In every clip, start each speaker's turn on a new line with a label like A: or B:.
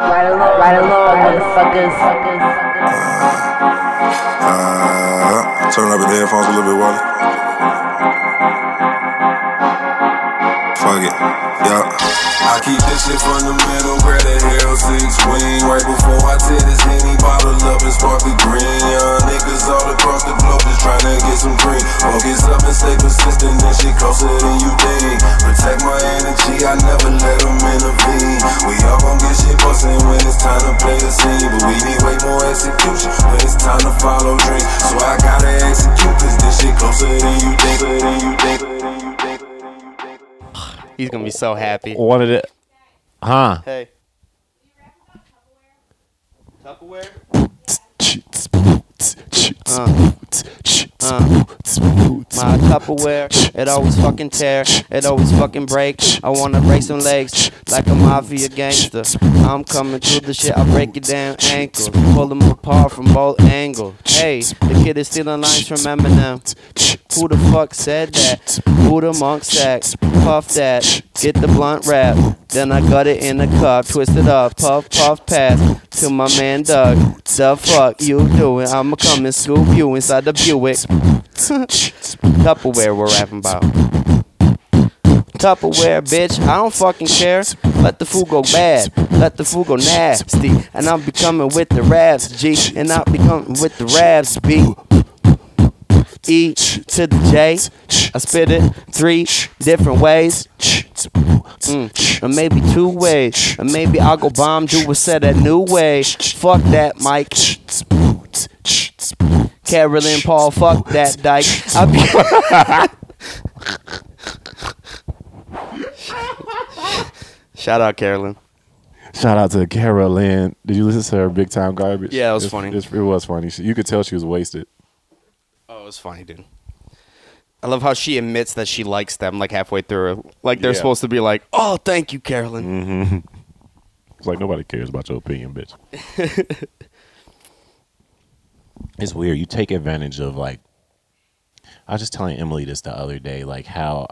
A: Right along, right along, motherfuckers.
B: Uh, turn up the headphones a little bit, Wally. Fuck it. Yeah.
C: I keep this shit from the middle where the hell six wing. Right before I tear this henny bottle up and spark the green. Young niggas all across the globe just tryna get some green. Focus up and stay persistent, this shit closer than you think. Protect my energy, I never let them intervene. We all gon' get shit bustin' when it's time to play the scene. But we need way more execution when it's time to follow dreams. So I gotta execute, cause this shit closer than you think. Closer than you think. Closer than you think. Closer than you think.
D: He's gonna be so happy.
E: What did it? Huh?
D: Hey. Tupperware? Uh. My Tupperware, it always fucking tear, it always fucking break. I wanna break some legs like a mafia gangster. I'm coming through the shit, I break your damn ankles, pull them apart from both angles. Hey, the kid is stealing lines from Eminem. Who the fuck said that? Who the monk sack? Puff that, get the blunt wrap. Then I got it in the cup, twist it up, puff, puff, pass to my man Doug. The fuck you doing? I'ma come and scoop you inside the Buick. Tupperware we're rapping about. Tupperware, bitch. I don't fucking care. Let the food go bad. Let the food go nasty. And I'm becoming with the raps, G. And I'm becoming with the raps, B. E to the J. I spit it three different ways. Mm. Or maybe two ways. Or maybe I'll go bomb, do a set a new way. Fuck that, Mike. Carolyn Paul, fuck that dyke. I be- Shout out, Carolyn.
E: Shout out to Carolyn. Did you listen to her big time garbage?
D: Yeah, it was
E: It's-
D: funny.
E: it's- it was funny. She- You could tell she was wasted.
D: Oh, it was funny, dude. I love how she admits that she likes them like halfway through. Like they're
E: Yeah. Mm.
D: supposed to be like, "Oh, thank you, Carolyn."
E: It's like nobody cares about your opinion, bitch. it's weird. You take advantage of like I was just telling Emily this the other day, like how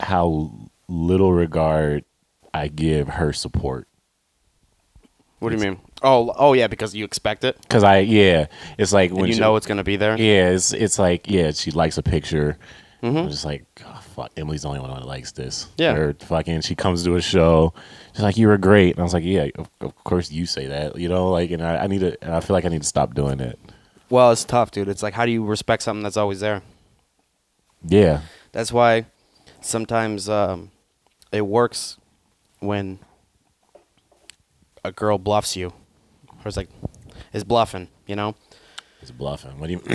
E: how little regard I give her support.
D: What do you mean? Oh, oh yeah, because you expect it.
E: Cause I yeah, it's like
D: And
E: when
D: you
E: she-
D: know it's gonna be there.
E: yeah, it's it's like yeah, she likes a picture. I'm just like "Oh, fuck, Emily's the only one that likes this.
D: Mm-hmm. Yeah.
E: Or fucking, she comes to a show. She's like, "You were great," and I was like, "Yeah, of, of course you say that." You know, like, and I, I need to. And I feel like I need to stop doing that.
D: Well, it's tough, dude. It's like, how do you respect something that's always there?
E: Yeah,
D: That's why sometimes um, it works when a girl bluffs you, or it's like, is bluffing, you know?
E: it's bluffing. What do you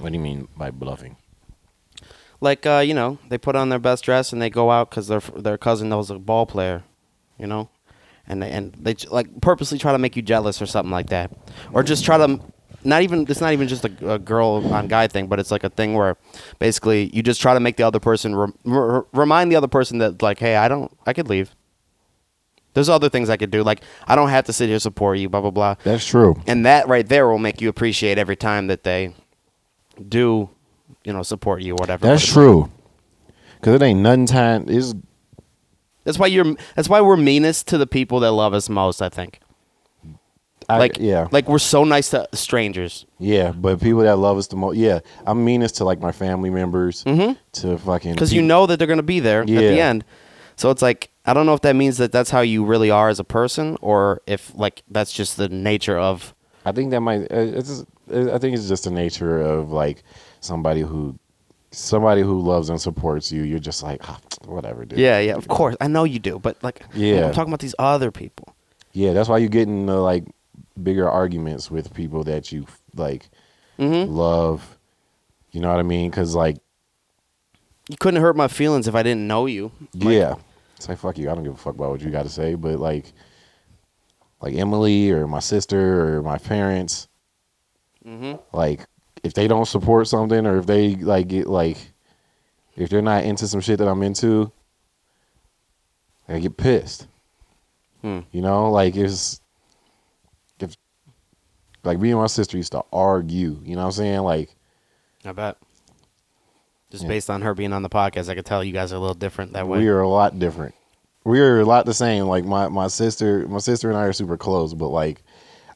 E: What do you mean by bluffing?
D: Like, uh, you know, they put on their best dress and they go out because their their cousin knows a ball player, you know, and they, and they j- like purposely try to make you jealous or something like that, or just try to. Not even it's not even just a, a girl on guy thing, but it's like a thing where basically you just try to make the other person rem- r- remind the other person that like, hey, I don't, I could leave. There's other things I could do. Like I don't have to sit here support you, blah blah blah.
E: That's true.
D: and that right there will make you appreciate every time that they do, you know, support you or whatever.
E: That's
D: But-
E: true. Cause it ain't nothing time. It's
D: That's why you're. That's why we're meanest to the people that love us most. I think.
E: I,
D: Like
E: yeah,
D: Like we're so nice to strangers.
E: yeah. But people that love us the most, yeah, I'm meanest to like my family members, to fucking
D: because you
E: peop-
D: know that they're gonna be there at the
E: Yeah.
D: end. So it's like I don't know if that means that that's how you really are as a person, or if like that's just the nature of.
E: I think that might. uh, It's just, uh, I think it's just the nature of like somebody who, somebody who loves and supports you. You're just like, ah, whatever, dude.
D: Yeah, yeah, of course. I know you do, but like,
E: Yeah.
D: I'm talking about these other people.
E: yeah. That's why you get into like bigger arguments with people that you like love. You know what I mean? Because like,
D: You couldn't hurt my feelings if I didn't know you. Like,
E: yeah, it's like fuck you. I don't give a fuck about what you got to say, but like, like Emily or my sister or my parents, like if they don't support something or if they like get like if they're not into some shit that I'm into, I get pissed. You know, like it's if like me and my sister used to argue. You know what I'm saying? Like
D: I bet. Just
E: Yeah.
D: based on her being on the podcast, I could tell you guys are a little different that way.
E: we are a lot different. we're a lot the same. Like my my sister, my sister and I are super close, but like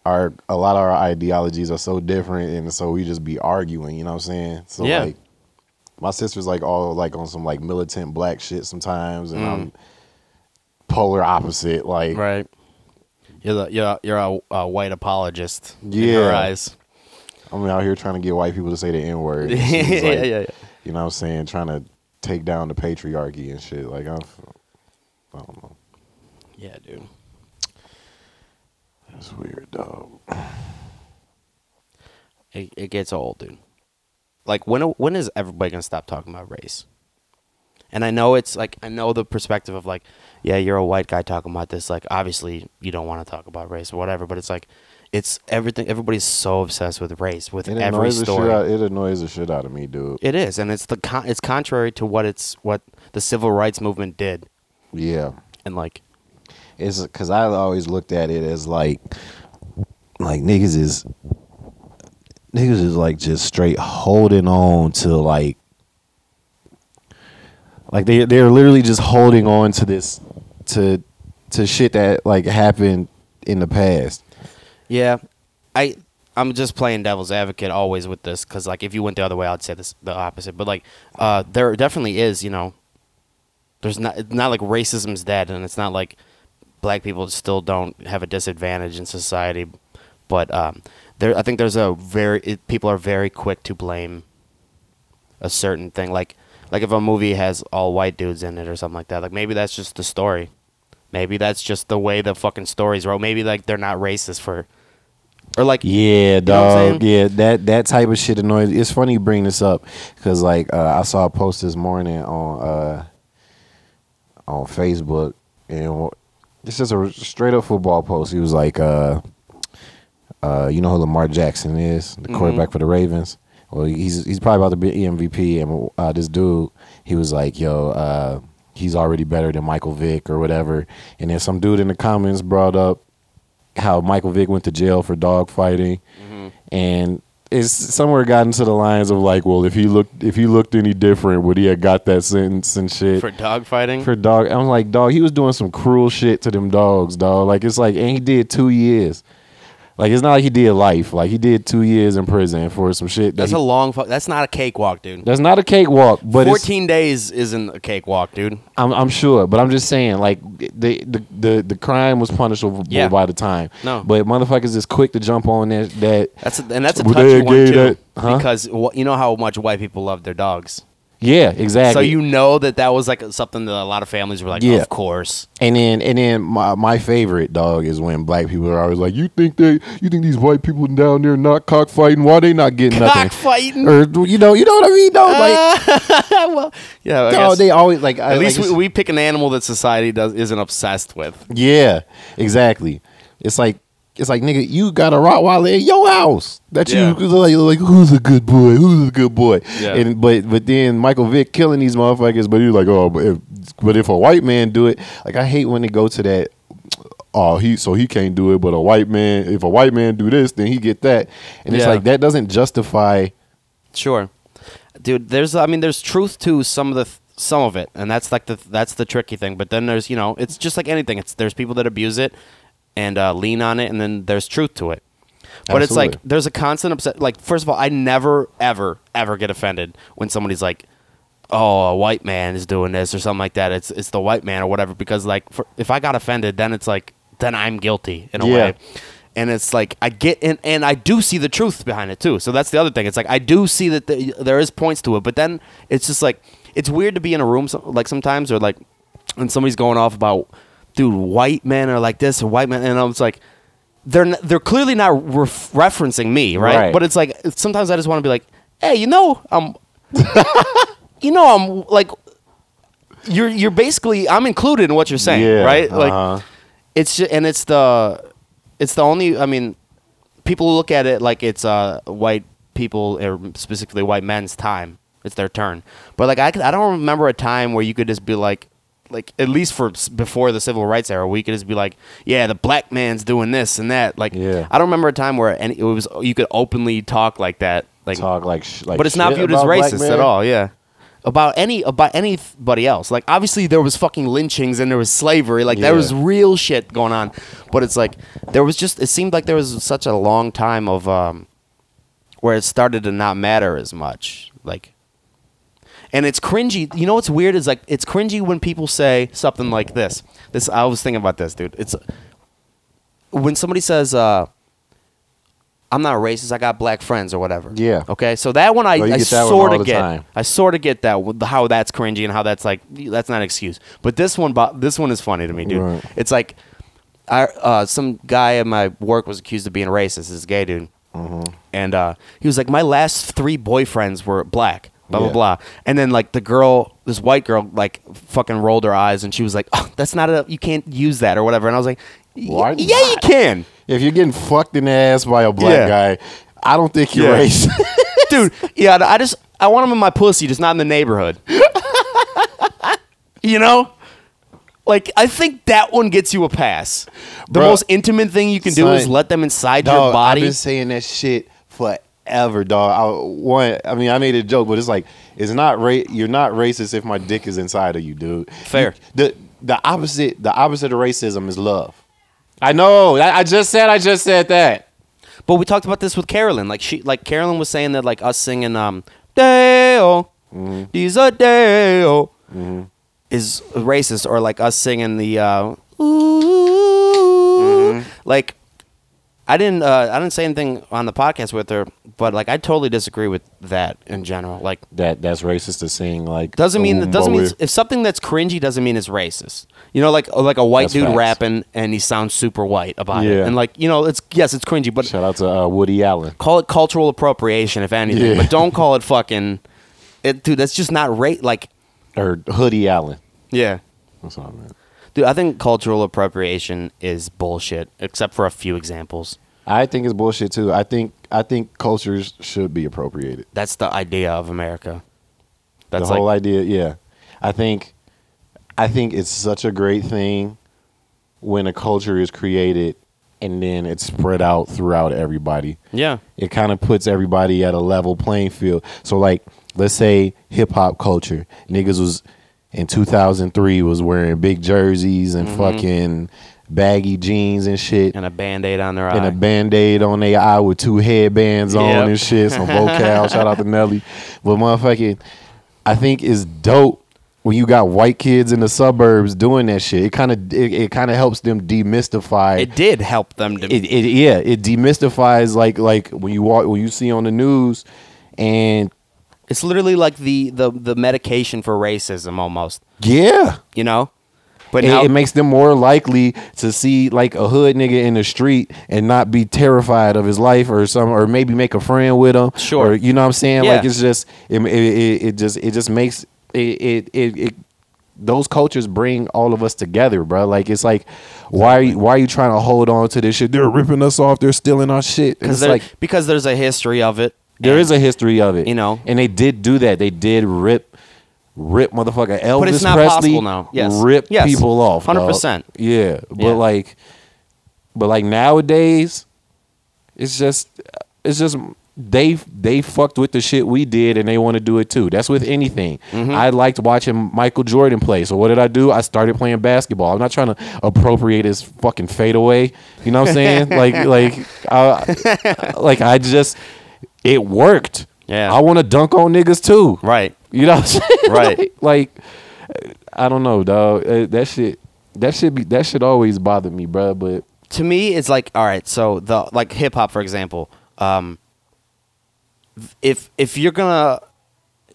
E: our a lot of our ideologies are so different, and so we just be arguing. You know what I'm saying? So
F: Yeah.
E: like, my sister's like all like on some like militant black shit sometimes, and I'm polar opposite. Like
D: Mm. Right. You're the, you're a, you're a, a white apologist in
E: Yeah.
D: her eyes.
E: I'm out here trying to get white people to say the n word.
D: yeah, yeah, yeah.
E: You know what I'm saying? Trying to take down the patriarchy and shit. Like I'm, I don't know.
D: Yeah, dude.
E: That's weird, dog.
D: It, it gets old, dude. Like when when is everybody gonna stop talking about race? And I know it's like I know the perspective of like, yeah, you're a white guy talking about this. Like obviously you don't want to talk about race or whatever, but it's like, it's everything. Everybody's so obsessed with race with
E: It
D: every
E: annoys the shit
D: story.
E: out. It annoys the shit out of me, dude.
D: It is, and it's the con- it's contrary to what it's what the civil rights movement did,
E: Yeah,
D: and like,
E: it's because I always looked at it as like, like niggas is, niggas is like just straight holding on to like, like they they're literally just holding on to this, to, to shit that like happened in the past.
D: yeah, I I'm just playing devil's advocate always with this because like if you went the other way, I'd say this the opposite. But like, uh, there definitely is, you know, there's not it's not like racism's dead, and it's not like black people still don't have a disadvantage in society, but um, there I think there's a very it, people are very quick to blame a certain thing like like if a movie has all white dudes in it or something like that like maybe that's just the story maybe that's just the way the fucking stories wrote maybe like they're not racist for or like
E: Yeah,
D: know what I'm
E: dog. yeah, that that type of shit annoys. It's funny you bring this up because like uh, I saw a post this morning on uh, on Facebook, and wh- it's just a straight up football post. He was like, uh, uh, "You know who Lamar Jackson is, the quarterback for the Ravens. Well, he's he's probably about to be E MVP." And uh, this dude, he was like, "Yo." Uh, He's already better than Michael Vick or whatever. And then some dude in the comments brought up how Michael Vick went to jail for dog fighting, and it's somewhere got into the lines of like, well, if he looked if he looked any different, would he have got that sentence and shit
D: for
E: for,
D: dogfighting
E: dog? I'm like, dog, he was doing some cruel shit to them dogs, dog. Like it's like, and he did two years. Like it's not like he did life. Like he did two years in prison for some shit. That
D: that's
E: he-
D: a long fu- that's not a cakewalk dude
E: that's not a cakewalk, but it's,
D: 14 days isn't a cakewalk dude
E: I'm, I'm sure, but I'm just saying, like the the the, the crime was punishable
D: Yeah.
E: by the time.
D: No.
E: but motherfuckers is quick to jump on that. That
D: that's a, and that's a
E: Well,
D: touchy
E: they
D: one
E: gave
D: too
E: that- huh?
D: because wh- you know how much white people love their dogs
E: yeah, exactly.
D: so you know that that was like something that a lot of families were like
E: Yeah.
D: of course
E: And then and then my, my favorite dog is when black people are always like, You think they you think these white people down there not cockfighting? Why they not getting
D: Cockfighting?
E: nothing? Or you know, you know what I mean? No, like
D: well, yeah. I
E: no,
D: guess.
E: they always like uh, I,
D: At least
E: like,
D: we, we pick an animal that society does isn't obsessed with.
E: Yeah, exactly. It's like it's like nigga, you got a Rottweiler in your house that you
D: Yeah.
E: like, like who's a good boy? Who's a good boy?
D: Yeah.
E: And but but then Michael Vick killing these motherfuckers, but you're like, oh, but if, but if a white man do it, like I hate when they go to that. Oh, he so he can't do it, but a white man. If a white man do this, then he get that, and it's
D: Yeah.
E: like that doesn't justify.
D: Sure, dude. There's I mean there's truth to some of the th- some of it, and that's like the that's the tricky thing. But then there's you know it's just like anything. It's there's people that abuse it and uh, lean on it, and then there's truth to it. But it's like
E: Absolutely.
D: there's a constant upset. Like first of all, I never ever ever get offended when somebody's like. Oh, a white man is doing this or something like that. It's it's the white man or whatever. Because like, for, if I got offended, then it's like then I'm guilty in a
E: Yeah.
D: way. and it's like I get and, and I do see the truth behind it too. So that's the other thing. It's like I do see that the, there is points to it, but then it's just like it's weird to be in a room some, like sometimes or like when somebody's going off about dude white men are like this or white men and I was like they're n- they're clearly not ref- referencing me right?
E: Right.
D: but it's like sometimes I just want to be like hey you know I'm you know I'm like you're you're basically I'm included in what you're saying
E: Yeah,
D: right
E: uh-huh.
D: like it's just, and it's the it's the only I mean people look at it like it's uh, white people or specifically white men's time. It's their turn. But like I, c- I don't remember a time where you could just be like like at least for s- before the civil rights era, we could just be like, yeah, the black man's doing this and that. Like
E: Yeah.
D: I don't remember a time where any, it was you could openly talk like that. Like
E: Talk like, sh- like
D: but it's not
E: shit
D: viewed as
E: about black
D: racist
E: men.
D: at all. Yeah, about any about anybody else. Like obviously there was fucking lynchings and there was slavery. Like there
E: Yeah.
D: was real shit going on, but it's like there was just it seemed like there was such a long time of um, where it started to not matter as much. Like, and it's cringy. You know what's weird is like it's cringy when people say something like this. This I was thinking about this, dude. It's when somebody says. uh I'm not racist. I got black friends or whatever.
E: Yeah.
D: Okay. So that one I,
E: No, you
D: I
E: get that one
D: sort
E: all
D: of
E: the
D: get.
E: time.
D: I sort of get that with how that's cringy and how that's like that's not an excuse. But this one, bo- this one is funny to me, dude.
E: Right.
D: It's like, I uh, some guy at my work was accused of being racist. This gay dude,
E: Mm-hmm.
D: and uh, he was like, my last three boyfriends were black. Blah
E: Yeah.
D: blah blah. And then like the girl, this white girl, like fucking rolled her eyes and she was like, oh, "That's not a you can't use that or whatever." And I was like, "Y-
E: Why
D: "Yeah, you can."
E: If you're getting fucked in the ass by a black
D: Yeah.
E: guy, I don't think you're
D: Yeah.
E: racist.
D: dude. Yeah, I just I want him in my pussy, just not in the neighborhood. you know, like I think that one gets you a pass. The
E: Bro,
D: most intimate thing you can do
E: son,
D: is let them inside your
E: dog,
D: body.
E: I've been saying that shit forever, dog. I, one, I mean, I made a joke, but it's like it's not ra- You're not racist if my dick is inside of you, dude.
D: Fair.
E: You- the the opposite the opposite of racism is love. I know. I, I just said. I just said that.
D: but we talked about this with Carolyn. Like she, like Carolyn was saying that like us singing um Deo,
E: Mm-hmm.
D: these are Deo is racist, or like us singing the uh, ooh,
E: Mm-hmm.
D: like I didn't uh, I didn't say anything on the podcast with her, but like I totally disagree with that in general. Like
E: That that's racist to sing. Like
D: doesn't mean that doesn't
E: what
D: mean
E: we're-
D: if something that's cringy doesn't mean it's racist. You know, like like a white
E: That's
D: dude
E: facts.
D: rapping and he sounds super white about it,
E: Yeah.
D: and like you know it's yes it's cringy, but
E: Shout out to uh, Woody Allen.
D: call it cultural appropriation if anything,
E: Yeah.
D: but don't call it fucking. It, dude, that's just not rate. Like,
E: or Hoodie Allen.
D: yeah,
E: That's what I meant.
D: dude, I think cultural appropriation is bullshit, except for a few examples.
E: I think it's bullshit too. I think I think cultures should be appropriated.
D: That's the idea of America. That's
E: the whole
D: like,
E: idea, yeah. I think I think it's such a great thing when a culture is created and then it's spread out throughout everybody.
D: yeah,
E: It kind of puts everybody at a level playing field. So like let's say hip hop culture. Niggas was in 2003 was wearing big jerseys
D: Mm-hmm.
E: and fucking baggy jeans and shit.
D: and a band aid on their
E: and
D: eye.
E: a band aid on their eye with two headbands
D: Yep.
E: on and shit. Some vocal. Shout out to Nelly. But motherfucking, I think it's dope when you got white kids in the suburbs doing that shit. It kind of it, it kind of helps them demystify.
D: it did help them to.
E: it, it yeah. It demystifies like like when you walk when you see on the news and
D: it's literally like the, the the medication for racism almost.
E: yeah.
D: You know, but
E: It,
D: now
E: it makes them more likely to see like a hood nigga in the street and not be terrified of his life or some or maybe make a friend with him.
D: Sure.
E: or, you know what I'm saying? Like
D: Yeah.
E: it's just it, it, it, it just it just makes it it, it it those cultures bring all of us together, bro. Like it's like why are you, why are you trying to hold on to this shit? They're ripping us off. They're stealing our shit. And
D: because
E: It's
D: there-
E: like
D: because there's a history of it.
E: there is a history of it,
D: You know?
E: And they did do that. They did rip. Rip motherfucker Elvis
D: But it's not
E: Presley
D: possible now. Yes.
E: rip
D: Yes.
E: people off. dog.
D: 100%.
E: Yeah, but
D: Yeah.
E: like, but like nowadays, it's just it's just they they fucked with the shit we did and they want to do it too. That's with anything.
D: Mm-hmm.
E: I liked watching Michael Jordan play. So what did I do? I started playing basketball. I'm not trying to appropriate his fucking fadeaway. You know what I'm saying? like like I, like I just it worked.
D: Yeah.
E: I want to dunk on niggas too.
D: Right.
E: You know what I'm saying?
D: Right.
E: like, like, I don't know, dog. Uh, That shit that should be that should always bother me, bruh. But
D: to me it's like all right so the like hip hop for example um if if you're gonna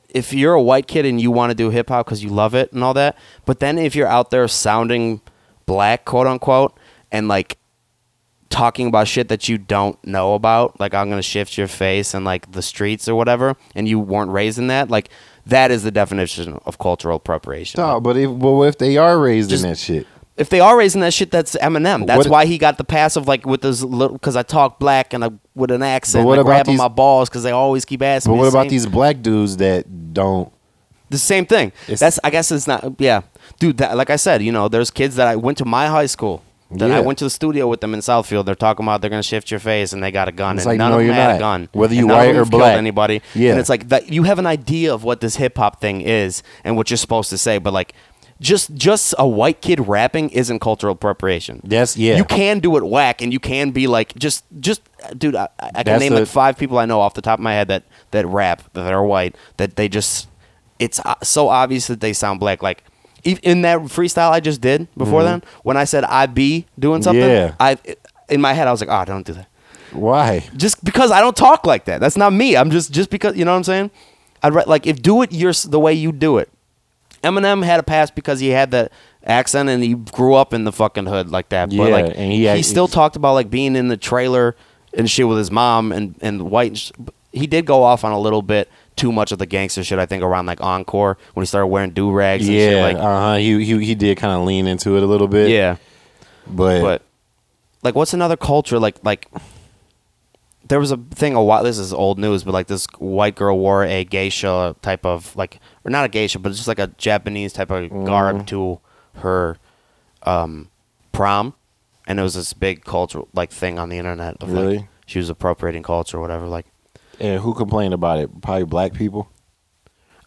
D: if you're a white kid and you want to do hip hop because you love it and all that but then if you're out there sounding black quote unquote and like talking about shit that you don't know about like i'm gonna shift your face and like the streets or whatever and you weren't raised in that like that is the definition of cultural appropriation
E: Dog, but if but what if they are raised
D: Just-
E: in that shit?
D: if they are raising that shit, that's Eminem. That's
E: What-
D: why he got the pass of like with his little because I talk black and I with an accent.
E: But what
D: and I
E: about
D: grabbing
E: these-
D: my balls because they always keep asking.
E: But
D: me the
E: what about
D: same-
E: these black dudes that don't?
D: The same thing.
E: It's-
D: That's I guess it's not. Yeah, dude. That, like I said, you know, there's kids that I went to my high school That
E: Yeah.
D: I went to the studio with them in Southfield. They're talking about they're gonna shift your face, and they got a gun,
E: It's
D: and
E: like,
D: none
E: no,
D: of them
E: you're
D: had
E: not.
D: a gun.
E: Whether
D: And
E: you
D: none of
E: white
D: them
E: or
D: have killed
E: black.
D: anybody.
E: Yeah.
D: and it's like that. You have an idea of what this hip hop thing is and what you're supposed to say, but like, just just a white kid rapping isn't cultural appropriation.
E: That's- yeah.
D: You can do it whack, and you can be like, just just dude. I, I I can
E: That's
D: name
E: the-
D: like five people I know off the top of my head that that rap that are white that they just it's uh, so obvious that they sound black. Like ev- in that freestyle I just did before then, when I said I be doing something,
E: Mm-hmm. Yeah.
D: I in my head I was like, oh, don't do that.
E: Why?
D: Just because I don't talk like that. That's not me. I'm just just because you know what I'm saying. I'd re- like if do it your s- the way you do it. Eminem had a pass because he had that accent and he grew up in the fucking hood like that. But
E: Yeah,
D: like
E: and he
D: he,
E: act-
D: still talked about like being in the trailer and shit with his mom and and white. and sh- He did go off on a little bit too much of the gangster shit. I think around like Encore when he started wearing do rags. and shit,
E: Yeah,
D: like
E: uh huh. He, he he did kind of lean into it a little bit.
D: yeah.
E: but,
D: But like, what's another culture like? Like, there was a thing a while. This is old news, but like this white girl wore a geisha type of like, or not a geisha, but just like a Japanese type of
E: Mm-hmm.
D: garb to her um, prom, and it was this big cultural like thing on the internet of like
E: Really?
D: she was appropriating culture or whatever. Like,
E: and who complained about it? Probably black people.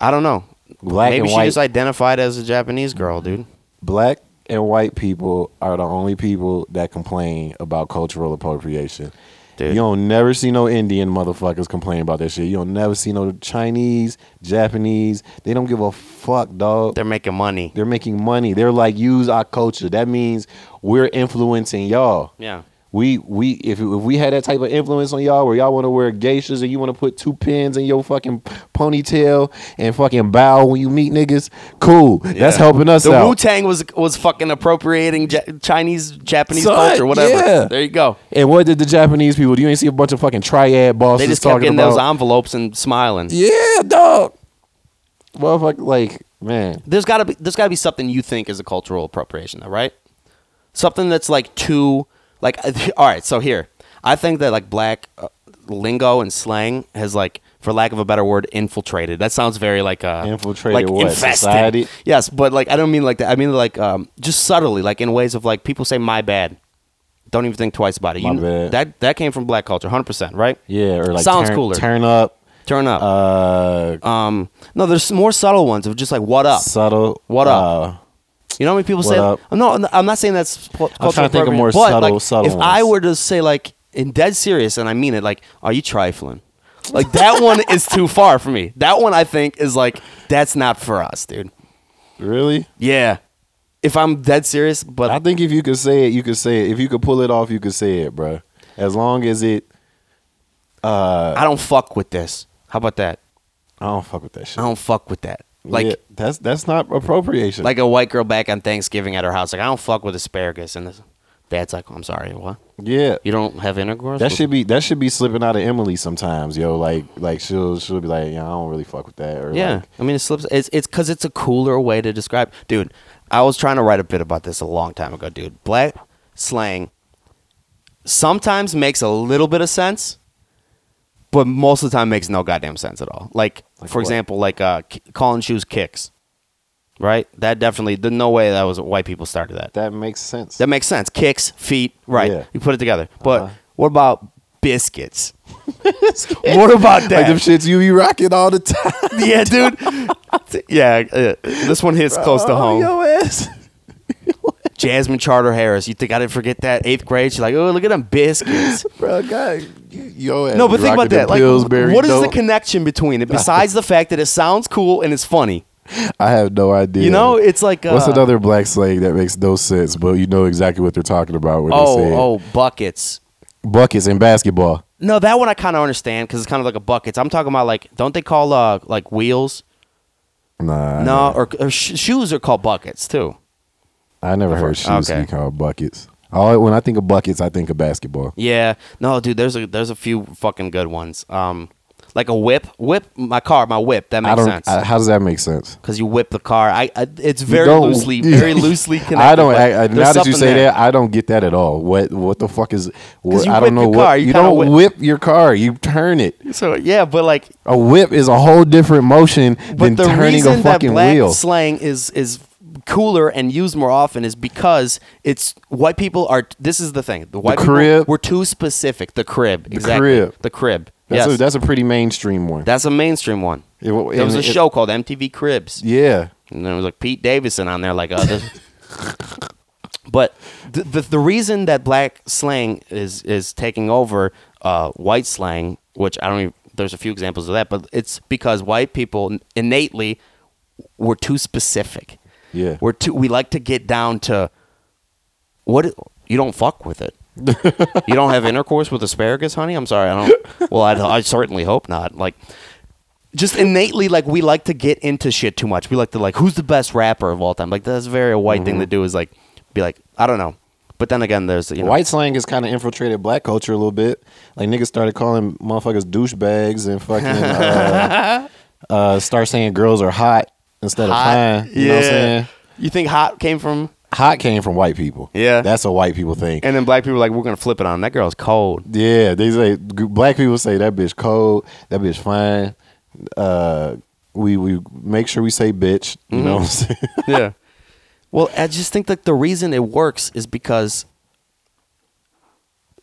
D: I don't know.
E: Black
D: Maybe
E: and
D: she
E: white.
D: just identified as a Japanese girl, dude.
E: black and white people are the only people that complain about cultural appropriation.
D: Dude.
E: You don't never see no Indian motherfuckers complain about that shit. You don't never see no Chinese, Japanese. They don't give a fuck, dog.
D: They're making money.
E: They're making money. They're like use our culture. That means we're influencing y'all.
D: Yeah.
E: We we if if we had that type of influence on y'all where y'all want to wear geishas and you want to put two pins in your fucking ponytail and fucking bow when you meet niggas, cool. That's
D: Yeah.
E: helping us
D: The
E: out.
D: Wu Tang was was fucking appropriating ja- Chinese Japanese
E: Son,
D: culture, whatever.
E: yeah.
D: There you go.
E: And what did the Japanese people do? You ain't see a bunch of fucking triad bosses
D: They just kept
E: talking
D: getting
E: about.
D: those envelopes and smiling.
E: yeah, dog. Motherfucker, like man,
D: There's gotta be there's gotta be something you think is a cultural appropriation, though, right? Something that's like too like all right. So here, I think that like black uh, lingo and slang has like, for lack of a better word, infiltrated. That sounds very like uh,
E: Infiltrated
D: like
E: what?
D: infested.
E: Society?
D: Yes, but like I don't mean like that. I mean like um, just subtly, like in ways of like people say "my bad." Don't even think twice about it.
E: My
D: you,
E: bad.
D: That that came from black culture, hundred percent, right?
E: yeah, or like
D: Sounds
E: turn,
D: cooler.
E: Turn up,
D: Turn up.
E: uh,
D: um, no, there's more subtle ones of just like "what up."
E: subtle.
D: What up?
E: Uh,
D: You know how many people
E: What
D: say?
E: up?
D: No, no, I'm not saying that's. pu- cultural
E: trying to think of
D: appropriation,
E: more
D: but,
E: subtle-
D: like,
E: subtle
D: If I
E: ones.
D: were to say like in dead serious, and I mean it, like, are you trifling? Like that one is too far for me. That one I think is like that's not for us, dude.
E: really?
D: Yeah, if I'm dead serious, but
E: I think if you could say it, you could say it. If you could pull it off, you could say it, bruh. As long as it,
D: I don't fuck with this. How about that?
E: I don't fuck with that shit.
D: I don't fuck with that. Like
E: Yeah, that's that's not appropriation.
D: like a white girl back on Thanksgiving at her house. Like I don't fuck with asparagus, and this, dad's like, "Oh, I'm sorry, what?
E: yeah,
D: You don't have intercourse?
E: That
D: with-
E: should be that should be slipping out of Emily sometimes, yo. Like like she'll she'll be like, yeah, I don't really fuck with that. Or
D: Yeah,
E: like,
D: I mean, it slips. It's it's because it's a cooler way to describe, dude. I was trying to write a bit about this a long time ago, dude. Black slang sometimes makes a little bit of sense, but most of the time makes no goddamn sense at all. Like,
E: Like
D: for
E: what?
D: example, like uh, k- calling shoes kicks, right? That definitely, there's no way that was white people started that.
E: that makes sense.
D: That makes sense. Kicks, feet, right?
E: Yeah.
D: You put it together. But
E: Uh-huh.
D: what about biscuits? what about that?
E: like them shits you be rocking all the time.
D: yeah, dude. yeah, uh, this one hits close to home.
E: Yo ass.
D: Jasmine Charter Harris. You think I didn't forget that? Eighth grade. She's like, oh, look at them biscuits.
E: Bro, God, you, yo ass.
D: no,
E: be
D: but think
E: rocking
D: about
E: them
D: that. Like,
E: Pillsbury
D: what is the
E: dope.
D: connection between it besides the fact that it sounds cool and it's funny?
E: I have no idea.
D: You know, it's like uh,
E: What's another black slang that makes no sense, but you know exactly what they're talking about when
D: Oh,
E: they say it?
D: oh, buckets.
E: buckets in basketball.
D: No, that one I kind of understand because it's kind of like a buckets. I'm talking about like, don't they call uh like wheels?
E: Nah,
D: No, or, or sh- shoes are called buckets too.
E: I never heard shoes
D: Okay.
E: be called buckets. All when I think of buckets, I think of basketball.
D: Yeah. No, dude, there's a there's a few fucking good ones. Um, like a whip, whip my car, my whip. That
E: I
D: makes
E: don't.
D: sense.
E: I- how does that make sense?
D: because you whip the car. I, I it's very
E: don't-
D: loosely, very loosely connected.
E: I don't.
D: but
E: I, I,
D: there's
E: now that
D: something
E: you say
D: there.
E: that, I don't get that at all. What What the fuck is? What,
D: 'Cause you
E: I don't
D: whip
E: know
D: your
E: what
D: car, you
E: you
D: kinda
E: don't
D: whip-
E: whip your car. You turn it.
D: So yeah, but like,
E: A whip is a whole different motion
D: but
E: than
D: the
E: turning
D: reason
E: a
D: that
E: fucking
D: black
E: wheel.
D: slang is is cooler and used more often is because it's white people are. This is the thing. The white people
E: crib.
D: were too specific. The crib.
E: The
D: exactly.
E: crib.
D: The crib.
E: That's,
D: yes.
E: a, that's a pretty mainstream one.
D: That's a mainstream one.
E: It wa-
D: There was a
E: and it-
D: show called MTV Cribs,
E: Yeah.
D: and there was like Pete Davidson on there, like others. but the, the the reason that black slang is is taking over uh, white slang, which I don't even there's a few examples of that, but it's because white people innately were too specific.
E: Yeah.
D: We're too we like to get down to what you don't fuck with it. you don't have intercourse with asparagus, honey? I'm sorry. I don't. Well, I, I certainly hope not. Like, just innately, like, we like to get into shit too much. We like to, like, who's the best rapper of all time? Like, that's very a white thing to do is, like, be like, I don't know. But then again, there's, you know.
E: White slang has kind of infiltrated black culture a little bit. Like niggas started calling motherfuckers douchebags and fucking uh, uh, start saying girls are hot instead of
D: hot.
E: fine. You know what I'm saying?
D: You think hot came from.
E: Hot came from white people.
D: Yeah.
E: that's a white people thing.
D: And then black people are like, we're going to flip it on. That girl's cold.
E: yeah, they say g- black people say that bitch cold, that bitch fine. Uh, we we make sure we say bitch. You know
D: Mm-hmm.
E: what I'm saying?
D: yeah. Well, I just think that the reason it works is because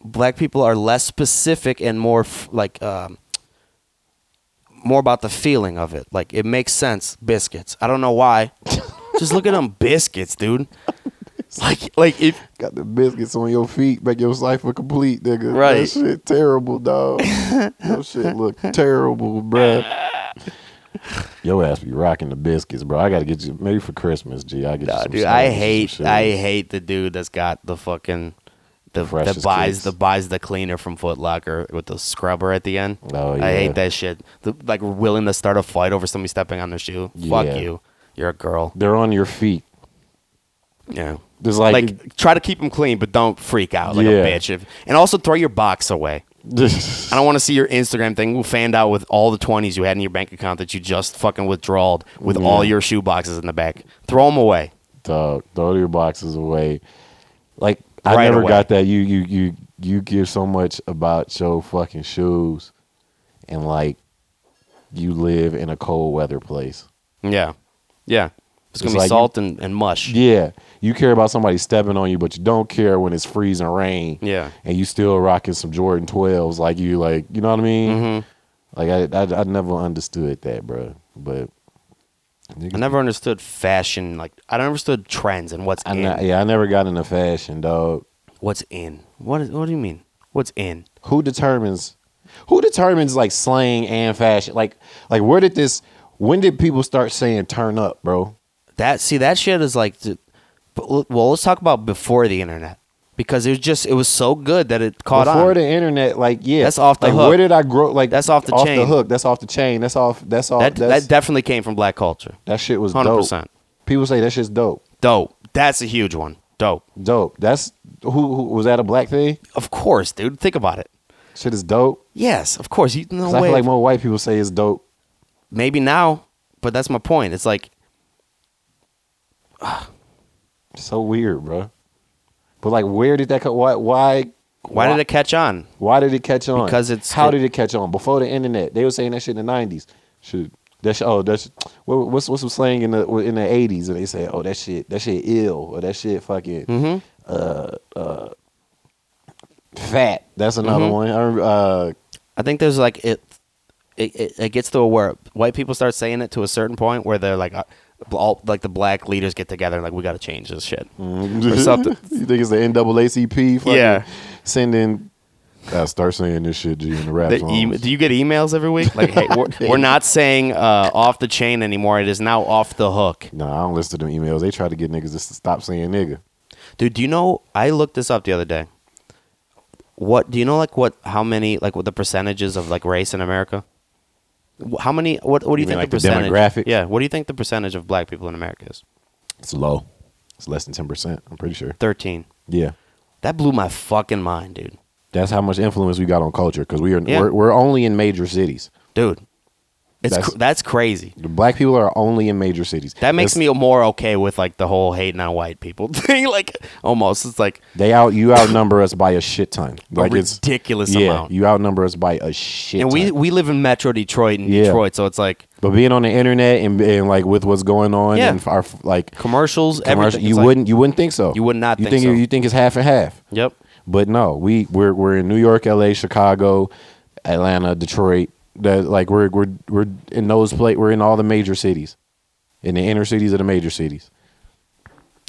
D: black people are less specific and more f- like um, more about the feeling of it. Like it makes sense. Biscuits. I don't know why. just look at them biscuits, dude. Like, like if
E: Got the biscuits on your feet, make your cipher complete, nigga.
D: Right.
E: That shit terrible, dog. your shit look terrible, bruh. Your ass be rocking the biscuits, bro. I gotta get you maybe for Christmas, G. I get you
D: Nah,
E: some
D: Uh, dude, I
E: sandwiches, some
D: hate
E: shit.
D: I hate the dude that's got the fucking the that
E: Freshest
D: buys
E: kids.
D: the buys the cleaner from Foot Locker with the scrubber at the end.
E: Oh,
D: I
E: yeah.
D: hate that shit. The, like willing to start a fight over somebody stepping on their shoe.
E: Yeah.
D: Fuck you. You're a girl.
E: They're on your feet.
D: Yeah.
E: There's
D: Like,
E: like,
D: try to keep them clean, but don't freak out like a
E: Yeah.
D: bitch. If, and also throw your box away. I don't want to see your Instagram thing fanned out with all the twenties you had in your bank account that you just fucking withdrawed with all your shoe boxes in the back. Throw them away.
E: dog, throw your boxes away. Like I
D: Right
E: never
D: away.
E: got that. You you you you give so much about your fucking shoes, and like you live in a cold weather place.
D: Yeah. Yeah. It's gonna
E: It's
D: be
E: like you-
D: salt and, and mush.
E: Yeah, you care about somebody stepping on you, but you don't care when it's freezing rain.
D: Yeah.
E: and you still rocking some Jordan twelves, like you like, you know what I mean?
D: Mm-hmm.
E: Like I, I, I never understood that, bro. But
D: I never understood fashion, like I never understood trends and what's
E: I
D: in.
E: ne- yeah, I never got into fashion, dog.
D: What's in? What is what do you mean? What's in?
E: Who determines? Who determines like slang and fashion? Like, like where did this? When did people start saying "turn up," bro?
D: That see that shit is like th- but l- well, let's talk about before the internet. Because it was just it was so good that it caught
E: Before
D: on.
E: the internet, like yeah,
D: That's off the
E: like,
D: hook.
E: Where did I grow? Like
D: That's off the
E: off the
D: chain.
E: hook. That's off the chain. That's off. That's off.
D: that
E: that's,
D: that definitely came from black culture.
E: That shit was
D: Hundred
E: dope.
D: percent.
E: People say that shit's dope.
D: Dope. That's a huge one. Dope.
E: Dope. That's who, who was that a black thing?
D: Of course, dude. Think about it.
E: Shit is dope.
D: Yes, of course. You no
E: 'Cause I
D: way.
E: feel like more white people say it's dope.
D: Maybe now, but that's my point. It's like
E: It's so weird, bro. But like, where did that come? Why? Why?
D: why did it catch on?
E: Why did it catch on?
D: Because it's-
E: how
D: it-
E: did it catch on? Before the internet, they were saying that shit in the nineties. Shoot, that's oh that's what, what's what's some slang in the in the eighties, and they say oh that shit that shit ill or that shit fucking
D: Mm-hmm.
E: uh uh fat. That's another
D: Mm-hmm.
E: one. I remember, uh,
D: I think there's like it, it, it, it gets to a where white people start saying it to a certain point where they're like, uh, all like the black leaders get together and like we got to change this shit or something.
E: Mm, You think it's the NAACP? Fucking
D: Yeah.
E: Sending. I start saying this shit, G, in the rap
D: The
E: songs.
D: em- do you get emails every week? Like, hey, we're, we're not saying uh, off the chain anymore. It is now off the hook,
E: Nah, I don't listen to them emails. They try to get niggas to s- stop saying nigga.
D: dude. Do you know? I looked this up the other day. What do you know? Like what? How many? Like what the percentages of like race in America? Wh- How many? What? What do you, think
E: mean like
D: the
E: the
D: percentage?
E: demographic?
D: Yeah. What do you think the percentage of black people in America is?
E: It's low. It's less than ten percent. I'm pretty sure.
D: Thirteen.
E: Yeah,
D: That blew my fucking mind, dude.
E: that's how much influence we got on culture because we are
D: Yeah.
E: we're, we're only in major cities.
D: Dude, It's that's,
E: That's-
D: that's crazy.
E: The black people are only in major cities.
D: That makes
E: It's-
D: me more okay with like the whole hating on white people thing. Like almost, it's like
E: They out you outnumber us by a shit ton. Like
D: a
E: it's
D: ridiculous
E: yeah,
D: amount.
E: you outnumber us by a shit.
D: and we
E: ton.
D: we live in Metro Detroit in
E: Yeah.
D: Detroit, so it's like
E: but being on the internet and, and like with what's going on
D: Yeah.
E: and our like
D: commercials,
E: commercial,
D: everything.
E: you
D: It's like-
E: wouldn't you wouldn't think so.
D: You would not
E: You
D: think so.
E: you think it's half and half.
D: Yep.
E: But no, we we're we're in New York, L.A., Chicago, Atlanta, Detroit. That like we're we're we're in those plate. We're in all the major cities, in the inner cities of the major cities.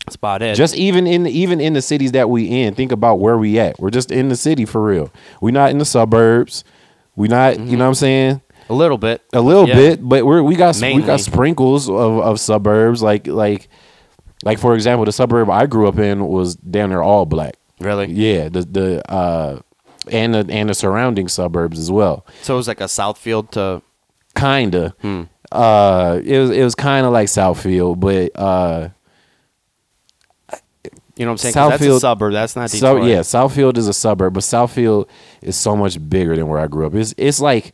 D: That's about it.
E: Just even in even in the cities that we in, think about where we at. We're just in the city for real. We're not in the suburbs. We not you know what I'm saying
D: a little bit.
E: a little
D: Mm-hmm. Yeah.
E: bit, but we're we got we
D: Mainly.
E: got sprinkles of of suburbs like like like for example the suburb I grew up in was down there all black.
D: Really?
E: Yeah, the the uh and the and the surrounding suburbs as well.
D: So it was like a Southfield to
E: Kinda.
D: Hmm.
E: Uh it was it was kinda like Southfield, but uh
D: you know what I'm saying? 'Cause that's a
E: Southfield-
D: suburb. That's not
E: so
D: Detroit.
E: yeah, Southfield is a suburb, but Southfield is so much bigger than where I grew up. It's it's like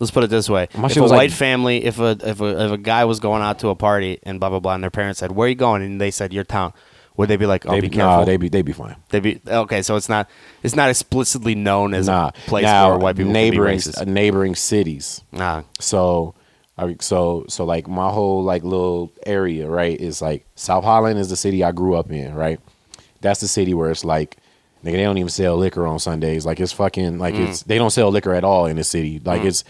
D: Let's put it this way:
E: My
D: if
E: shit
D: a white
E: was like-
D: family, if a, if a if a guy was going out to a party and blah blah blah, and their parents said, "Where are you going?" and they said, "Your town," would they be like, "Oh,
E: they
D: be
E: be,
D: careful"?
E: nah, they be they be fine.
D: They be okay, so it's not it's not explicitly known as
E: Nah,
D: a place
E: now,
D: where white people
E: neighboring
D: can be
E: uh,
D: racist.
E: neighboring cities.
D: Nah,
E: So, I so so like my whole like little area, right? Is like South Holland is the city I grew up in, right? That's the city where it's like nigga, they don't even sell liquor on Sundays. Like it's fucking like
D: Mm.
E: it's they don't sell liquor at all in the city. Like it's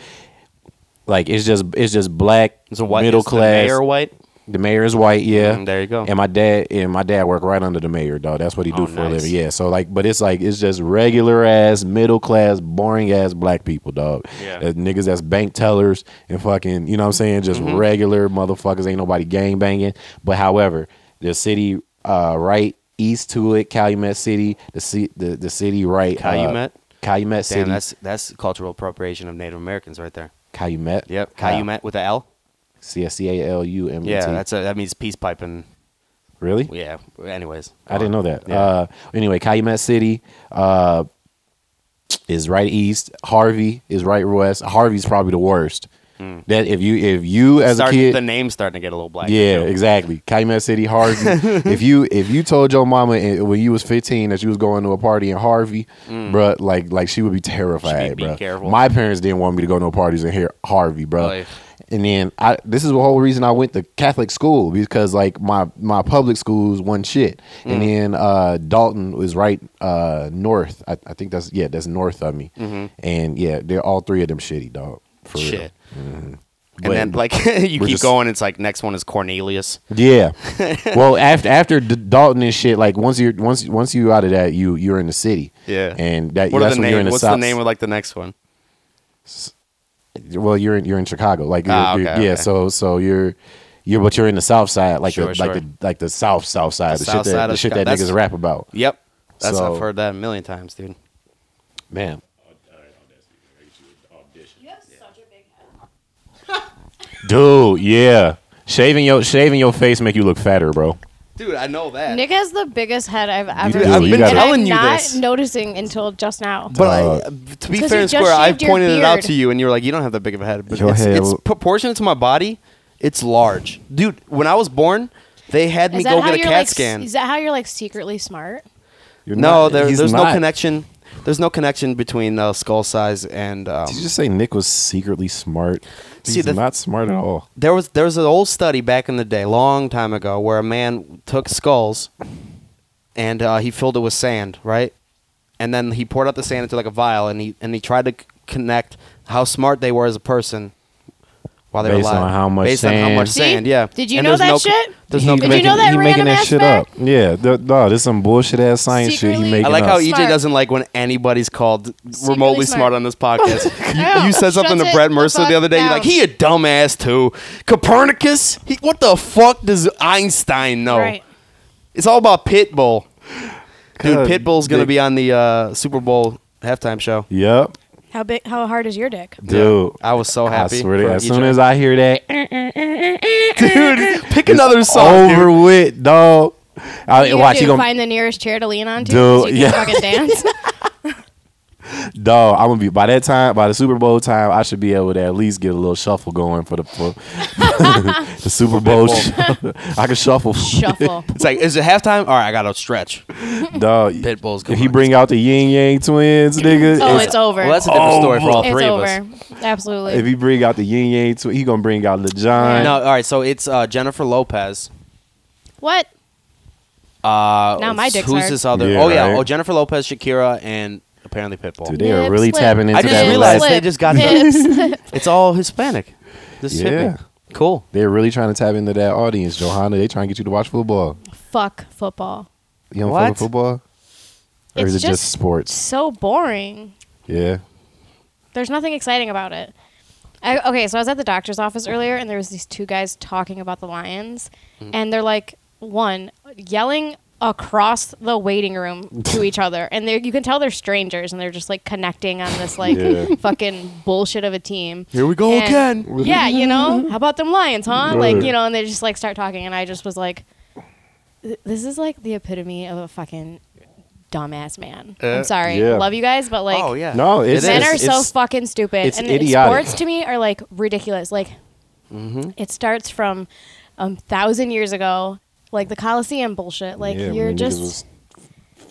E: like it's just it's just black
D: it's a white
E: middle
D: is the
E: class.
D: mayor white.
E: The mayor is white, yeah.
D: Mm, there you go.
E: And my dad and my dad work right under the mayor, dog. That's what he do
D: Oh,
E: for a
D: nice.
E: living. Yeah. So like, but it's like it's just regular ass, middle class, boring ass black people, dog.
D: Yeah.
E: That niggas that's bank tellers and fucking, you know what I'm saying? Just
D: Mm-hmm.
E: regular motherfuckers. Ain't nobody gang banging. But however, the city uh, right east to it, Calumet City, the ci- the, the city right uh,
D: Calumet?
E: Calumet
D: Damn,
E: City.
D: that's that's cultural appropriation of Native Americans right there.
E: Calumet. Uh,
D: Yep, Calumet with a L.
E: C S C A L U M E T.
D: Yeah, that's a, that means peace piping.
E: really?
D: Yeah. Anyways,
E: I didn't know that.
D: Yeah.
E: Uh, anyway, Calumet City uh, is right east. Harvey is right west. Harvey's probably the worst. That if you if you as
D: Start-
E: a kid,
D: the name's starting to get a little black.
E: yeah, exactly. Calumet City, Harvey. if you if you told your mama in- when you was fifteen that you was going to a party in Harvey, bruh, like like she would be terrified,
D: Mm. She'd be
E: bruh.
D: careful.
E: My parents didn't want me to go no parties in here Harvey, bruh.
D: Like-
E: And then I this is the whole reason I went to Catholic school because like my my public schools one shit,
D: Mm.
E: and then uh, Dalton was right uh, north. I, I think that's yeah, that's north of me, and yeah, they're all three of them shitty dog. For real.
D: Mm-hmm. Shit. And
E: But-
D: then like you
E: We're
D: keep
E: just-
D: going, it's like next one is Cornelius.
E: Yeah. well, after after D- Dalton and shit, like once you're once once you out of that, you you're in the city.
D: Yeah.
E: And that,
D: What are
E: that's
D: the
E: when you're in
D: name?
E: the
D: What's
E: south.
D: the name of like the next one?
E: well, you're in you're in Chicago, like you're,
D: Ah,
E: you're-
D: okay,
E: yeah.
D: okay.
E: So so you're. You're, but you're in the south side, like
D: Sure,
E: the
D: sure.
E: like the like the south south side,
D: The
E: the,
D: south
E: shit that
D: side of
E: the shit
D: Chicago.
E: that
D: That's-
E: niggas rap about.
D: Yep. That's I've
E: So-
D: heard that a million times, dude.
E: Man,
G: You have such a big head.
E: dude, yeah, shaving your shaving your face make you look fatter, bro.
D: Dude, I know that.
G: Nick has the biggest head I've
E: do,
G: ever seen.
E: you gotta-
G: and
D: telling
G: I'm
D: you
G: not
D: this.
G: noticing until just now.
D: But I-
E: Uh,
D: to be
G: 'cause
D: fair
G: you
D: and
G: just
D: square, I
G: shaved your
D: pointed it out
G: beard.
D: to you, and you were like, "You don't have that big of a head." But
E: Your
D: it's,
E: head
D: it's
E: will-
D: proportionate to my body. It's large, dude. When I was born, they had me
G: Is that
D: go
G: how
D: get a
G: you're
D: CAT
G: like? s-
D: scan.
G: Is that how you're like secretly smart?
E: You're
D: no,
E: not-
D: there,
E: he's
D: there's no
E: not.
D: connection. There's no connection between uh, skull size and. Um,
E: Did you just say Nick was secretly smart? He's
D: See, the-
E: not smart at all.
D: there was there was an old study back in the day, long time ago, where a man took skulls, and uh, he filled it with sand, right, and then he poured out the sand into like a vial, and he and he tried to c- connect how smart they were as a person while they were
E: Based
D: alive,
E: on how much
D: based on how much
E: sand-
G: See?
D: sand. Yeah.
G: Did you
D: And
G: know
D: there's
G: that
D: no,
G: shit?
D: There's no.
G: Did you
D: connection.
G: know that
E: he
G: random
E: making that
G: ass
E: shit
G: fact?
E: up? Yeah, th- no, this some bullshit ass science shit.
G: Secretly-
E: He making
D: I like
E: up.
D: how
G: Smart.
D: EJ doesn't like when anybody's called remotely smart.
G: smart.
D: on this podcast. you,
G: Ow.
D: you said something
G: Shut
D: to
G: it
D: Brett
G: the
D: Mercer the
G: fuck
D: other day. You're like,
G: down.
D: he a dumbass too. Copernicus? He, what the fuck does Einstein know?
G: Right.
D: It's all about Pitbull. Dude,
E: God,
D: Pitbull's going to
E: Nick.
D: be on the uh, Super Bowl halftime show.
E: Yep,
G: How big? How hard is your dick?
E: dude.
D: I was so
E: I
D: happy.
E: swear to
D: for E
E: God, as
D: EJ.
E: soon as I hear that,
D: dude, pick another song.
E: over
D: dude.
E: with, dog. I,
G: You
E: watch
G: do
E: you gonna
G: find the nearest chair to lean on to.
E: Dude,
G: so you can
E: yeah.
G: fucking dance.
E: dog, I'm gonna be by that time, by the Super Bowl time, I should be able to at least get a little shuffle going for the for, the Super Bowl. I can shuffle,
G: Shuffle.
D: It's like, is it halftime? All right, I got to stretch.
E: dog.
D: Pitbull's
E: If
D: coming.
E: he bring out the Yin Yang Twins, nigga.
G: oh,
E: it's-
G: it's over.
D: Well, that's a different
E: Oh,
D: story for all
G: it's
D: three
G: over.
D: of us.
G: Absolutely.
E: if he bring out the Yin Yang Twins, he gonna bring out LeJohn.
D: No, all right. So it's uh, Jennifer Lopez.
G: what?
D: Uh,
G: Now my dick's
D: Who's
G: hard.
D: this other?
E: Yeah,
D: oh yeah.
E: right.
D: Oh Jennifer Lopez, Shakira, and apparently Pitbull.
E: Dude, they are
G: Nip
E: really
G: slip.
E: tapping into
D: I just
E: that.
D: realized
E: last-
D: they just got-
G: Nip slip.
D: It's all Hispanic. This is
E: Yeah.
D: hippie. Cool.
E: They're really trying to tap into that audience, Johanna. They trying to get you to watch football.
G: Fuck football.
E: You don't
D: What?
E: fuck with football, or is it
G: It's
E: just,
G: just-
E: sports?
G: So boring.
E: Yeah.
G: There's nothing exciting about it. I, okay, so I was at the doctor's office earlier, and there was these two guys talking about the Lions,
D: Mm-hmm.
G: and they're like one yelling across the waiting room to each other, and they you can tell they're strangers, and they're just like connecting on this like
E: Yeah.
G: fucking bullshit of a team.
D: Here we go
G: And-
D: again.
G: Yeah, you know, how about them Lions, huh?
E: Right.
G: Like you know, and they just like start talking, and I just was like, th- this is like the epitome of a fucking dumbass man. I'm sorry,
E: yeah.
G: love you guys, but like,
D: Uh, oh yeah.
E: No, it's,
G: men
E: it's-
G: are so
E: it's-
G: fucking stupid.
E: it's
G: and
E: idiotic. Mm-hmm.
G: sports to me are like ridiculous. Like it starts from a thousand years ago, like the Coliseum bullshit. Like
E: Yeah,
G: you're
E: when niggas
G: just
E: was-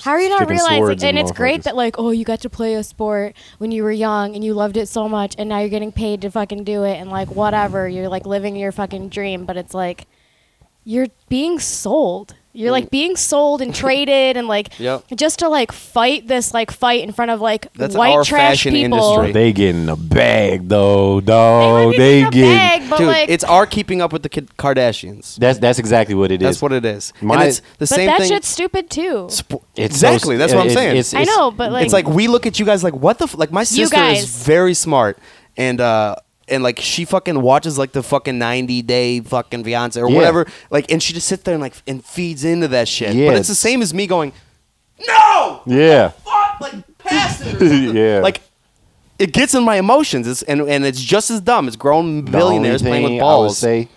G: how are you not
E: sticking swords
G: realizing?
E: in
G: And it's
E: motherfuckers.
G: great that like, oh, you got to play a sport when you were young and you loved it so much, and now you're getting paid to fucking do it, and like whatever, you're like living your fucking dream. But it's like you're being sold. You're like being sold and traded, and like
D: Mm. Yep.
G: just to like fight this like fight in front of like
D: That's
G: white
D: our
G: trash
D: fashion
G: people.
D: industry.
E: they getting a bag though, dog. Oh, They,
G: They might be
E: getting
G: getting a bag, but
D: Dude,
G: like
D: it's our keeping up with the Kid- Kardashians.
E: that's that's exactly what it is.
D: That's what it is.
E: My-
D: and it's the
G: But
D: same
G: that
D: thing.
G: shit's stupid too.
D: Spo-
E: It's so-
D: exactly. that's what I'm
E: it-
D: saying.
E: it's-
G: I know, but like,
D: it's like we look at you guys like what the f-? like my sister
G: guys.
D: is very smart and uh and like she fucking watches like the fucking 90 day fucking fiance or
E: Yeah.
D: whatever like and she just sits there and like and feeds into that shit
E: Yeah.
D: but it's the same as me going no
E: Yeah.
D: fuck like pass it or something.
E: yeah.
D: like it gets in my emotions it's and and it's just as dumb it's grown
E: The
D: billionaires
E: only
D: playing
E: thing
D: with
E: I would
D: balls
E: say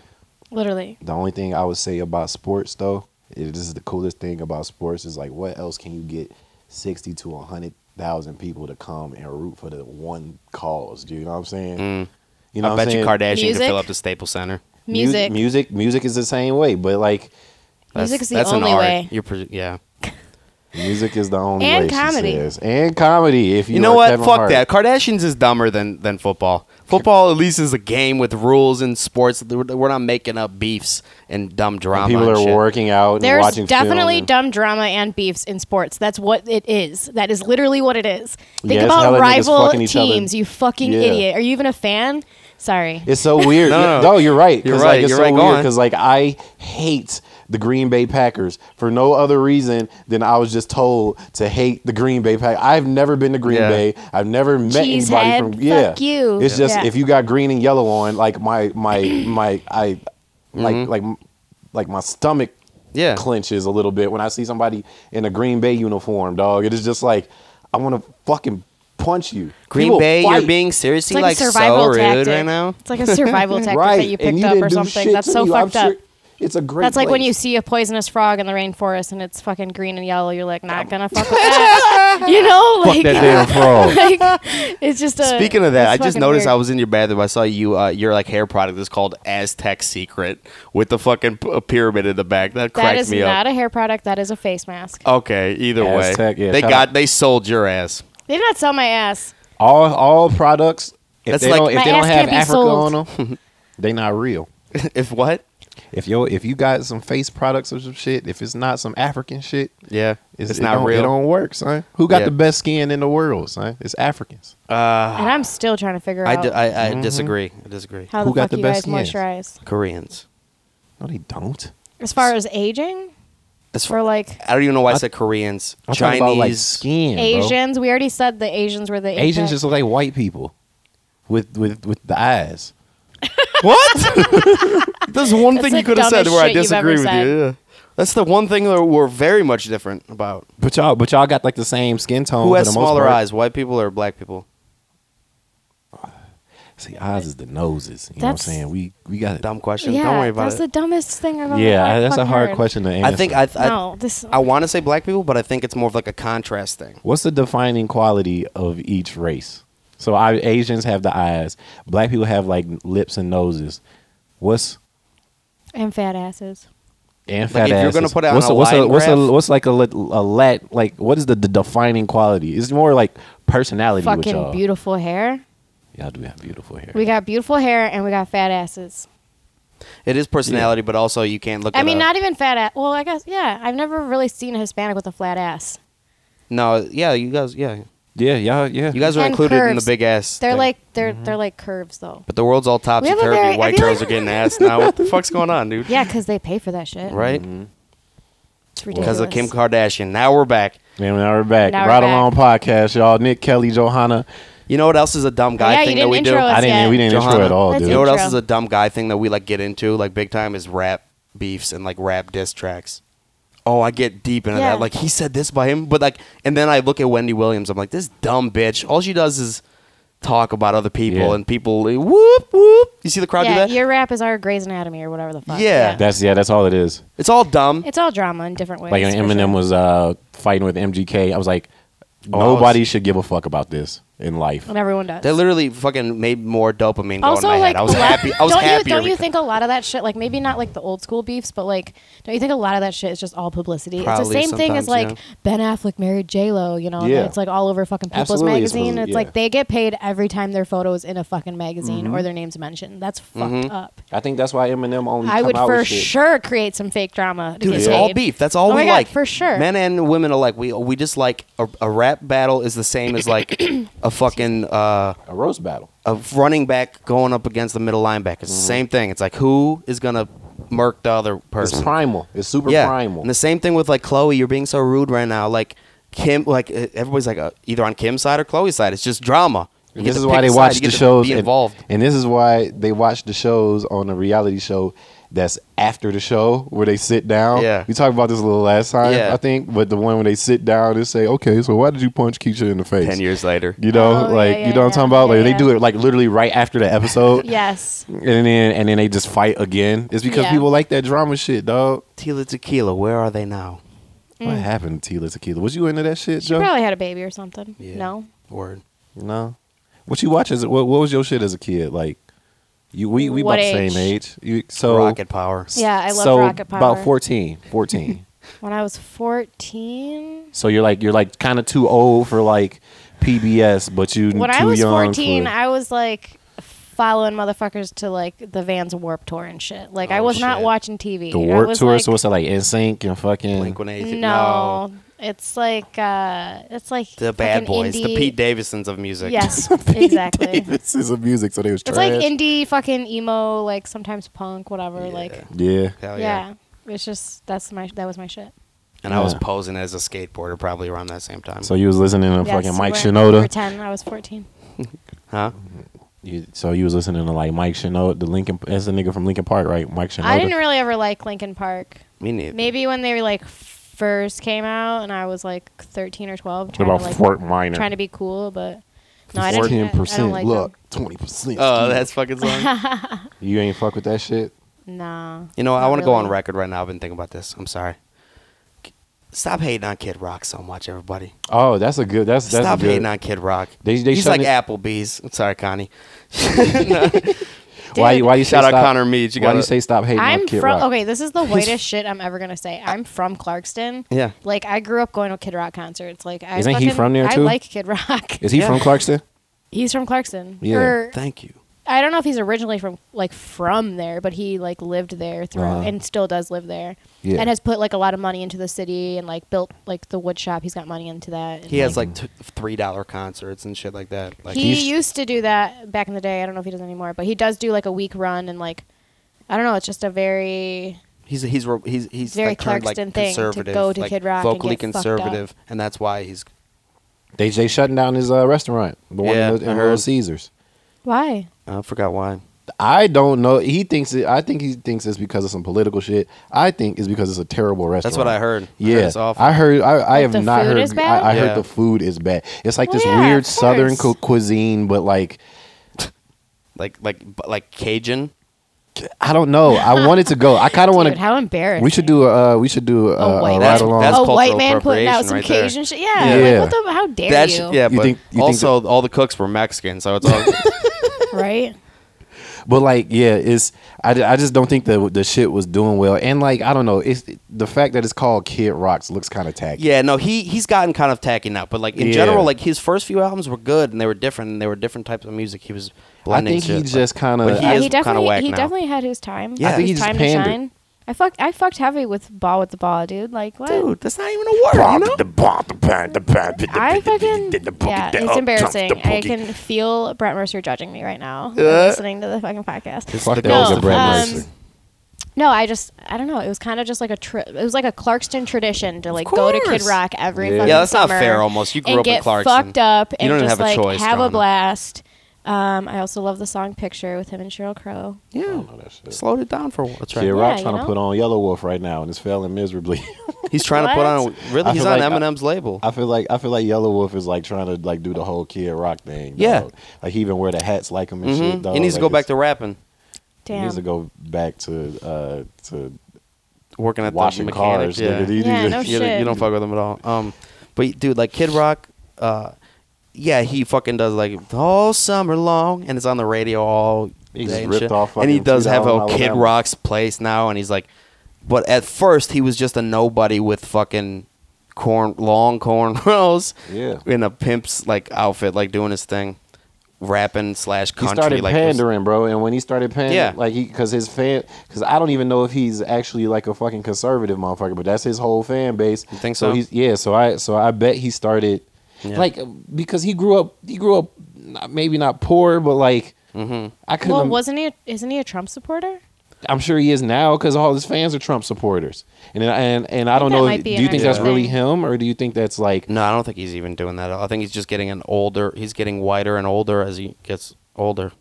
G: literally.
E: the only thing I would say about sports though, is this is the coolest thing about sports is like what else can you get sixty to hundred thousand people to come and root for the one cause? Do you know what I'm saying? You know
D: Mm. I
E: what
D: bet
E: I'm
D: you
E: saying?
D: Kardashian
G: Music?
D: can fill up the Staples Center.
E: Mu-
G: Music.
E: music, music is the same way, but like
G: Music is the
D: that's
G: only
D: an art.
G: way.
D: You're pre- yeah.
E: music is the only
G: And
E: way. she
G: comedy.
E: says. and comedy. If you,
D: You know
E: are
D: what?
E: Kevin
D: Fuck
E: Hart.
D: that. Kardashians is dumber than than football. Football at least is a game with rules and sports. We're not making up beefs and dumb drama.
E: People
D: and
E: are
D: shit.
E: working out and
G: There's
E: watching
G: definitely
E: film and-
G: dumb drama and beefs in sports. That's what it is. That is literally what it is. Think
E: Yeah, it's hella
G: about
E: niggas
G: rival
E: fucking each other.
G: teams. You fucking
E: Yeah.
G: idiot. Are you even a fan? Sorry.
E: It's so weird.
D: No,
E: no,
D: no, no.
E: you're right. 'Cause,
D: You're
E: like,
D: right,
E: It's
D: you're
E: so
D: right, go
E: weird
D: on.
E: because like I hate the Green Bay Packers for no other reason than I was just told to hate the Green Bay Packers. I've never been to Green
D: Yeah.
E: Bay. I've never met
G: Cheesehead,
E: anybody from. Yeah,
G: fuck you.
E: It's just
G: Yeah.
E: if you got green and yellow on, like my my my I like like like my stomach
D: Mm-hmm. Yeah.
E: clenches a little bit when I see somebody in a Green Bay uniform, dog. It is just like I want to fucking punch you.
D: Green
E: People
D: Bay,
E: fight.
D: you're being seriously like,
G: a survival
D: so rude
G: tactic.
D: right now.
G: It's like a survival tactic that you picked
E: and
G: up
E: didn't
G: or
E: do
G: something.
E: shit
G: That's
E: to
G: so
E: me. I'm
G: fucked up.
E: sure It's a great.
G: That's like when you
E: place.
G: see a poisonous frog in the rainforest and it's fucking green and yellow. You're like, not gonna fuck with that. you know, like,
E: that damn frog.
G: like, it's just a.
D: Speaking of that, I
G: it's
D: just
G: fucking
D: noticed
G: weird.
D: I was in your bathroom. I saw you. Uh, your like hair product is called Aztec Secret with the fucking p- pyramid in the back. That cracked
G: That is
D: me
G: not
D: up.
G: a hair product. That is a face mask.
D: okay, either
E: Aztec,
D: way,
E: yeah,
D: they
E: shout
D: got
E: out.
D: they sold your ass.
G: They did not sell my ass.
E: all all products. If
D: That's
E: they
D: like-
E: don't, if
G: My
E: they don't
G: ass
E: have
G: can't be
E: Africa
G: sold.
E: on them, they not real.
D: if what?
E: If yo if you got some face products or some shit, if it's not some African shit,
D: Yeah, it's, not
E: don't,
D: real.
E: It don't work, son. Who got
D: Yeah.
E: the best skin in the world, son? It's Africans.
G: and I'm still trying to figure
D: I,
G: out
D: d- I, I
E: Mm-hmm.
D: disagree. I disagree.
G: how
E: Who
G: the
E: got
G: fuck
E: the
G: you
E: best
G: guys
E: skins?
G: moisturize.
D: Koreans.
E: No, they don't.
G: As far as aging,
D: As
G: for like
D: I don't even know why I, said Koreans.
E: I'm
D: Chinese.
E: talking about like skin, bro.
G: Asians, we already said the Asians were the
E: Asians
G: apex.
E: just look like white people with with with the eyes.
D: What? That's one
G: That's
D: thing
G: the
D: you could have said
G: dumbest
D: where I
G: shit you've ever
D: disagree with
G: said.
D: you. Yeah. That's the one thing that we're very much different about.
E: But y'all, but y'all got like the same skin
D: Who
E: tone. Oh, for
D: has
E: the most
D: smaller
E: part.
D: eyes, white people or black people?
E: See, ours is the noses. You know what I'm
G: That's-
E: saying? We we got it.
D: Dumb question.
G: yeah,
D: Don't worry about
G: that's
D: it.
G: the dumbest thing I've ever.
E: Yeah,
G: I've
E: that's a
G: fucking
E: hard
G: heard.
E: question to answer.
D: I think I, I,
G: no, this.
D: I want to say black people, but I think it's more of like a contrast thing.
E: What's the defining quality of each race? So I, Asians have the eyes. Black people have like lips and noses. What's
G: and fat asses.
E: and fat
D: Like, if you're
E: asses.
D: gonna put it on
E: what's
D: a
E: what's
D: line
E: what's
D: graph-
E: a, what's like a, lit- a lat like what is the, the defining quality? It's more like personality with
G: Fucking
E: y'all.
G: beautiful hair.
E: Y'all do have beautiful hair.
G: We got beautiful hair and we got fat asses.
D: It is personality, but also you can't look.
G: I
D: at
G: mean,
D: a-
G: not e- even fat ass. Well, I guess yeah. I've never really seen a Hispanic with a flat ass.
D: No, yeah, you guys, yeah,
E: yeah, y'all, yeah.
D: you guys are
G: And
D: included in the
G: curves.
D: big ass.
G: They're
D: thing.
G: like they're they're like curves though.
D: Mm-hmm. but the world's all
G: We
D: topsy
G: have a very-
D: turvy.
G: I
D: White
G: feel
D: girls
G: like-
D: are getting ass now. What the fuck's going on, dude?
G: Yeah, because they pay for that shit.
D: Right?
G: It's ridiculous.
D: Because of Kim Kardashian. Now we're back.
E: Man, now we're back.
G: Now we're
E: right
G: back.
E: along podcast, y'all. Nick Kelly, Johanna.
D: You know what else is a dumb guy
G: Oh, yeah, you
D: thing
G: didn't
D: that we do?
G: intro us.
E: I didn't.
G: yet.
E: We didn't intro
D: Johanna.
E: at all,
G: Let's
E: dude.
D: You know what else
G: Intro.
D: is a dumb guy thing that we like get into like big time is rap beefs and like rap diss tracks. Oh, I get deep into
G: Yeah.
D: that. Like he said this by him, but like, and then I look at Wendy Williams. I'm like, this dumb bitch. All she does is talk about other people
E: Yeah.
D: and people. Whoop whoop. You see the crowd
G: yeah,
D: do that?
G: your rap is our Grey's Anatomy or whatever the fuck.
D: Yeah.
E: That's yeah. That's all it is.
D: It's all dumb.
G: it's all drama in different ways.
E: Like when
G: for
E: Eminem
G: sure.
E: was uh, fighting with MGK, I was like,
D: Oh, I was-
E: nobody should give a fuck about this in life.
G: and everyone does.
D: That literally fucking made more dopamine go
G: also,
D: in my
G: like
D: head. I was
G: a lot-
D: happy. I was
G: don't
D: happy.
G: You, don't you think a lot of that shit, like maybe not like the old school beefs, but like, don't you think a lot of that shit is just all publicity? it's
D: Probably
G: the same thing as like
D: sometimes,
G: Ben Affleck married J Lo, you know? and
E: Yeah.
G: It's like all over fucking People's
E: Absolutely, it's
G: magazine.
E: publi-
G: It's
E: yeah.
G: like they get paid every time their photos in a fucking magazine
D: Mm-hmm.
G: or their names mentioned. That's fucked up.
E: I think that's why Eminem only.
G: I
E: come
G: would
E: out
G: for
E: with shit.
G: sure create some fake drama. To
D: Dude,
G: get
D: it's
G: paid.
D: all beef. That's all
G: Oh
D: we
G: my God,
D: like.
G: for sure.
D: Men and women alike. We we just like a, a rap battle is the same as like a fucking uh,
E: A roast battle.
D: a running back going up against the middle linebacker. It's the same thing. It's like who is gonna murk the other person.
E: Mm-hmm. It's primal. It's super
D: yeah.
E: primal.
D: And the same thing with like Chloe. You're being so rude right now. Like Kim. Like uh, everybody's like uh, either on Kim's side or Chloe's side. It's just drama. You
E: this
D: get to
E: is
D: pick
E: why
D: a
E: they
D: side.
E: watch
D: You
E: the
D: get to
E: shows
D: Be
E: and-
D: involved.
E: And, this is why they watch the shows on the reality show that's after the show where they sit down.
D: Yeah.
E: We talked about this a little last time,
D: Yeah.
E: I think, but the one where they sit down and say, Okay, so why did you punch Keisha in the face?
D: Ten years later.
E: You know,
G: Oh, yeah,
E: like
G: yeah,
E: you know what I'm
G: yeah.
E: talking about?
G: Yeah,
E: Like
G: yeah.
E: they do it like literally right after the episode.
G: Yes.
E: And then and then they just fight again. It's because
G: Yeah.
E: people like that drama shit, dog.
D: Tila Tequila. Where are they now?
E: What happened to Tila Tequila? Was you into that shit,
G: Mm. She
E: Joe?
G: probably had a baby or something.
D: Yeah.
G: No.
D: Word.
E: No. What you watch is what, what was your shit as a kid? Like you we we
G: What
E: about the
G: age?
E: same age. You so
D: Rocket Power.
G: Yeah, I love
E: so
G: Rocket Power.
E: About 14, 14.
G: When I was 14.
E: so you're like you're like kind of too old for like PBS, but you
G: When
E: too
G: I was
E: young
G: 14,
E: for,
G: I was like following motherfuckers to like the Vans Warp Tour and shit. Like I
D: Oh,
G: was not
D: shit.
G: watching TV.
E: the
G: I
E: Warp
G: was
E: Tour.
G: like,
E: so what's that like? NSYNC and fucking
D: Blink One Eighty.
G: no, It's like uh it's like
D: The Bad
G: fucking
D: Boys. The
G: indie-
D: Pete Davidsons of music.
G: Yes, exactly.
E: This is a music, so they was
G: It's
E: trash.
G: like indie fucking emo like sometimes punk whatever like
E: yeah.
D: Hell Oh, yeah.
G: yeah. It's just that's my that was my shit.
D: And I was
E: Yeah.
D: posing as a skateboarder probably around that same time.
E: So you was listening to
G: Yes,
E: fucking Mike
G: when we were
E: Shinoda.
G: 10, I was 14.
D: huh?
E: You, so you was listening to like Mike Shinoda, the Lincoln. That's the nigga from Lincoln Park, right? Mike Shinoda.
G: I didn't really ever like Linkin Park.
D: Me neither.
G: Maybe when they like first came out, and I was like 13 or 12,
E: What
G: trying
E: about
G: to like
E: Fort Minor?
G: trying to be cool, but no, I didn't. I- I don't like
E: luck, twenty percent.
D: Oh, that's fucking song.
E: you ain't fuck with that shit.
G: them. Nah.
D: you know, I
G: Not
D: want to go on
G: really.
D: record right now. I've been thinking about this. I'm sorry. Stop hating on Kid Rock so much, everybody.
E: Oh, that's a good. That's that's
D: Stop
E: a good.
D: hating on Kid Rock.
E: They- they
D: He's
E: shouldn't-
D: like Applebee's. I'm sorry, Connie.
E: why you why you say
D: Shout out
E: stop,
D: Connor Mead. You
E: why do you
D: gotta-
E: say stop hating
G: I'm
E: on Kid
G: from
E: Rock?
G: okay. This is the whitest shit I'm ever gonna say. I'm from Clarkston.
D: Yeah.
G: Like I grew up going to Kid Rock concerts. Like I
E: Isn't he
G: fucking,
E: from there,
G: I
E: too?
G: like Kid Rock.
E: Is he
D: Yeah.
E: from Clarkston?
G: He's from Clarkston.
E: Yeah.
G: Or-
D: Thank you.
G: I don't know if he's originally from like from there, but he like lived there throughout
E: Uh-huh.
G: and still does live there.
E: Yeah.
G: And has put like a lot of money into the city and like built like the wood shop. He's got money into that. and,
D: He has like
E: Mm-hmm.
D: t- three dollar concerts and shit like that. Like
G: he
E: he's-
G: used to do that back in the day. I don't know if he does anymore, but he does do like a week run and like I don't know, it's just a very
D: he's he's re- he's he's
G: Very
D: like, turned like
G: Clarkston thing to
D: conservative,
G: go to
D: like,
G: Kid Rock and
D: vocally
G: get fucked up.
D: conservative, and that's why he's
E: They they shutting down his uh, restaurant, the one
D: Yeah,
E: in, the,
D: I
E: in
D: heard.
E: Little Caesars.
G: why?
D: I forgot why.
E: I don't know. He thinks it, I think he thinks it's because of some political shit. I think it's because it's a terrible restaurant.
D: That's what I heard. I heard
E: Yeah,
D: it's awful.
E: I heard. I, I have
G: the
E: not
G: food
E: heard.
G: is bad?
E: I, I
D: Yeah.
E: heard the food is bad. It's like
G: Well,
E: this
G: yeah,
E: weird
G: of
E: Southern
G: course.
E: cu- cuisine, but like
D: like like but like Cajun.
E: I don't know. I wanted to go. I kind of want
G: Dude, how embarrassing.
E: We should do a. Uh, we should do a,
G: Oh, wait,
E: a
G: that's-
E: ride along.
D: that's-
G: a white
D: cultural
G: man putting out
D: appropriation right there.
G: some Cajun shit. Yeah,
E: Yeah.
G: Like, what the? How dare
D: That's
G: you?
D: yeah,
E: You
D: but
E: think- you think
D: also all the cooks were Mexican, so it's all
G: Right.
E: But like, yeah, it's I, ju- I just don't think the the shit was doing well, and like I don't know, it's the fact that it's called Kid Rocks looks kind of tacky.
D: Yeah, no, he he's gotten kind of tacky now, but like in
E: Yeah.
D: general, like his first few albums were good and they were different and they were different types of music. He was
E: I
D: blending.
E: think he
D: shit,
E: just kind of.
D: but he
G: Uh,
D: is
G: he
D: kinda
G: definitely
D: whack
G: he
D: now.
G: definitely had his time.
E: Yeah, I
G: His
E: think he just
G: time to
E: panned it.
G: shine. I fucked I fucked heavy with ball with the ball, dude. Like what?
D: like, dude, that's not even a word, you know?
G: I fucking yeah, it's embarrassing. I can feel Brett Mercer judging me right now from listening to the fucking podcast.
E: Fuck that
D: No,
E: was a Brad
G: um,
E: Mercer.
G: No, I just I don't know. It was kind of just like a tri- it was like a Clarkston tradition to like go to Kid
D: course.
G: Rock every
E: Yeah.
G: fucking
D: Yeah, that's not
G: summer
D: fair almost. You grew
G: and
D: up in
G: get
D: Clarkson.
G: fucked up
D: You
G: and
D: don't
G: just
D: have a
G: like
D: choice,
G: have a
D: Donna.
G: blast. Um, I also love the song "Picture" with him and Cheryl Crow.
D: Yeah, slowed it down for a while. That's
E: Kid
D: right.
E: Rock's
G: you
E: trying
G: know?
E: to put on Yellow Wolf right now, and it's failing miserably.
D: He's trying to put on
G: What?
D: really.
E: I
D: He's
E: feel
D: on
E: like I-
D: Eminem's label.
E: I feel like I feel like Yellow Wolf is like trying to like do the whole Kid Rock thing.
D: Yeah.
E: dog. like he even wear the hats like him and shit.
D: Mhm.
E: Dog.
D: He needs to
E: Like,
D: go back
E: it's-
D: to rapping,
E: He
G: Damn.
E: needs to go back to uh to
D: working at
E: washing
D: the mechanics.
E: cars. nigga.
D: yeah.
E: He
G: Yeah,
E: needs
G: no
E: to-
D: you, don't- you
G: shit.
D: don't fuck with him at all. Um, but dude, like Kid Rock, uh, yeah, he fucking does like all summer long, and it's on the radio all day
E: He just
D: and
E: ripped
D: shit.
E: off
D: and he
E: fucking
D: does have
E: $2
D: a Kid
E: Alabama.
D: Rock's place now, and he's like, but at first he was just a nobody with fucking corn, long cornrows,
E: Yeah.
D: in a pimp's like outfit, like doing his thing, rapping slash
E: He
D: country,
E: started
D: like was-
E: pandering, bro, and when he started pandering,
D: Yeah.
E: like he, because his fan, because I don't even know if he's actually like a fucking conservative motherfucker, but that's his whole fan base.
D: You think so?
E: he's yeah. So I, so I bet he started,
D: Yeah.
E: like, because he grew up, he grew up, not, maybe not poor, but like,
D: Mm-hmm.
E: I couldn't.
G: well,
E: im-
G: wasn't he? A, isn't he a Trump supporter?
E: I'm sure he is now because all his fans are Trump supporters, and then- and and I don't
G: that
E: know.
G: might
E: Do
G: be
E: you
G: an
E: think
G: actual
E: that's really
G: thing.
E: him, or do you think that's like?
D: No, I don't think he's even doing that. I think he's just getting an older. He's getting whiter and older as he gets older.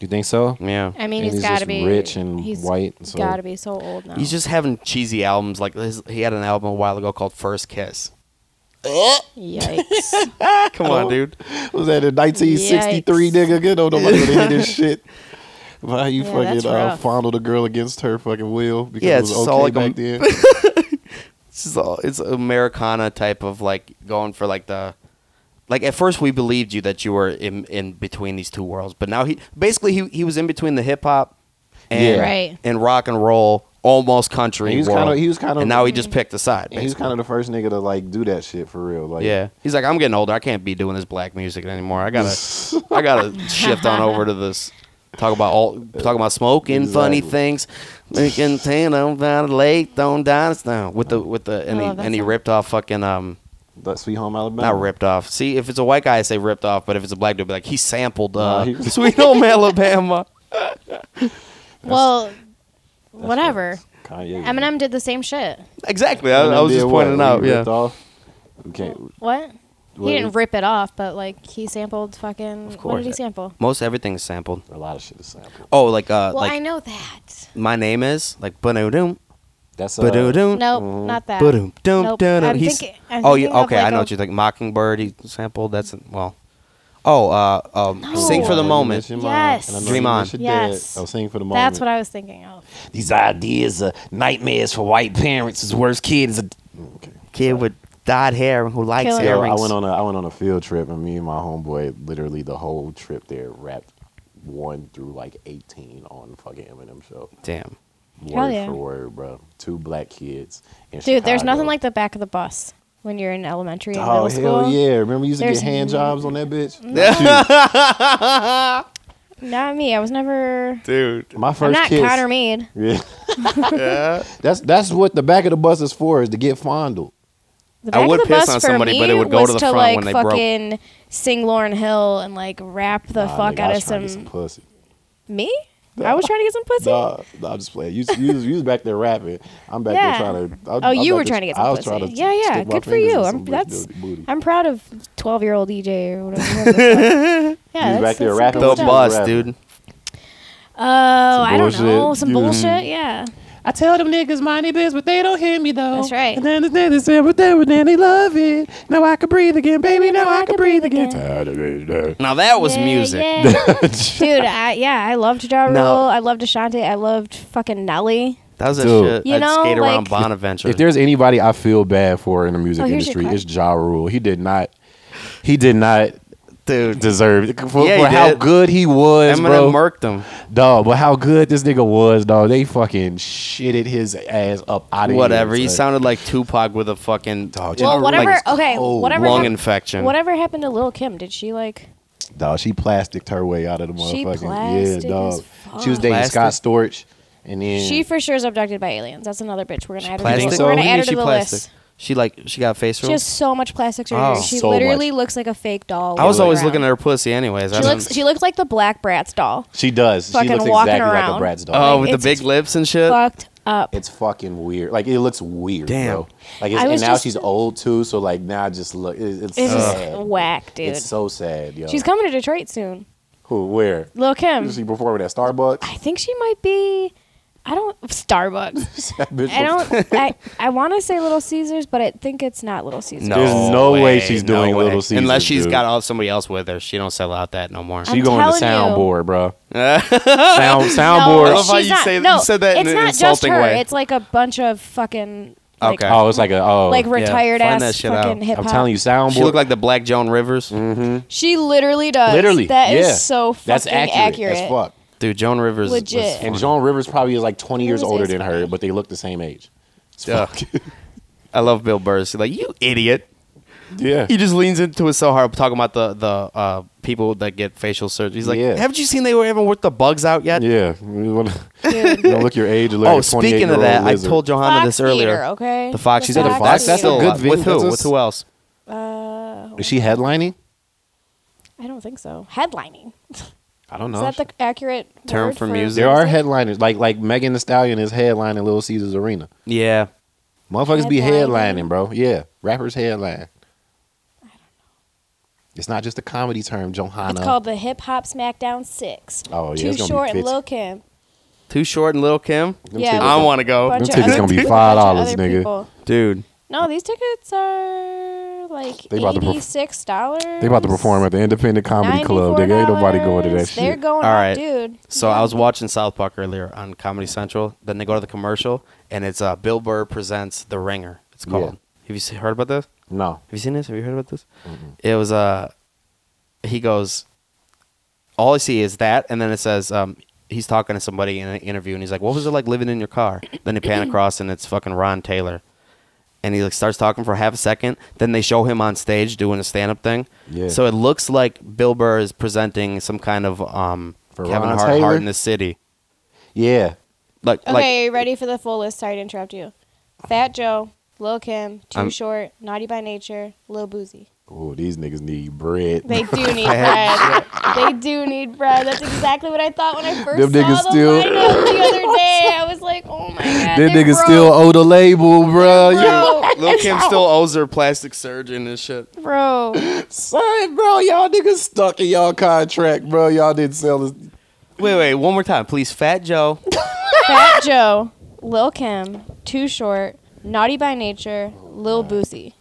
E: You think so?
D: Yeah.
G: I
E: And
G: mean, he's
E: he's
G: got to
E: just
G: be
E: rich and
G: he's
E: white, so-
G: gotta be so old now.
D: He's just having cheesy albums. Like his, he had an album a while ago called First Kiss.
G: yikes.
D: Come
E: Oh.
D: on, dude.
E: Was that in 1963,
G: Yikes.
E: nigga? Good old nobody would hear this shit. Why you
G: Yeah, that's
E: fucking uh,
G: rough.
E: fondled a girl against her fucking will because
D: Yeah,
E: it was
D: it's
E: okay
D: all like a-
E: back then?
D: This is all, it's Americana type of like going for like the like at first we believed you that you were in in between these two worlds, but now he basically he, he was in between the hip hop and
E: Yeah.
G: Right.
D: and rock and roll, almost country.
E: And he was
D: world.
E: kinda- he was kinda-
D: and now he just picked a side.
E: And he's
D: basically.
E: kind of the first nigga to like do that shit for real. Like,
D: yeah, he's like, I'm getting older. I can't be doing this black music anymore. I gotta, I gotta shift on over to this. Talk about all, talk about smoking, funny
E: Exactly.
D: things, making tan on late, don't dance now with
E: Oh.
D: the with the and
G: I
D: he
G: love that
D: and he
G: song.
D: ripped off fucking um
E: that Sweet Home Alabama.
D: not ripped off. See, if it's a white guy, I say ripped off, but if it's a black dude, be like he sampled uh,
E: Nah, he-
D: Sweet Home Alabama.
G: well, whatever.
E: Kanye.
G: Eminem did the same shit.
D: Exactly, I, I was just pointing out. Yeah,
E: Okay.
G: What?
E: Well,
G: he didn't rip it off, but like he sampled fucking. What
D: course.
G: did he sample?
D: most everything's sampled.
E: A lot of shit is sampled.
D: Oh, like uh,
G: Well,
D: like
G: I know that.
D: my name is like ba-do-doom,
E: That's uh,
D: ba-do-doom.
G: Nope, not that.
D: Ba-dum, dum,
G: Nope.
D: dum, dum.
G: I'm
D: He's-
G: thinking- I'm
D: oh, you,
G: thinking of,
D: okay.
G: like,
D: I know
G: a- Mm-hmm.
D: what you think. Mockingbird. He sampled. That's well. Oh, uh, um, sing for the
E: I know
D: moment.
E: that your mom-
G: Yes.
E: and I know
D: Dream
E: you
D: on.
E: miss your dad.
G: Yes.
E: I'll sing for the moment.
G: That's what I was thinking of.
H: These ideas are nightmares for white parents. His worst kid is a
D: Kid with dyed hair who likes
G: Killing it.
E: Yo, I
D: earrings.
E: went on a I went on a field trip, and me and my homeboy literally the whole trip there rapped one through like eighteen on fucking Eminem show,
D: Damn.
E: word
G: Hell yeah.
E: for word, bro. Two black kids, in
G: Dude, there's
E: Chicago.
G: nothing like the back of the bus when you're in elementary and
E: Oh
G: middle school.
E: hell yeah! Remember you used to
G: There's
E: get hand jobs on that bitch.
G: Not me. I was never.
D: Dude.
E: My 1st
G: I'm not
E: kiss.
G: Connor Mead.
E: Yeah. That's that's what the back of the bus is for is to get fondled.
G: The
D: I
G: back
D: would
G: of the
D: piss
G: bus
D: on
G: for
D: somebody,
G: me
D: but it would go to
G: was
D: the
G: to,
D: front
G: like
D: when they broke.
G: fucking sing Lauren Hill and like rap the
E: Nah,
G: fuck
E: nigga,
G: out
E: I
G: of
E: was trying to
G: some,
E: get some pussy.
G: me. I was trying to get some pussy.
E: Nah, nah, I'm just playing. You, you, you was back there rapping. I'm back
G: Yeah.
E: there trying to. I,
G: Oh,
E: I'm back
G: you were
E: there-
G: trying to get
E: I
G: some
E: was trying
G: pussy.
E: to
G: Yeah, yeah.
E: stick my
G: Good for
E: fingers in
G: you.
E: some
G: I'm,
E: bitch
G: that's.
E: booty.
G: I'm proud of 12 year old EJ or whatever. yeah, that's,
E: back
G: that's
E: there
G: some
E: rapping
G: good
D: The
E: with
G: stuff.
E: your-
D: bus, dude.
G: Oh, I don't
E: bullshit.
G: know. Some
E: Yeah.
G: bullshit. Yeah.
I: I tell them niggas mind their business, but they don't hear me though.
G: That's right.
I: And then the niggas say, but they, but then they love it. Now I can breathe again, baby. Now I can breathe again.
D: Now that was
G: Yeah,
D: music.
G: yeah. Dude, I, yeah, I loved Ja Rule.
D: No.
G: I loved Ashante. I loved fucking Nelly.
D: That was that
E: Dude.
D: shit.
G: You
D: I'd
G: know,
D: skate around
G: like-
D: Bonaventure.
E: If there's anybody I feel bad for in the music
G: Oh, here's your
E: industry,
G: card.
E: it's Ja Rule. He did not. He did not
D: Dude.
E: deserve it. for,
D: Yeah, he
E: for how
D: did.
E: good he was, bro.
D: Eminem murked him.
E: dog, but how good this nigga was, dog. They fucking shitted his ass up out of
D: Whatever. He
E: Here, son.
D: sounded like Tupac with a fucking
E: Dog,
G: Well,
E: Ja
G: whatever.
E: Rule-
G: okay, whatever.
D: lung
G: hap-
D: infection.
G: Whatever happened to Lil Kim? Did she like?
E: Dog, she plasticked her way out of the
G: She
E: motherfucking
G: plastic
E: yeah,
G: as
E: dog.
G: fuck.
E: She was dating
D: Plastic?
E: Scott Storch, and then
G: She for sure is abducted by aliens. That's another bitch. We're gonna add her. To
D: Plastic.
G: the,
E: so?
G: We're
E: What
G: gonna
E: do you
G: add
D: mean
G: her to
D: she
G: the
D: plastic?
G: list.
D: She like she got face
G: She has
D: rolls.
G: so much plastic surgery.
D: Oh.
G: she
E: So
G: literally
E: much.
G: looks like a fake doll.
D: I was
G: walking
D: always
G: around.
D: looking at her pussy, anyways. I
G: She looks.
D: don't-
G: She looks like the Black Bratz doll.
E: she does. She
G: Fucking
E: looks
G: walking
E: exactly like a
G: around.
E: Bratz doll.
D: oh, with the
G: it's
D: big lips and shit.
G: Fucked up.
E: It's fucking weird. Like it looks weird,
D: Damn.
E: bro. Like it's,
G: I
E: and
G: was
E: now
G: just-
E: she's old too, so like now I just look. It, it's
G: It's just
E: sad.
G: whack, dude.
E: It's so sad, yo.
G: She's coming to Detroit soon.
E: Who? Where?
G: Lil Kim.
E: Is she performing at Starbucks?
G: I think she might be. I don't Starbucks.
E: That bitch
G: I
E: was-
G: don't. I I want to say Little Caesars, but I think it's not Little Caesars.
E: There's no way she's doing Little Caesars,
D: unless she's
E: dude.
D: got all, somebody else with her. She don't sell out that no more.
E: She
G: I'm
E: going to
G: telling you.
E: soundboard, bro. Sound soundboard.
D: I love how
G: she's
D: you say- you
G: no,
D: said that in
G: it's
D: an
G: not just
D: insulting
G: her.
D: way.
G: It's like a bunch of fucking like,
D: Okay.
E: Oh, it's like a oh.
G: like uh, retired
D: find that
G: ass
D: shit out.
G: fucking hip
E: I'm
G: hop.
E: telling you, soundboard.
D: She looked like the Black Joan Rivers.
G: she literally does.
E: literally.
G: that is
E: yeah.
G: so fucking
E: That's accurate.
G: accurate.
E: As fuck.
D: Dude, Joan Rivers. was
G: Legit.
E: And Joan Rivers probably is like 20 years
G: Rivers
E: older
G: is
E: than her,
G: funny.
E: but they look the same age. It's
D: Yeah.
E: fuck-
D: I love Bill Burr. She's like, you idiot.
E: yeah.
D: He just leans into it so hard talking about the the uh, people that get facial surgery. He's like,
E: Yeah.
D: haven't you seen they were haven't worked the bugs out yet?
E: Yeah. You wanna- you don't look your age. you look
D: Oh,
E: like a
D: speaking of
E: 28-year-old
D: that,
E: lizard.
D: I told Johanna
G: Fox
D: this earlier.
G: Theater, okay.
D: The Fox. She said the
E: Fox
D: Fox.
E: That's a
D: still
E: good
D: alive.
E: venue.
D: With who?
E: That's a-
D: With who else?
E: Is she headlining?
G: I don't think so. Headlining.
E: I don't
G: Is
E: know.
G: that the accurate
D: Term
G: word
D: for music?
E: there are headliners like like Megan Thee Stallion is headlining Little Caesars Arena.
D: Yeah.
E: Motherfuckers be
G: Headlining.
E: headlining, bro. Yeah, rappers headline. It's not just a comedy term, Johanna.
G: It's called the Hip Hop Smackdown Six.
E: Oh, yeah,
G: Too
E: it's gonna be
G: short and
E: 50.
G: Lil Kim.
D: Too short and Little Kim.
E: Oh, Them
G: yeah,
E: tickets
D: I
E: are-
D: want to go,
E: Bunch-
G: Bunch of
E: tickets
G: other-
E: gonna be
G: bunch of
E: $5,
G: other
E: nigga.
G: people.
D: dude.
G: No, these tickets are like
E: They about to perf-
G: eighty six dollars.
E: They about to perform at the Independent Comedy Club. Nigga, ain't nobody going to that shit.
G: They're going,
D: All
G: up,
D: right.
G: dude.
D: So I was watching South Park earlier on Comedy Central. Then they go to the commercial, and it's uh, Bill Burr presents The Ringer. It's
E: Yeah.
D: called. Have you s- heard about this?
E: No,
D: Have you seen this? Have you heard about this? It was uh he goes all I see is that and then it says um he's talking to somebody in an interview and he's like, What was it like living in your car? Then they pan across and it's fucking Ron Taylor. And he like starts talking for half a second, then they show him on stage doing a stand up thing.
E: Yeah.
D: So it looks like Bill Burr is presenting some kind of um
E: For
D: Kevin
E: Ron
D: Hart,
E: Taylor?
D: Heart in the City.
E: yeah,
D: Like
G: Okay, ready for the full list? Sorry to interrupt you. Fat Joe, Lil Kim, Too
D: I'm-
G: Short, Naughty by Nature, Lil Boozy.
E: Oh, these niggas need bread.
G: They do need bread. they do need bread. That's exactly what I thought when I first
E: Them
G: saw
E: niggas
G: the
E: still-
G: lineup the other day. I was like, oh my god,
E: Them
G: they're
E: niggas
G: broke.
E: still owe the label, bro. You-
G: Bro,
D: Lil Kim still owes her plastic surgeon and shit.
G: bro.
E: Son, bro, y'all niggas stuck in y'all contract, bro. Y'all didn't sell this.
D: Wait, wait, one more time, please. Fat Joe.
G: Fat Joe, Lil Kim, Too Short, Naughty by Nature, Lil Boosie.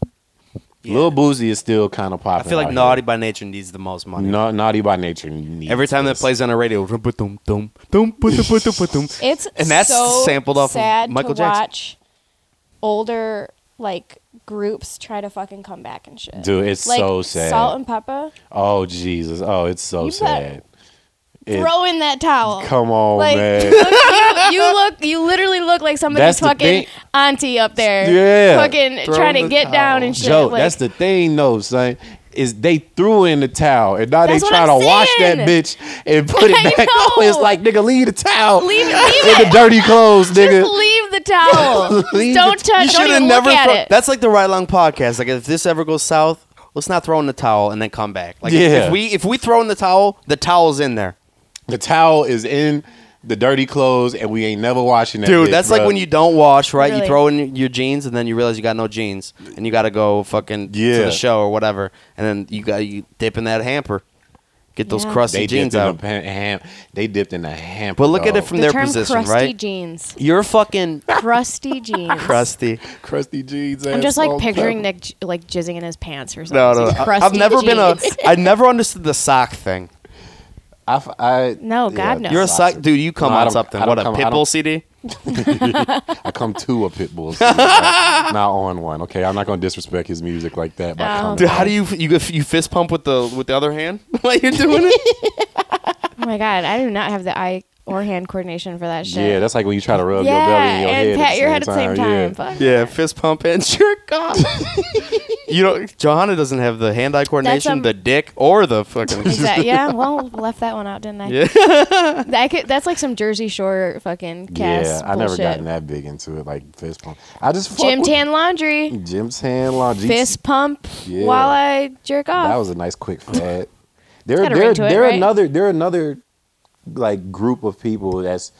E: Lil Boozy is still kind of
D: I
E: popular.
D: feel like Naughty by Nature needs the most money.
E: Na- naughty by nature. needs
D: Every time that
E: this.
D: plays on the radio, rum-ba-dum, dum, dum, ba-dum, ba-dum, ba-dum.
G: It's
D: And that's
G: so
D: sampled off of
G: sad
D: Michael
G: to
D: Jackson.
G: watch older like groups try to fucking come back and shit.
E: Dude, it's
G: like,
E: so sad.
G: Salt and Pepper,
E: oh Jesus! Oh, it's so
G: You
E: sad.
G: better-
E: It-
G: throw in that towel.
E: come on,
G: like,
E: man.
G: look, you, you look, you literally look like
E: That's
G: somebody's
E: the
G: fucking
E: thing.
G: auntie up there,
E: Yeah.
G: fucking
D: Throw
G: trying
D: the
G: to get
D: towel.
G: down and shit.
E: Joe,
G: like,
E: that's the thing, though, son. Is they threw in the towel and now
G: That's
E: they
G: what
E: trying
G: I'm
E: to wash that
G: saying.
E: bitch and put it
G: I
E: back on.
G: know.
E: It's like nigga, leave the towel
G: leave, leave
E: in the
G: it.
E: dirty clothes, nigga.
G: Just leave the towel.
E: Leave
G: don't
E: the-
G: touch. Don't
D: shoulda
G: even look at
D: throw-
G: it.
D: That's like the Ride Along podcast. Like if this ever goes south, let's not throw in the towel and then come back. Like if-
E: Yeah.
D: if we if we throw in the towel, the towel's in there.
E: The towel is in the dirty clothes, and we ain't never washing that.
D: Dude,
E: bitch,
D: that's
E: bruh.
D: like when you don't wash, right? You
G: Really.
D: throw in your jeans and then you realize you got no jeans and you got to go fucking to
E: Yeah.
D: the show or whatever. And then you got you dip in that hamper. Get those
G: Yeah.
D: crusty
E: They dipped
D: jeans
E: in a
D: out.
E: pa- ham. They dipped in a ham.
D: But look at it from
G: the
D: their
G: term
D: position,
G: crusty
D: right?
G: jeans.
D: You're fucking
G: Crusty jeans.
D: crusty.
E: crusty jeans.
G: I'm
E: ass
G: just like
E: all
G: picturing
E: pepper.
G: Nick j- like jizzing in his pants or
D: No,
G: something.
D: no.
G: It's
D: I-
G: crusty
D: I've never been a.
G: jeans.
D: I never understood the sock thing.
E: I f- I-
G: No, God, no.
D: You're a
E: socks
D: sock,
E: are-
D: dude. You come
E: No, I
D: on
E: don't-
D: something.
E: I don't
D: What a
E: come- I
D: pitbull
E: don't-
D: CD.
E: I come to a pit bull, season, not not on one. Okay, I'm not gonna disrespect his music like that. By
G: Oh.
E: coming
D: Dude, how
E: on.
D: do you you go- you fist pump with the with the other hand like you're doing it?
G: oh my God, I do not have the eye or hand coordination for that shit.
E: Yeah, that's like when you try to rub
G: Yeah,
E: your belly and your
G: and
E: head
G: pat
E: at the
G: your
E: same
G: head at the same
E: time.
G: time.
E: Yeah.
G: Fuck.
D: yeah, fist pump and jerk off. you know, Johanna doesn't have the hand eye coordination,
G: um,
D: the dick, or the fucking.
G: Is that, yeah, well, left that one out, didn't I?
D: Yeah.
G: That could, that's like some Jersey Shore fucking cast
E: yeah, I
G: bullshit.
E: never gotten that big into it. Like fist pump. I just fuck
G: Gym
E: with-
G: tan laundry,
E: Jim Tan Lodge.
G: fist pump
E: Yeah.
G: while I jerk off.
E: That was a nice quick fad. They're
G: got a ring
E: they're
G: to Oh. it,
E: they're
G: right?
E: another they're another like group of people that's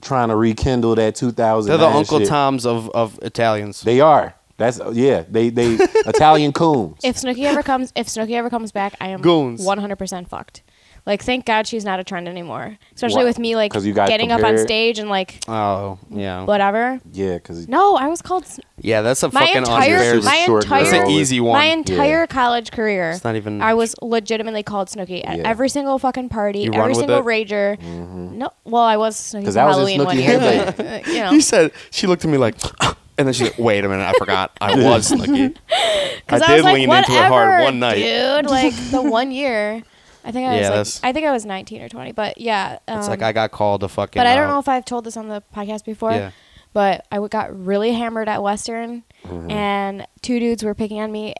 E: trying to rekindle that 2000.
D: They're the Uncle
E: shit.
D: Toms of of Italians.
E: They are. That's yeah. They they Italian coons.
G: if Snooki ever comes, if Snooki ever comes back, I am
D: Goons.
G: one hundred percent fucked. Like, thank God she's not a trend anymore. Especially
E: Why?
G: with me, like
E: 'Cause you guys
G: getting up on
E: compare it?
G: stage and like
D: oh yeah,
G: whatever.
E: yeah, because
G: No, I was called s-
D: yeah. That's a
G: my
D: fucking
G: entire
D: unfair.
E: This is
G: my
E: short
G: entire
D: That's
E: girl.
D: an easy one.
G: my entire college career.
D: It's not even-
G: I was legitimately called Snooki at
E: Yeah.
G: every single fucking party,
D: You run
G: every
D: with
G: single
D: it?
G: rager. No, well, I was Snooki
E: 'Cause that was
G: Halloween
E: his
G: one
E: Snooki
G: year,
E: haircut.
G: but, uh, you know,
D: He said she looked at me like, and then she's like, "Wait a minute, I forgot. I was lucky. I
G: Because
D: did
G: I, was like,
D: lean
G: Whatever,
D: into it hard one night.
G: dude. Like the one year, I think I
D: Yeah,
G: was
D: that's-
G: like, I think I was 19 or 20, but yeah. Um,
D: It's like I got called a fucking.
G: but I don't
D: uh,
G: know if I've told this on the podcast before.
D: Yeah.
G: But I w- got really hammered at Western,
E: Mm-hmm.
G: and two dudes were picking on me,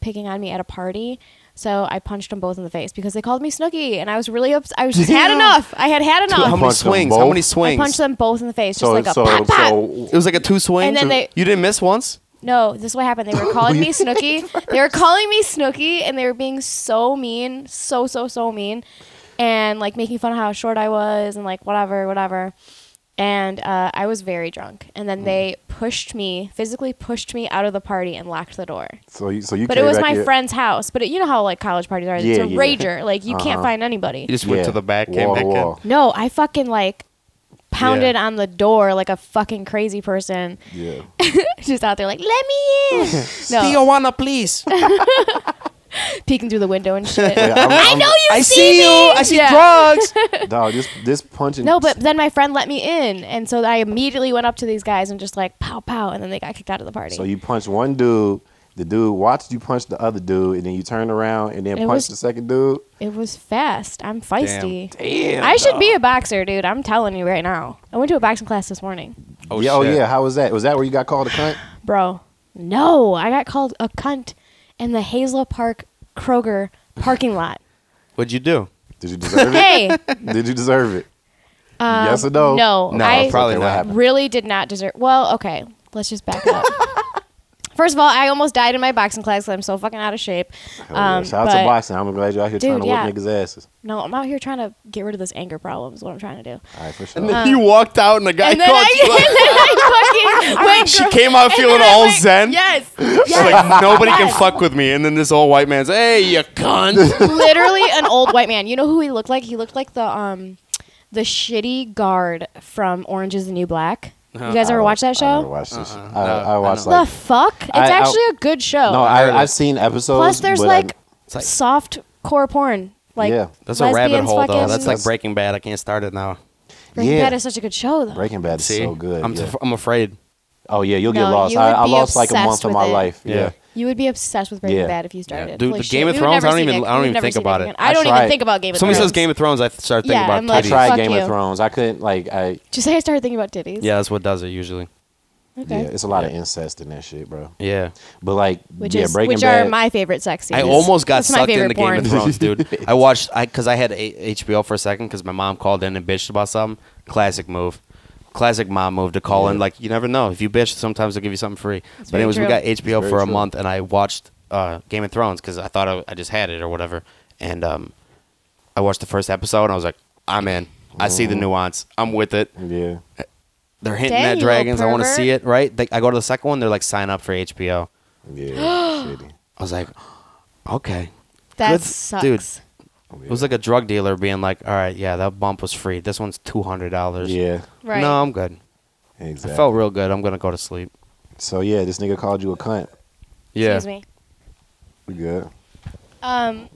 G: picking on me at a party. So I punched them both in the face because they called me Snooky, and I was really ups- I was just had enough. I had had
D: Dude, how
G: enough.
D: many
E: punched them
D: swings? How
E: both.
D: many
E: I
G: I
D: swings?
G: punched them both in the face,
E: so
G: just like a
E: so
G: pop pop.
E: so
D: It was like a two swing.
G: And then they-
D: you didn't miss once.
G: No, this is what happened. They were calling me Snooky. They were calling me Snooky, and they were being so mean, so so so mean, and like making fun of how short I was, and like whatever, whatever. And uh, I was very drunk, and
E: Hmm.
G: then they pushed me, physically pushed me out of the party and locked the door.
E: so you so you.
G: But
E: came
G: it was
E: back
G: my
E: here-
G: friend's house. But it, you know how like college parties are. it's
E: Yeah,
G: a
E: yeah. Uh-huh.
G: rager. Like you can't find anybody.
D: You just went
E: Yeah.
D: to the back, came
E: Wall to
D: back in.
E: wall.
G: No, I fucking like pounded on the door like a fucking crazy person,
E: Yeah.
G: just out there like let me in. No,
D: Tijuana, please.
G: peeking through the window and shit.
E: i
G: I know you
D: I
G: see,
D: see
G: me.
D: you. I see
G: Yeah.
D: drugs.
E: Dog, this this punching.
G: No, but then my friend let me in, and so I immediately went up to these guys and just like pow pow, and then they got kicked out of the party.
E: So you punch one dude, the dude watched you punch the other dude, and then you turn around and then
G: It
E: punch
G: was-
E: the second dude.
G: it was fast. I'm feisty. Damn. I should be a boxer, dude. I'm telling you right now. I went to a boxing class this morning,
E: Oh, yeah, oh yeah, how was that? Was that where you got called a cunt?
G: bro. No, I got called a cunt in the Hazel Park Kroger parking lot.
D: What'd you do?
E: Did you deserve it?
G: Hey, Um,
E: Did you deserve it? yes or no?
G: no,
D: No,
G: I
D: probably
E: Okay, what
D: not.
E: happened?
G: really did not deserve. Well, okay, let's just back up. First of all, I almost died in my boxing class because I'm so fucking out of shape.
E: Hell yeah.
G: Um,
E: Shout out
G: but-
E: to boxing. I'm glad you're out here trying
G: Dude,
E: to
G: yeah.
E: whip niggas' asses.
G: No, I'm out here trying to get rid of this anger problem. Is what I'm trying to do.
E: All right, for sure.
D: you walked out and the guy
G: Uh, And then
D: called
G: I,
D: you. Ah,
G: and then I fucking went.
D: She
G: gro-
D: came out
G: and
D: feeling
G: then I
D: all
G: went-
D: zen.
G: Yes,
D: She's like, nobody can
G: Yes.
D: fuck with me. And then this old white man's, hey, you cunt.
G: literally an old white man. You know who he looked like? He looked like the um, the shitty guard from Orange Is the New Black. You guys ever watch that
E: Uh, I never
G: show?
E: watched this. I, Uh-uh. I watched
G: The
E: like
G: fuck! It's
E: I- I-
G: actually a good show.
E: no, I, I've seen episodes.
G: Plus, there's
E: but um, I-
G: like,
D: like-
G: soft core porn. Like
E: Yeah.
D: That's a rabbit
G: lesbians
D: hole, though.
G: fucking-
D: That's like Breaking Bad. I can't start it now.
G: Breaking
E: Yeah.
G: Bad is such a good show though.
E: Breaking Bad is
D: See?
E: so good.
D: I'm,
E: yeah.
D: af- I'm afraid.
E: oh yeah, you'll
G: No,
E: get lost.
G: you
E: I,
G: would
E: I
G: be
E: lost like a month
G: obsessed
E: of
G: with
E: my
G: it.
E: life. Yeah.
D: Yeah.
G: You would be obsessed with Breaking
E: Yeah.
G: Bad if you started.
D: Dude,
G: Holy
D: the
G: shit,
D: Game of
G: we would
D: Thrones,
G: never
D: I don't
G: see
D: even-
G: that-
D: I don't
G: we'd
D: even
G: never
D: think
G: see that
D: about it.
G: again. I
E: I
G: don't even
E: tried-
G: think about Game of
D: Somebody
G: Thrones.
D: says Game of Thrones, I start thinking
G: Yeah,
D: about
G: I'm
E: I
G: like-
D: titties.
E: tried
G: fuck
E: Game
G: you.
E: of Thrones. I couldn't like I
G: Just say I started thinking about titties.
D: yeah, that's what does it usually.
G: Okay.
E: yeah, it's a lot of incest in that shit, bro.
D: Yeah.
E: But like
G: Which
E: yeah,
G: is
E: Breaking
G: which
E: Bad.
G: are my favorite sex scenes.
D: I almost got
G: That's my
D: sucked
G: favorite
D: into Game
G: porn.
D: of Thrones, dude. I watched I because I had a- HBO for a second because my mom called in and bitched about something. Classic move, classic mom move to call in. Like you never know if you bitch, sometimes they'll give you something free. but
G: very
D: anyways,
G: true.
D: we got HBO
E: very
D: for a
E: true.
D: month, and I watched uh, Game of Thrones because I thought I, I just had it or whatever. And um, I watched the first episode, and I was like, I'm in. I see
E: Mm-hmm.
D: the nuance. I'm with it.
E: yeah.
D: They're hinting
G: Dang,
D: at
G: you little
D: dragons. I want to
G: pervert.
D: see it. Right? They, I go to the second one. They're like, sign up for HBO.
E: Yeah. shitty.
D: I was like, okay.
G: That
D: Good-
G: sucks.
D: dude. It was like a drug dealer being like, "All right, yeah, that bump was free. This one's two hundred dollars."
E: Yeah,
G: Right.
D: No, I'm good.
E: exactly.
D: I felt real good. I'm gonna go to sleep.
E: so yeah, this nigga called you a cunt.
D: Yeah.
G: Excuse me.
E: We good.
G: Um,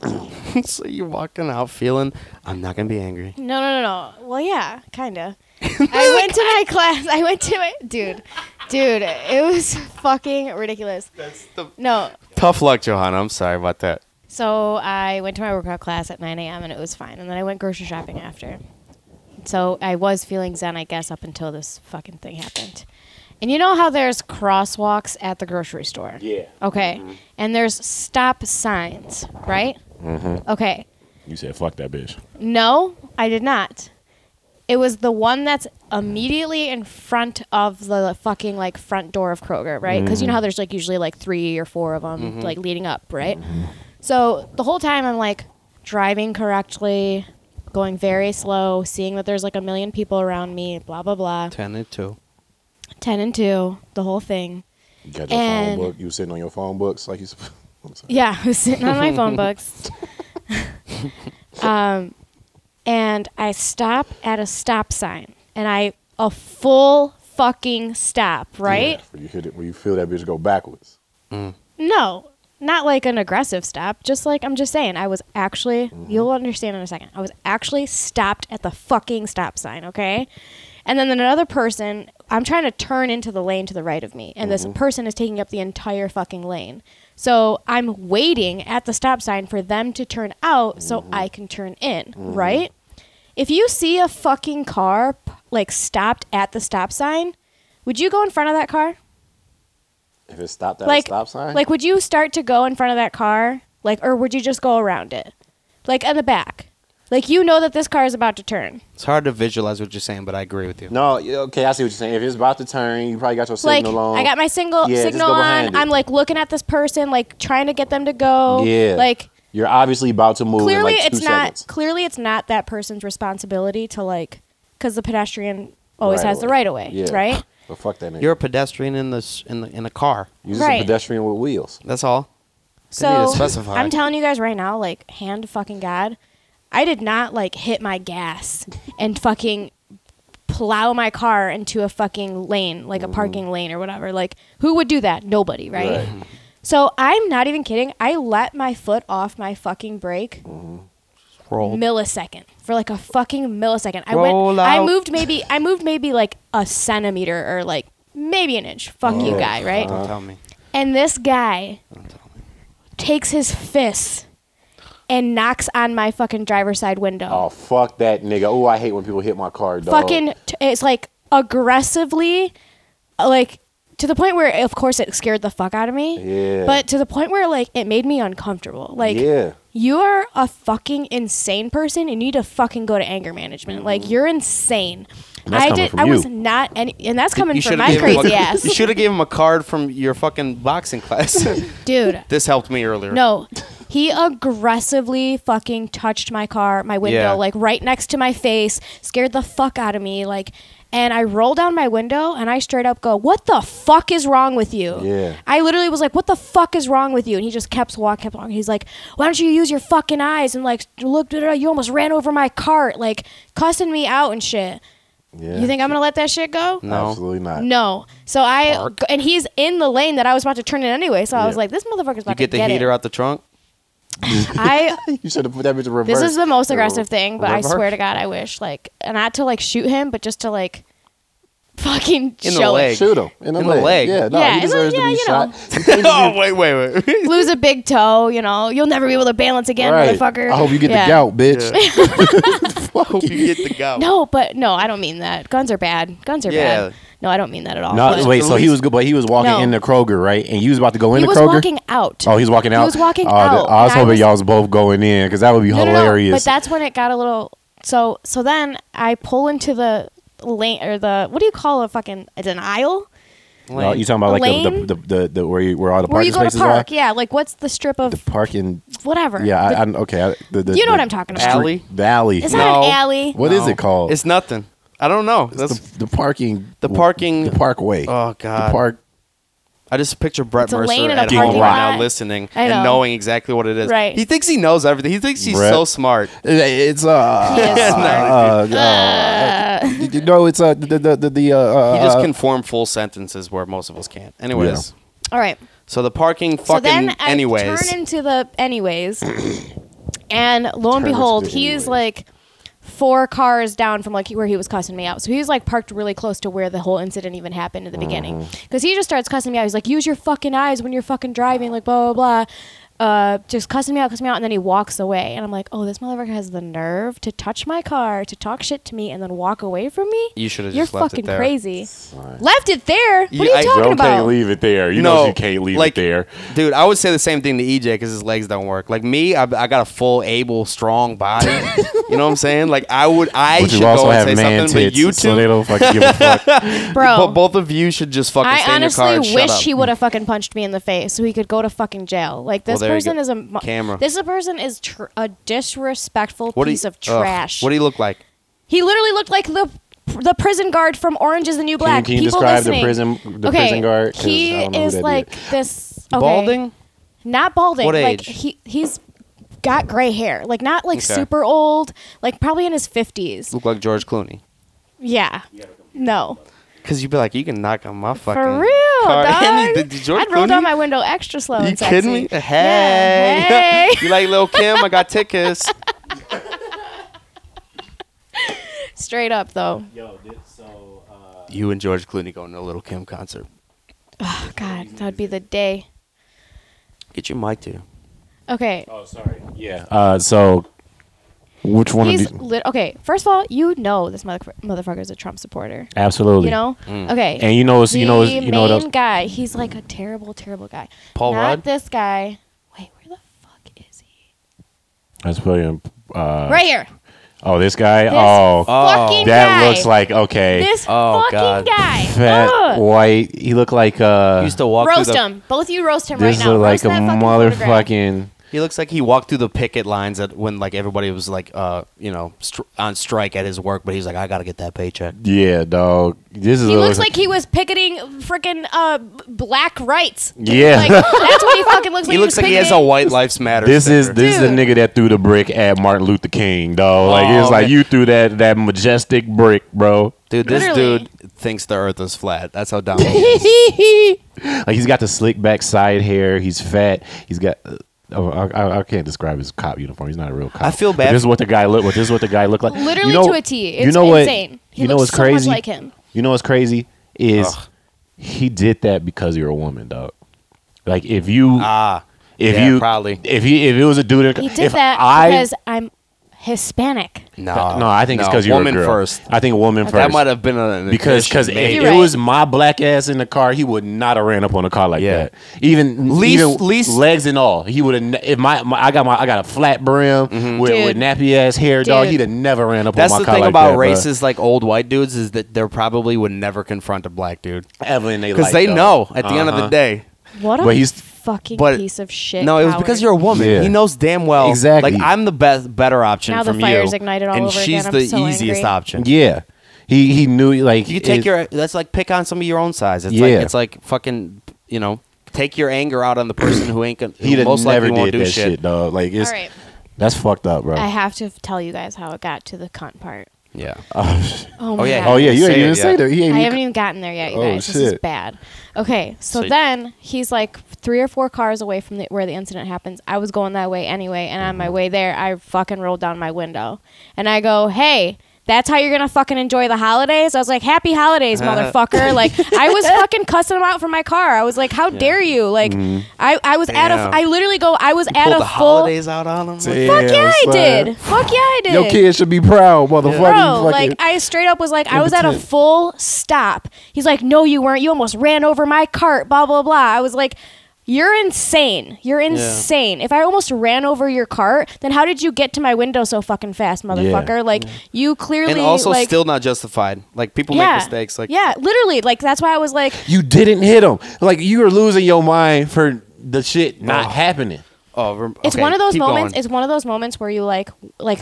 D: so you're walking out feeling I'm not gonna be angry.
G: no, no, no, no. Well, yeah, kinda. I went to my class. I went to my dude, dude. It was fucking ridiculous. That's the no.
D: Tough luck, Johanna. I'm sorry about that.
G: So I went to my workout class at 9 a.m. and it was fine. And then I went grocery shopping after. So I was feeling zen, I guess, up until this fucking thing happened. And you know how there's crosswalks at the grocery store? Yeah. Mm-hmm. Okay. And there's stop signs, right? Mm-hmm. Okay.
E: You said fuck that bitch.
G: No, I did not. It was the one that's immediately in front of the fucking like front door of Kroger, right? Because you know how there's like usually like three or four of them like leading up, right? So the whole time I'm like driving correctly, going very slow, seeing that there's like a million people around me, blah blah blah.
D: Ten and two.
G: Ten and two, the whole thing.
E: You got your
G: And-
E: phone book. You was sitting on your phone books like you. sup- I'm sorry.
G: Yeah, I was sitting on my phone books. um, and I stop at a stop sign, and I a full fucking stop, right?
E: Yeah, where you hit it, where you feel that bitch go backwards.
G: No, not like an aggressive stop. Just like I'm just saying, I was actually.
E: Mm-hmm.
G: You'll understand in a second. I was actually stopped at the fucking stop sign, okay? And then another person. I'm trying to turn into the lane to the right of me,
E: Mm-hmm.
G: and this person is taking up the entire fucking lane. So I'm waiting at the stop sign for them to turn out so
E: Mm-hmm.
G: I can turn in, right? If you see a fucking car p- like stopped at the stop sign, would you go in front of that car?
E: If it stopped at
G: like
E: a stop sign,
G: Like, would you start to go in front of that car, like, or would you just go around it, like in the back? Like you know that this car is about to turn.
D: It's hard to visualize what you're saying, but I agree with you.
E: no, yeah, okay, I see what you're saying. If it's about to turn, you probably got your
G: Like
E: signal on.
G: I got my single
E: Yeah, just
G: signal
E: go
G: on.
E: behind it.
G: I'm like looking at this person, like trying to get them to go.
E: Yeah.
G: Like
E: You're obviously about to move.
G: clearly,
E: in like two
G: it's not
E: seconds.
G: clearly it's not that person's responsibility to like, because the pedestrian always has the
E: Right
G: right
E: of
G: of
E: way.
G: way,
E: Yeah.
G: right?
E: But fuck that nigga.
D: You're a pedestrian in the s- in the, in a car.
E: You're just
G: Right.
E: a pedestrian with wheels.
D: That's all. They need to
G: So
D: specify.
G: I'm telling you guys right now, like hand to fucking god, I did not like hit my gas and fucking plow my car into a fucking lane, like
D: Mm-hmm.
G: a parking lane or whatever. Like who would do that? Nobody, right?
E: Right.
G: So I'm not even kidding. I let my foot off my fucking brake
D: Roll.
G: millisecond for like a fucking millisecond. I
D: Roll
G: went. I
D: out.
G: moved maybe. I moved maybe like a centimeter or like maybe an inch. Fuck you,
D: Oh,
G: guy, right?
D: Don't tell me.
G: And this guy
D: Don't tell me.
G: takes his fist and knocks on my fucking driver's side window.
E: Oh fuck that nigga. Oh, I hate when people hit my car, dog.
G: fucking, t- it's like aggressively, like to the point where, of course, it scared the fuck out of me.
E: Yeah.
G: But to the point where, like, it made me uncomfortable. Like,
E: yeah.
G: you are a fucking insane person and you need to fucking go to anger management. Like, you're insane.
E: Mm-hmm. that's
G: I
E: coming
G: did.
E: from
G: I was
E: you.
G: not any, and that's coming
D: You
G: from
D: should
G: my
D: have
G: crazy
D: gave,
G: ass,
D: gave him a card from your fucking boxing class.
G: dude.
D: this helped me earlier.
G: No, he aggressively fucking touched my car, my window,
D: Yeah.
G: like right next to my face, scared the fuck out of me. Like, and I roll down my window and I straight up go, "What the fuck is wrong with you?"
E: Yeah.
G: I literally was like, "What the fuck is wrong with you?" And he just kept walking, kept walking. He's like, "Why don't you use your fucking eyes?" And like, look, da, da, da, you almost ran over my cart, like cussing me out and shit.
E: Yeah.
G: You think I'm gonna let that shit go?
D: No.
E: Absolutely not.
G: No. So I and he's in the lane that I was about to turn in anyway. So I was
E: Yeah.
G: like, this motherfucker's about
D: You get
G: to
D: the
G: get
D: heater
G: it.
D: out the trunk.
G: I
E: You should have put that bitch in reverse.
G: This is the most aggressive thing, but I
D: Reverse?
G: swear to God, I wish like and not to like shoot him, but just to like fucking
D: In the
G: show
D: leg.
G: it.
E: Shoot him in the,
D: In the
E: leg.
D: leg.
E: Yeah, no,
G: Yeah,
E: he
G: in the-
E: deserves
G: yeah,
E: to be
G: you
E: shot.
G: know.
D: oh wait, wait, wait.
G: Lose a big toe, you know, you'll never be able to balance again,
E: Right.
G: motherfucker.
E: I hope you get
G: Yeah.
E: the gout, bitch.
D: Hope you get the go.
G: No, but no, I don't mean that. Guns are bad. Guns are
D: Yeah.
G: bad. No, I don't mean that at all.
E: no,
G: But
E: wait. So he was good, but he was walking
G: No.
E: in the Kroger, right? And you was about to go in
G: he
E: the
G: was
E: Kroger.
G: walking out.
E: Oh, he's walking out.
G: He was walking
E: oh,
G: out.
E: th- I was
G: and I
E: hoping
G: was-
E: y'all was both going in because that would be
G: No, no, no, But
E: hilarious.
G: that's when it got a little. So so then I pull into the lane or the what do you call a fucking it's an aisle
E: No, you talking about like
G: Lane?
E: the, the, the, the, the where you, where all the
G: where you
E: parking
G: go to
E: spaces
G: park.
E: are?
G: Yeah, like what's the strip of
E: The parking.
G: whatever?
E: Yeah,
G: The-
E: I, I okay. I, the, the,
G: you
E: the
G: know what I'm talking about.
D: Alley?
E: The alley.
G: It's
D: No.
G: not an alley.
E: What is it called?
D: It's nothing. I don't know. That's
E: the, the parking.
D: The parking-
E: The parkway.
D: Oh, God.
E: The park.
D: I just picture Brett
G: It's a
D: Mercer
G: lane in a
D: at home
G: parking
D: right now
G: lot.
D: listening
G: I know.
D: and knowing exactly what it is.
G: Right.
D: He thinks he knows everything. He thinks he's
E: Brett.
D: so smart.
E: It's uh,
G: He is
E: uh, uh, you know, it's uh, the the the, the uh, uh,
D: He just
E: uh,
D: can form full sentences where most of us can't. Anyways,
G: All right.
D: so the parking fucking
G: so then I
D: anyways.
G: turn into the anyways, and lo and
E: into
G: behold,
E: the
G: he is
E: anyways.
G: like four cars down from like where he was cussing me out. So he's like parked really close to where the whole incident even happened in the beginning,
D: Mm-hmm.
G: because he just starts cussing me out. He's like, "Use your fucking eyes when you're fucking driving," like blah blah blah. Uh, just cussing me out, cussing me out, and then he walks away, and I'm like, "Oh, this motherfucker has the nerve to touch my car, to talk shit to me, and then walk away from me."
D: You should've
G: You're
D: just left it
G: fucking
D: there.
G: crazy. Left it there. What
D: You-
G: are you
D: I-
G: talking
E: Joe
G: about?
E: can't leave it there. You know she can't leave
D: like,
E: it there.
D: Dude, I would say the same thing to EJ because his legs don't work. Like me, I, I got a full, able, strong body. you know what I'm saying? Like I would, I
E: But
D: should
E: you
D: go
E: also
D: and say
E: have man
D: something.
E: tits,
D: but you two,
E: so they don't fucking give a fuck.
G: Bro,
D: but both of you should just fucking stay
G: Oh. I
D: in your car
G: honestly
D: and shut
G: wish
D: up.
G: he would have fucking punched me in the face so he could go to fucking jail. Like
D: Well,
G: this
D: there you
G: person
D: go.
G: is a mo-
D: Camera.
G: This person is tr- a disrespectful
D: What do you-
G: piece of
D: ugh,
G: trash.
D: what do you look like?
G: he literally looked like the the prison guard from Orange Is the New Black.
E: can you
G: People
E: describe the
G: listening.
E: prison- the
G: okay,
E: prison guard? 'Cause
G: He
E: I don't know who
G: is
E: that
G: like this okay,
D: Balding?
G: not balding.
D: What age?
G: like he he's got gray hair. Like not like
D: Okay.
G: super old. Like probably in his fifties.
D: Look like George Clooney.
G: Yeah. No.
D: Because you'd be like, you can knock on my fucking
G: For real,
D: car. And
G: dog.
D: he- did George
G: I'd roll down
D: Clooney-
G: my window extra slow.
D: You
G: and sexy.
D: kidding me? Hey,
G: Yeah, hey.
D: you like Lil Kim? I got tickets.
G: Straight up though.
D: You and George Clooney going to a Lil Kim concert.
G: Oh, God, that would be the day.
D: Get your mic too.
G: Okay,
E: yeah. Uh, so which one
G: he's
E: of you?
G: lit- okay. First of all, you know this mother- motherfucker is a Trump supporter.
E: Absolutely.
G: You know. Okay.
E: And you know it's- you know it's-
G: The
E: you know what
G: main
E: else-
G: guy. He's like a terrible, terrible guy.
D: Paul
G: Not
D: Rudd?
G: this guy. Wait, where the fuck is he?
E: That's putting. Uh,
G: right here.
E: Oh, this guy.
G: This
E: oh,
G: fucking
E: that
G: guy.
E: looks like okay.
G: this
D: Oh,
G: fucking
D: God.
G: guy.
E: fat
G: Ugh.
E: white. He looked like uh.
D: He used to walk
G: roast
D: through the,
G: him. Both of you roast him
E: this
G: right now.
E: looked like
G: Roast
E: a
G: that fucking photograph.
E: motherfucking.
D: He looks like he walked through the picket lines at when like everybody was like uh you know str- on strike at his work, but he's like I gotta get that paycheck.
E: Yeah, dog. This is.
G: He
E: a-
G: looks like he was picketing freaking uh, b- black rights.
E: Yeah.
G: Like, that's what he fucking looks like.
D: He looks
G: was
D: like he has a
G: picketing.
D: white lives matter.
E: This is
D: sticker.
E: this is the
G: Dude.
E: nigga that threw the brick at Martin Luther King, dog. Like
D: Oh,
E: it's like
D: okay.
E: you threw that that majestic brick, bro.
D: dude. This
G: Literally.
D: dude thinks the Earth is flat. That's how dumb. he is.
E: Like he's got the slick back side hair. He's fat. He's got. Oh, I, I- I can't describe his cop uniform. He's not a real cop.
D: I feel
E: But
D: bad
E: This is
D: for-
E: what the guy looked. This is what the guy looked like.
G: Literally
E: You know-
G: to a T. It's
E: you know what-
G: insane. He
E: you know
G: looks
E: what's crazy?
G: so much like him.
E: You know what's crazy is
D: Ugh.
E: he did that because you're a woman, dog. Like if you
D: ah,
E: if
D: yeah,
E: you
D: probably.
E: if he if it was a dude
G: He did
E: if
G: that
E: I,
G: because I'm Hispanic.
D: no,
E: no, I think it's
D: Uh, no,
E: because you're
D: woman
E: a girl.
D: first.
E: I think woman first.
D: That might have been an
E: because
D: addition,
E: because
D: maybe.
E: if
G: You're
E: it
G: right.
E: was my black ass in the car, he would not have ran up on a car like
D: Yeah.
E: that. Even
D: Least-
E: even
D: least-
E: legs and all, he would have. If my, my I got my I got a flat brim with,
G: Dude.
E: with nappy ass hair, dog,
G: Dude.
E: he'd have never ran up
D: Mm-hmm. that's
E: on
D: the
E: my car
D: thing
E: like
D: about
E: that, bruh.
D: racists like old white dudes is that they probably would never confront a black dude
E: Ever in they
D: because
E: life,
D: they
E: dog.
D: know at the end of the
E: Uh-huh.
D: day.
G: What a
E: But he's-
G: fucking
D: but-
G: piece of shit.
D: No, it was
G: coward.
D: because you're a woman.
E: Yeah.
D: He knows damn well.
E: Exactly.
D: Like I'm the best, better option
G: Now the
D: from
G: fire's
D: you,
G: ignited all
D: and
G: over
D: she's
G: again. I'm
D: the
G: so
D: easiest
G: angry.
D: option.
E: Yeah, he he knew like
D: You take
E: it-
D: your that's like pick on somebody your own size. It's
E: Yeah.
D: like it's like fucking you know take your anger out on the person who ain't gonna
E: He'd
D: who
E: have
D: most
E: never
D: likely won't
E: did
D: do
E: that shit. dog. Like it's
G: All right.
E: that's fucked up, bro.
G: I have to tell you guys how it got to the cunt part.
D: Yeah.
G: Oh, my
D: yeah.
G: God.
E: oh yeah,
D: Say
E: you ain't
D: it,
E: even
D: yeah.
E: say that. He ain't
G: I
E: even-
G: haven't even gotten there yet, you
E: Oh,
G: guys. This is
E: shit.
G: bad. Okay, so,
D: So-
G: then he's like three or four cars away from the, where the incident happens. I was going that way anyway, and on
E: Mm-hmm.
G: my way there, I fucking rolled down my window, and I go, "Hey." That's how you're gonna fucking enjoy the holidays. I was like, "Happy holidays, motherfucker!" like I was fucking cussing him out from my car. I was like, "How dare you!" Like
E: Mm-hmm.
G: I, I was at a,
D: Damn.
G: I literally go, I was at
D: Pull
G: a
D: the
G: full.
D: holidays out on him.
E: Damn,
D: Like,
G: Fuck yeah, I
E: son.
G: did. Fuck yeah, I did.
E: Your kid should be proud, motherfucker.
G: Bro,
E: Fuck
G: like
E: it.
G: I straight up was like, I was at a full stop. He's like, No, you weren't. You almost ran over my cart. Blah blah blah. I was like, You're insane. You're insane. If I almost ran over your cart, then how did you get to my window so fucking fast, motherfucker? Like you clearly
D: and also
G: like,
D: still not justified. Like people
G: yeah,
D: make mistakes. Like
G: yeah, literally. Like that's why I was like,
E: you didn't hit him. Like you were losing your mind for the shit not happening.
D: oh, rem-
G: it's
D: okay,
G: one of those
D: keep
G: moments.
D: going.
G: It's one of those moments where you like, like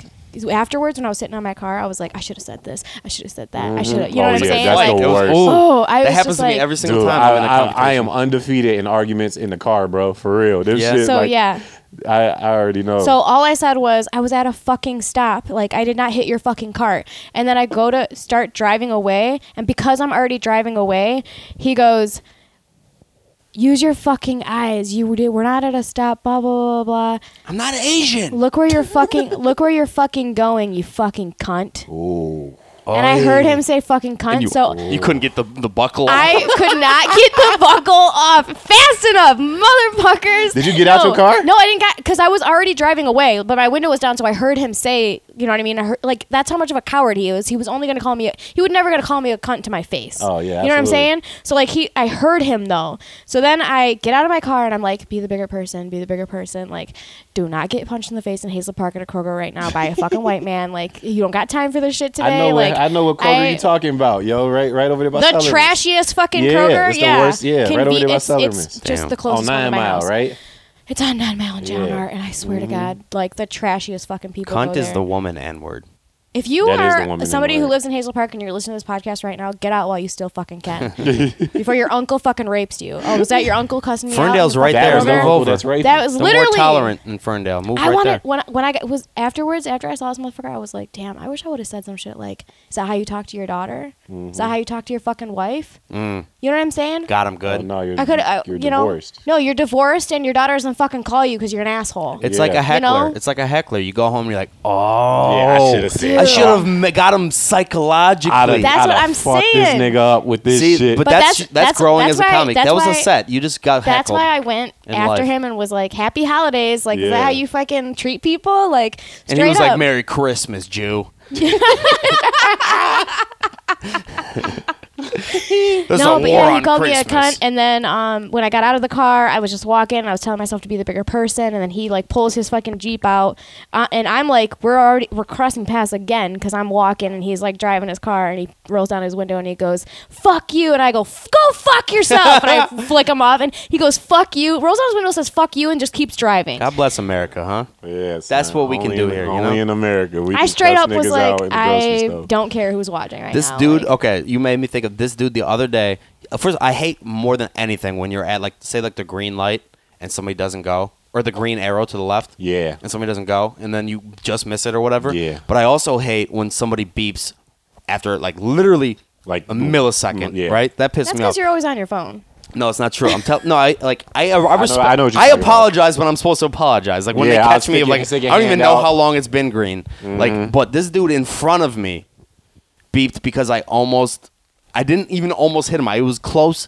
G: afterwards when I was sitting on my car, I was like, I should have said this. I should have said that. I should have. You know
E: Oh,
G: what I'm
E: yeah,
G: saying?
E: that's
G: Like,
E: the worst.
G: oh, I
D: that
G: was
D: happens
G: just
D: to me
G: like-
D: every single
E: Dude,
D: time.
E: I,
D: I'm in a
E: I, I am
D: confrontation.
E: undefeated in arguments in the car, bro. For real, this
D: Yeah.
E: shit.
G: So
E: like,
G: yeah.
E: I, I already know.
G: So all I said was, I was at a fucking stop. Like I did not hit your fucking cart. And then I go to start driving away, and because I'm already driving away, he goes, "Use your fucking eyes. You did- we're not at a stop. Blah blah blah blah. I'm not Asian. Look where you're fucking. look where you're fucking going. You fucking cunt." And I heard him say fucking cunt.
D: You,
G: so
D: you couldn't get the, the buckle off.
G: I could not get the buckle off fast enough, motherfuckers.
E: Did you get out
G: No.
E: your car?
G: No, I didn't get because I was already driving away, but my window was down, so I heard him say, "You know what I mean?" I heard like that's how much of a coward he was. He was only gonna call me. A, he would never gonna call me a cunt to my face.
E: Oh, yeah,
G: you know what I'm
E: absolutely.
G: saying? So like he, I heard him though. So then I get out of my car and I'm like, "Be the bigger person. Be the bigger person. Like, do not get punched in the face in Hazel Park at a Kroger right now by a fucking white man. Like, you don't got time for this shit
E: I
G: today.
E: know.
G: like,
E: what, I know what Kroger
G: I-
E: you talking about, yo. Right, right over there by
G: the
E: Sullivan's.
G: trashiest fucking
E: Yeah,
G: Kroger.
E: it's the
G: yeah,
E: worst. Yeah,
G: Can
E: right over
G: be-
E: there by
G: it's, it's
E: Sutherland's.
G: just
E: on
G: the closest one
E: Oh, nine
G: to my
E: mile,
G: house.
E: right?
G: It's on Nine Mile and John
E: Yeah. Mm-hmm.
G: Art, and I swear to God, like the trashiest fucking people. go
D: Cunt is
G: there.
D: the woman N word.
G: If you
E: That is the
G: are
E: woman
G: somebody
E: in
G: who
E: red.
G: lives in Hazel Park and you're listening to this podcast right now, get out while you still fucking can. Before your uncle fucking rapes you. Oh, was that your uncle cussing me out?
D: Ferndale's
G: in the
D: right
G: fucking
D: there.
E: That was
G: Kroger?
E: the
D: Move
E: uncle
D: over.
E: that's right.
G: That was
D: The
G: literally
D: more tolerant in Ferndale. Move
G: I
D: right
G: wanted
D: there.
G: when I, when I got, was afterwards after I saw this motherfucker, I was like, damn, I wish I would have said some shit like, is that how you talk to your daughter? Is
E: Mm-hmm.
G: that how you talk to your fucking wife?
E: Mm.
G: You know what I'm saying?
D: Got him good.
E: Oh, no, you're,
G: I could, I,
E: you're
G: you know,
E: divorced.
G: no, you're divorced, and your daughter doesn't fucking call you because you're an asshole.
D: It's like
E: Yeah.
D: a heckler.
G: You know?
D: It's like a heckler. You go home and you're like, oh.
E: Yeah, I shoulda said
D: I should have ma- got him psychologically.
E: I'da-
G: That's
E: I'da
G: what I'm
E: fucked
G: saying.
E: this nigga up with this
D: See,
E: shit.
D: but,
G: But
D: that's,
G: that's-
D: that's
G: that's-
D: growing
G: that's
D: as a
G: why-
D: comic.
G: that's
D: That was
G: why-
D: a set. You just got
G: That's
D: heckled.
G: why I went
D: in
G: after
D: life.
G: him and was like, "Happy holidays!" Like, is
E: Yeah.
G: that how you fucking treat people? Like, straight
D: and he was
G: up.
D: like, "Merry Christmas, Jew." There's
G: no,
D: a
G: but
D: war
G: yeah, he
D: on
G: called me a
D: Christmas.
G: cunt. And then um, when I got out of the car, I was just walking. And I was telling myself to be the bigger person. And then he like pulls his fucking jeep out, uh, and I'm like, we're already we're crossing paths again because I'm walking, and he's like driving his car, and he rolls down his window, and he goes, "Fuck you," and I go, "F- "Go fuck yourself," and I flick him off, and he goes, "Fuck you," rolls down his window, says, "Fuck you," and just keeps driving.
D: God bless America, huh?
E: Yes,
D: That's
E: man.
D: what we can
E: Only
D: do
E: in-
D: here, you
E: Only
D: know?
E: in America, we
G: I
E: can
G: straight
E: cuss
G: up was
E: niggas
G: like,
E: out in the grocery
G: I
E: store.
G: don't care who's watching right
D: This
G: now.
D: dude,
G: like-
D: okay, you made me think of this dude the other day. Uh, First, I hate more than anything when you're at like say like the green light and somebody doesn't go or the green arrow to the left.
E: Yeah.
D: And somebody doesn't go and then you just miss it or whatever.
E: Yeah.
D: But I also hate when somebody beeps after like literally
E: Like,
D: a millisecond,
E: mm, yeah.
D: right? That pissed
G: That's
D: me off.
G: because you're always on your phone.
D: No, it's not true. I'm telling. No, I like I I, respe-
E: I know what you're
D: I
E: talking about.
D: apologize when I'm supposed to apologize. Like when
E: Yeah,
D: they
E: I'll
D: catch me,
E: stick
D: I'm
E: your-
D: like I
E: stick your
D: don't even
E: hand
D: know
E: out. Mm-hmm.
D: how long it's been green. Like, but this dude in front of me beeped because I almost, I didn't even almost hit him. I was close.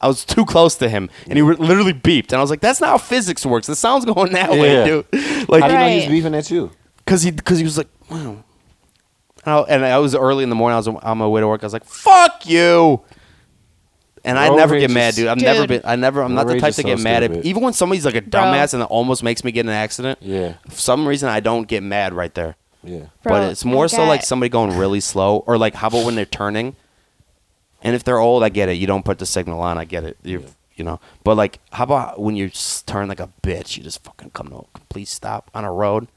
D: I was too close to him, and he re- literally beeped. And I was like, "That's not how physics works. The sound's going that way,
E: Yeah.
D: dude."
E: How do you
D: Like,
E: know he's
G: Right.
E: beefing at you?
D: because he because he was like, "Wow." And I, and I was early in the morning. I was on my way to work. I was like, "Fuck you." And I
E: Road
D: never
E: rage
D: get mad,
E: is-
D: dude. I've never
G: Dude.
D: been. I never. I'm not
E: Road
D: the
E: rage
D: type
E: is
D: to
E: so
D: get mad at.
E: stupid.
D: Even when somebody's like a dumbass and it almost makes me get in an accident.
E: Yeah.
D: For some reason, I don't get mad right there.
E: Yeah.
G: Bro,
D: but it's more
G: I
D: so like
G: got-
D: somebody going really slow, or like how about when they're turning? And if they're old, I get it. You don't put the signal on. I get it. You you know. But like, how about when you s- turn like a bitch? You just fucking come to a complete stop on a road.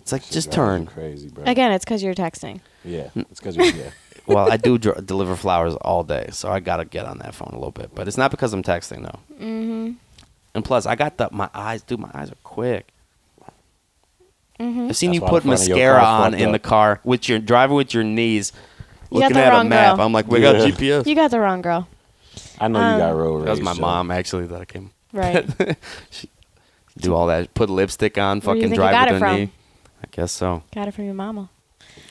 D: It's like just
E: Drives you
D: turn. Mm.
E: Crazy, bro.
G: Again, it's because you're texting.
E: Yeah. It's because you're yeah.
D: well, I do dr- deliver flowers all day, so I gotta get on that phone a little bit. But it's not because I'm texting though. Mm-hmm. And plus, I got the my eyes. Dude, my eyes are quick.
G: Mm-hmm.
D: I've seen
E: That's
D: you
E: why the
D: put
E: front of your
D: mascara
E: car's
D: on
E: fucked
D: in
E: up.
D: the car with your driver with your knees,
G: You got
D: looking
G: the
D: at a
G: wrong
D: map.
G: girl.
D: I'm like, we
E: Yeah.
D: got GPS.
G: You got the wrong girl.
E: I know you
G: um,
E: got road rage.
D: that was my
E: so-
D: mom actually that I came
G: Right.
D: do all that. Put lipstick on,
G: Where do
D: fucking
G: you think you
D: drive
G: got
D: with
G: it
D: their
G: from?
D: knee. I guess so.
G: got it from your mama.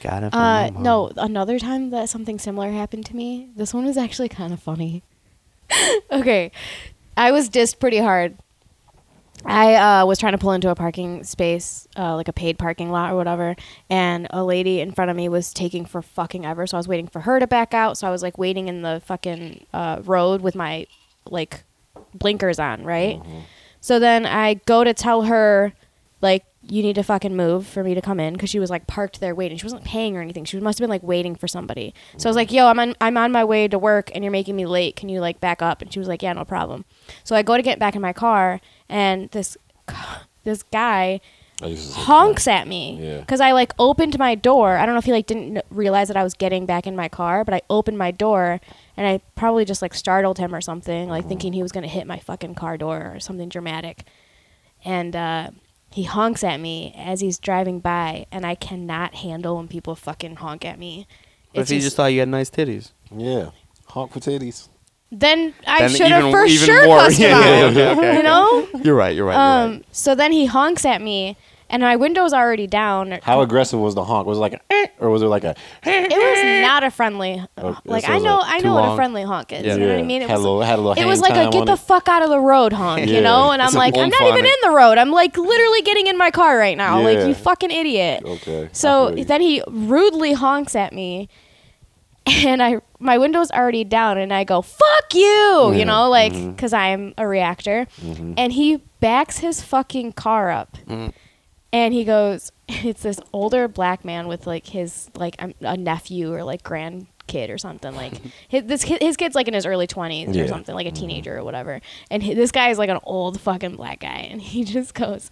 D: Got it. From
G: Uh,
D: Mama.
G: no, another time that something similar happened to me. This one was actually kind of funny. okay. I was dissed pretty hard. I uh, was trying to pull into a parking space, uh, like a paid parking lot or whatever, and a lady in front of me was taking for fucking ever. So I was waiting for her to back out. So I was like waiting in the fucking uh, road with my like blinkers on, right?
D: Mm-hmm.
G: So then I go to tell her, like, you need to fucking move for me to come in because she was like parked there waiting. She wasn't paying or anything. She must have been like waiting for somebody. So I was like, yo, I'm on, I'm on my way to work and you're making me late. Can you like back up? And she was like, yeah, no problem. So I go to get back in my car and this, this guy
E: I used to say-
G: honks at me
E: Yeah.
G: because I like opened my door. I don't know if he like didn't kn- realize that I was getting back in my car, but I opened my door and I probably just like startled him or something, like
E: Mm-hmm.
G: thinking he was gonna hit my fucking car door or something dramatic. And uh, he honks at me as he's driving by, and I cannot handle when people fucking honk at me.
F: What if
G: It's
F: you just
G: just-
F: thought you had nice titties?
E: Yeah. Honk for titties.
G: then I
D: Then
G: should
D: even-
G: have for
D: even
G: sure
D: more.
G: cussed him
D: Yeah, yeah,
G: out,
D: okay, okay,
G: you know.
D: You're right. You're right. You're
G: Um, so then he honks at me, and my window's already down.
E: How aggressive was the honk? Was it like a "Eh," or was it like a
G: It was not a friendly.
E: Oh, that
G: like I
E: sounds
G: know,
E: like
G: I
E: too
G: know what
E: long.
G: a friendly honk is. You know what I mean? It
E: had
G: was.
E: a little, had a little
G: it was
E: hang
G: like a
E: time
G: get
E: on
G: the
E: it.
G: fuck out of the road honk,
E: Yeah.
G: you know? And I'm
D: It's
G: like, I'm
D: oomph
G: not
D: on
G: even
D: it.
G: in the road. I'm like literally getting in my car right now.
E: Yeah.
G: Like, you fucking idiot.
E: Okay, I
G: So
E: feel you.
G: then he rudely honks at me, and I my window's already down, and I go, fuck you, you know, like,
E: Mm-hmm.
G: because I'm a reactor. And he backs his fucking car up and he goes it's this older black man with like his like um, a nephew or like grandkid or something like his, this kid, his kid's like in his early 20s
E: Yeah. Mm.
G: or something like a teenager or whatever and he, this guy is like an old fucking black guy and he just goes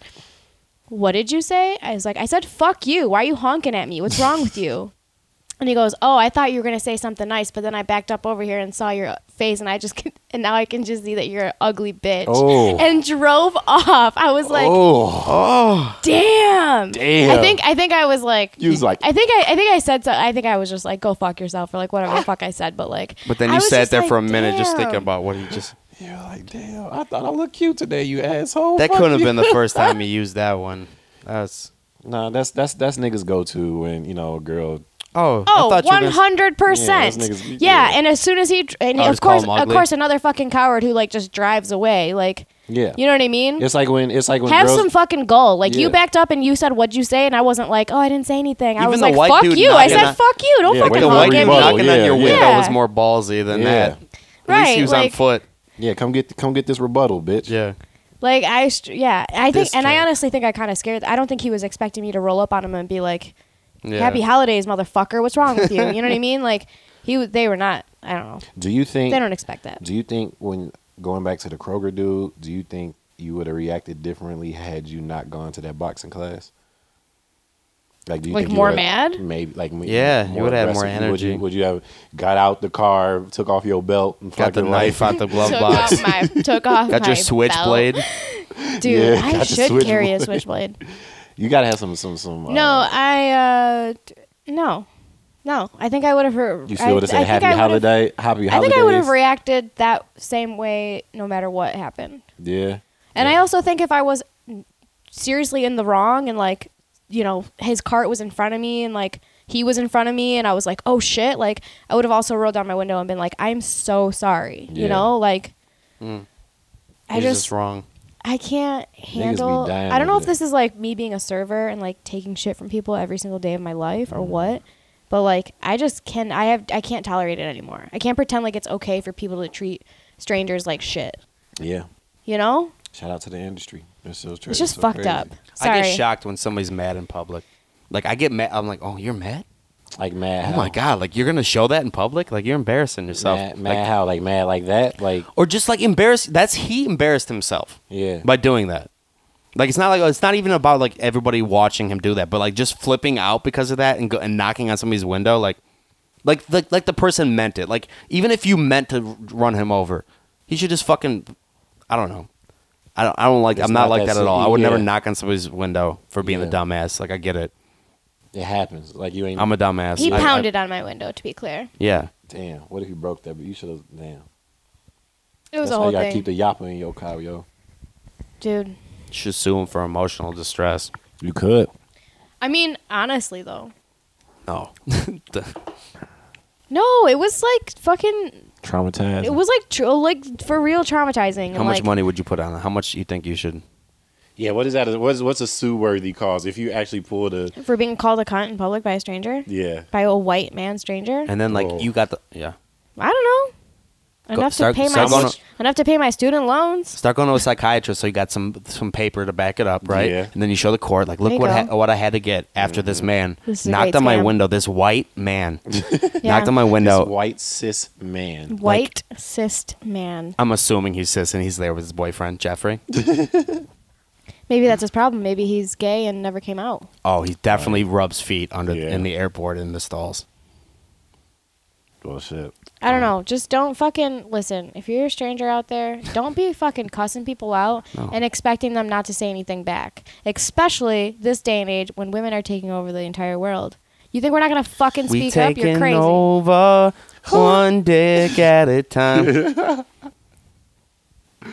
G: what did you say i was like i said fuck you why are you honking at me what's wrong with you and he goes oh i thought you were going to say something nice but then i backed up over here and saw your face and i just and now i can just see that you're an ugly bitch
E: Oh.
G: and drove off i was like
E: Oh,
G: damn.
E: Damn.
G: I think I think I was like
E: You was like-
G: I think I, I think I said so I think I was just like go fuck yourself or like whatever
D: Ah.
G: the fuck I said but like
D: But then
G: I
D: you
G: was
D: sat
G: just
D: there
G: like,
D: for a minute just
G: damn.
D: thinking about what he just.
E: you're like, damn! I thought I looked cute today, you asshole.
D: That
E: Fuck
D: couldn't have
E: you.
D: been the first time he used that one. That's.
E: Nah, that's that's that's niggas go to when you know a girl.
D: Oh, I
G: Oh,
D: thought
G: one
D: you were gonna-
G: hundred percent.
E: Yeah, those niggas-
G: Yeah,
E: yeah.
G: and as soon as he and
D: Oh,
G: of
D: just call
G: course,
D: him
G: of
D: ugly?
G: course, another fucking coward who like just drives away. Like,
E: Yeah,
G: you know what I mean?
E: it's like when it's like when
G: Have
E: girls,
G: some fucking goal. Like
E: Yeah.
G: you backed up and you said what'd you say, and I wasn't like, oh, I didn't say anything. I
D: Even
G: was
D: the
G: like,
D: white
G: fuck
D: dude
G: you. I
D: knocking
G: said
D: on-
G: fuck you. Don't
E: Yeah,
G: fucking
E: with
D: The
E: the Don't
D: white
E: white
G: honk
D: dude
G: at
E: rebuttal,
G: me.
D: knocking on
E: yeah,
D: your
E: yeah.
D: window was
G: Yeah.
D: more ballsy than
E: Yeah.
D: that. At least he
G: Right,
D: was on
G: like-
D: foot.
E: yeah, come get come get this rebuttal, bitch.
D: Yeah.
G: Like I, st- yeah, I think,
D: This
G: and I
D: guy.
G: honestly think I kind of scared. I don't think he was expecting me to roll up on him and be like,
D: yeah.
G: "Happy holidays, motherfucker! What's wrong with you?" You know what I mean? Like he, w- they were not. I don't know.
E: Do you think
G: They don't expect that.
E: Do you think when going back to the Kroger dude, do you think you would have reacted differently had you not gone to that boxing class? Like, do you
G: Like,
E: think you
G: more
E: would've-
G: mad?
E: Maybe like m-
D: Yeah, you would've had more
E: aggressive? Would you,
D: energy.
E: would you have got out the car, took off your belt, and
D: Got the
E: fucking,
D: knife
E: like,
D: out the glove
G: took
D: box.
G: off my, took off
D: Got
G: my
D: your switchblade.
G: belt. dude.
E: Yeah,
G: I
E: got your
G: should carry a
E: switchblade.
G: switchblade.
E: You gotta have some some some. uh,
G: no, I, uh, d- no, no. I think I would have.
E: you still would have said happy holiday, happy
G: I
E: holidays.
G: think I would have reacted that same way no matter what happened.
E: Yeah,
G: And I also think if I was seriously in the wrong and like, you know, his cart was in front of me and like he was in front of me and I was like, oh shit, like I would have also rolled down my window and been like, I'm so sorry.
E: Yeah. Mm.
G: You know, like I
D: He's
G: just,
D: just wrong.
G: I can't handle
E: dying
G: I don't know
E: over
G: if this is like me being a server and like taking shit from people every single day of my life
E: Mm.
G: or what. But like I just can I have I can't tolerate it anymore. I can't pretend like it's okay for people to treat strangers like shit.
E: yeah.
G: You know?
E: Shout out to the industry. It's, so true.
G: It's just
E: so
G: fucked
E: crazy.
G: up. Sorry.
D: I get shocked when somebody's mad in public. Like I get mad. I'm like, oh, you're mad.
E: Like mad.
D: Oh
E: how?
D: my god! Like you're gonna show that in public? Like you're embarrassing yourself.
E: Mad, mad
D: Like-
E: how? Like mad like that? Like
D: or just like embarrass. That's he embarrassed himself.
E: Yeah.
D: By doing that. Like it's not like it's not even about like everybody watching him do that, but like just flipping out because of that and go, and knocking on somebody's window, like, like like like the person meant it. Like even if you meant to run him over, he should just fucking. I don't know. I don't. I don't like.
E: It's
D: I'm not,
E: not
D: like
E: that
D: that, at all.
E: se-
D: I would never
E: yeah.
D: knock on somebody's window for being a
E: Yeah.
D: dumbass. Like I get it.
E: it happens. Like you ain't.
D: I'm a dumbass.
G: He
D: I- I-
G: pounded on my window, to be clear.
D: yeah.
E: Damn, what if you broke that? But you should have. Damn.
G: It
E: That's
G: was a
E: why
G: whole
E: you gotta
G: thing.
E: keep the yappa in your car, yo.
G: Dude.
D: Should sue him for emotional distress.
E: You could.
G: I mean, honestly, though.
D: No.
G: No, it was like fucking.
E: Traumatized.
G: It was like, tr- like for real traumatizing.
D: How
G: and,
D: much
G: like,
D: money would you put on it? How much do you think you should?
E: yeah. What is that? What's what's a sue worthy cause? If you actually pull the
G: For being called a cunt in public by a stranger?
E: yeah.
G: By a white man stranger?
D: And then like
E: Oh.
D: you got the yeah.
G: I don't know.
D: Go-
G: Enough
D: start-
G: to pay my
D: start going
G: stu- enough to pay my student loans.
D: Start going to a psychiatrist so you got some some paper to back it up, right?
E: Yeah. Mm-hmm.
D: And then you show the court like,
G: There
D: look
G: you
D: what ha-
G: go.
D: what I had to get after this man
G: This is a
D: knocked
G: great
D: on my
G: scam.
D: window. This white man
G: Yeah.
D: knocked on my
E: This
D: window.
E: white cis man.
G: White cis man.
D: I'm assuming he's cis and he's there with his boyfriend Jeffrey.
G: Maybe that's his problem. Maybe he's gay and never came out.
D: Oh, he definitely rubs feet under
E: Yeah.
D: in the airport in the stalls.
E: Well, shit.
G: I don't know. Just don't fucking listen. If you're a stranger out there, don't be fucking cussing people out and expecting them not to say anything back. Especially this day and age when women are taking over the entire world. You think we're not gonna fucking
F: We
G: speak up? You're
F: taking
G: crazy.
F: over one dick at a time.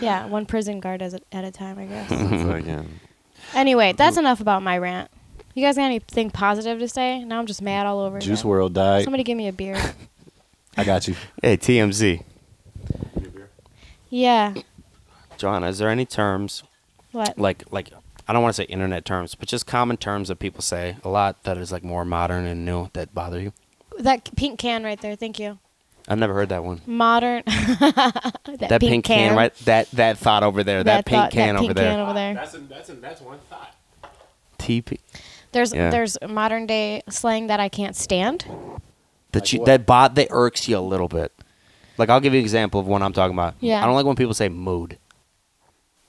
G: Yeah, one prison guard as a, at a time, I guess.
F: Fucking-
G: anyway, that's enough about my rant. You guys got anything positive to say? Now I'm just mad all over.
E: Juice
G: again.
E: World died.
G: Somebody give me a beer.
E: I got you.
D: Hey, TMZ.
G: yeah.
D: John, is there any terms
G: What?
D: like like I don't want to say internet terms, but just common terms that people say a lot that is like more modern and new that bother you?
G: that pink can right there. Thank you.
D: I've never heard that one.
G: Modern. that,
D: That pink, can. right? That that thought over there. That, pink
G: thought-
D: can
G: that
D: over
G: pink
D: there.
G: Can over there.
D: TP.
G: There's
D: Yeah.
G: there's modern day slang that I can't stand.
D: That you, that bot that irks you a little bit. Like I'll give you an example of one I'm talking about.
G: Yeah.
D: I don't like when people say mood.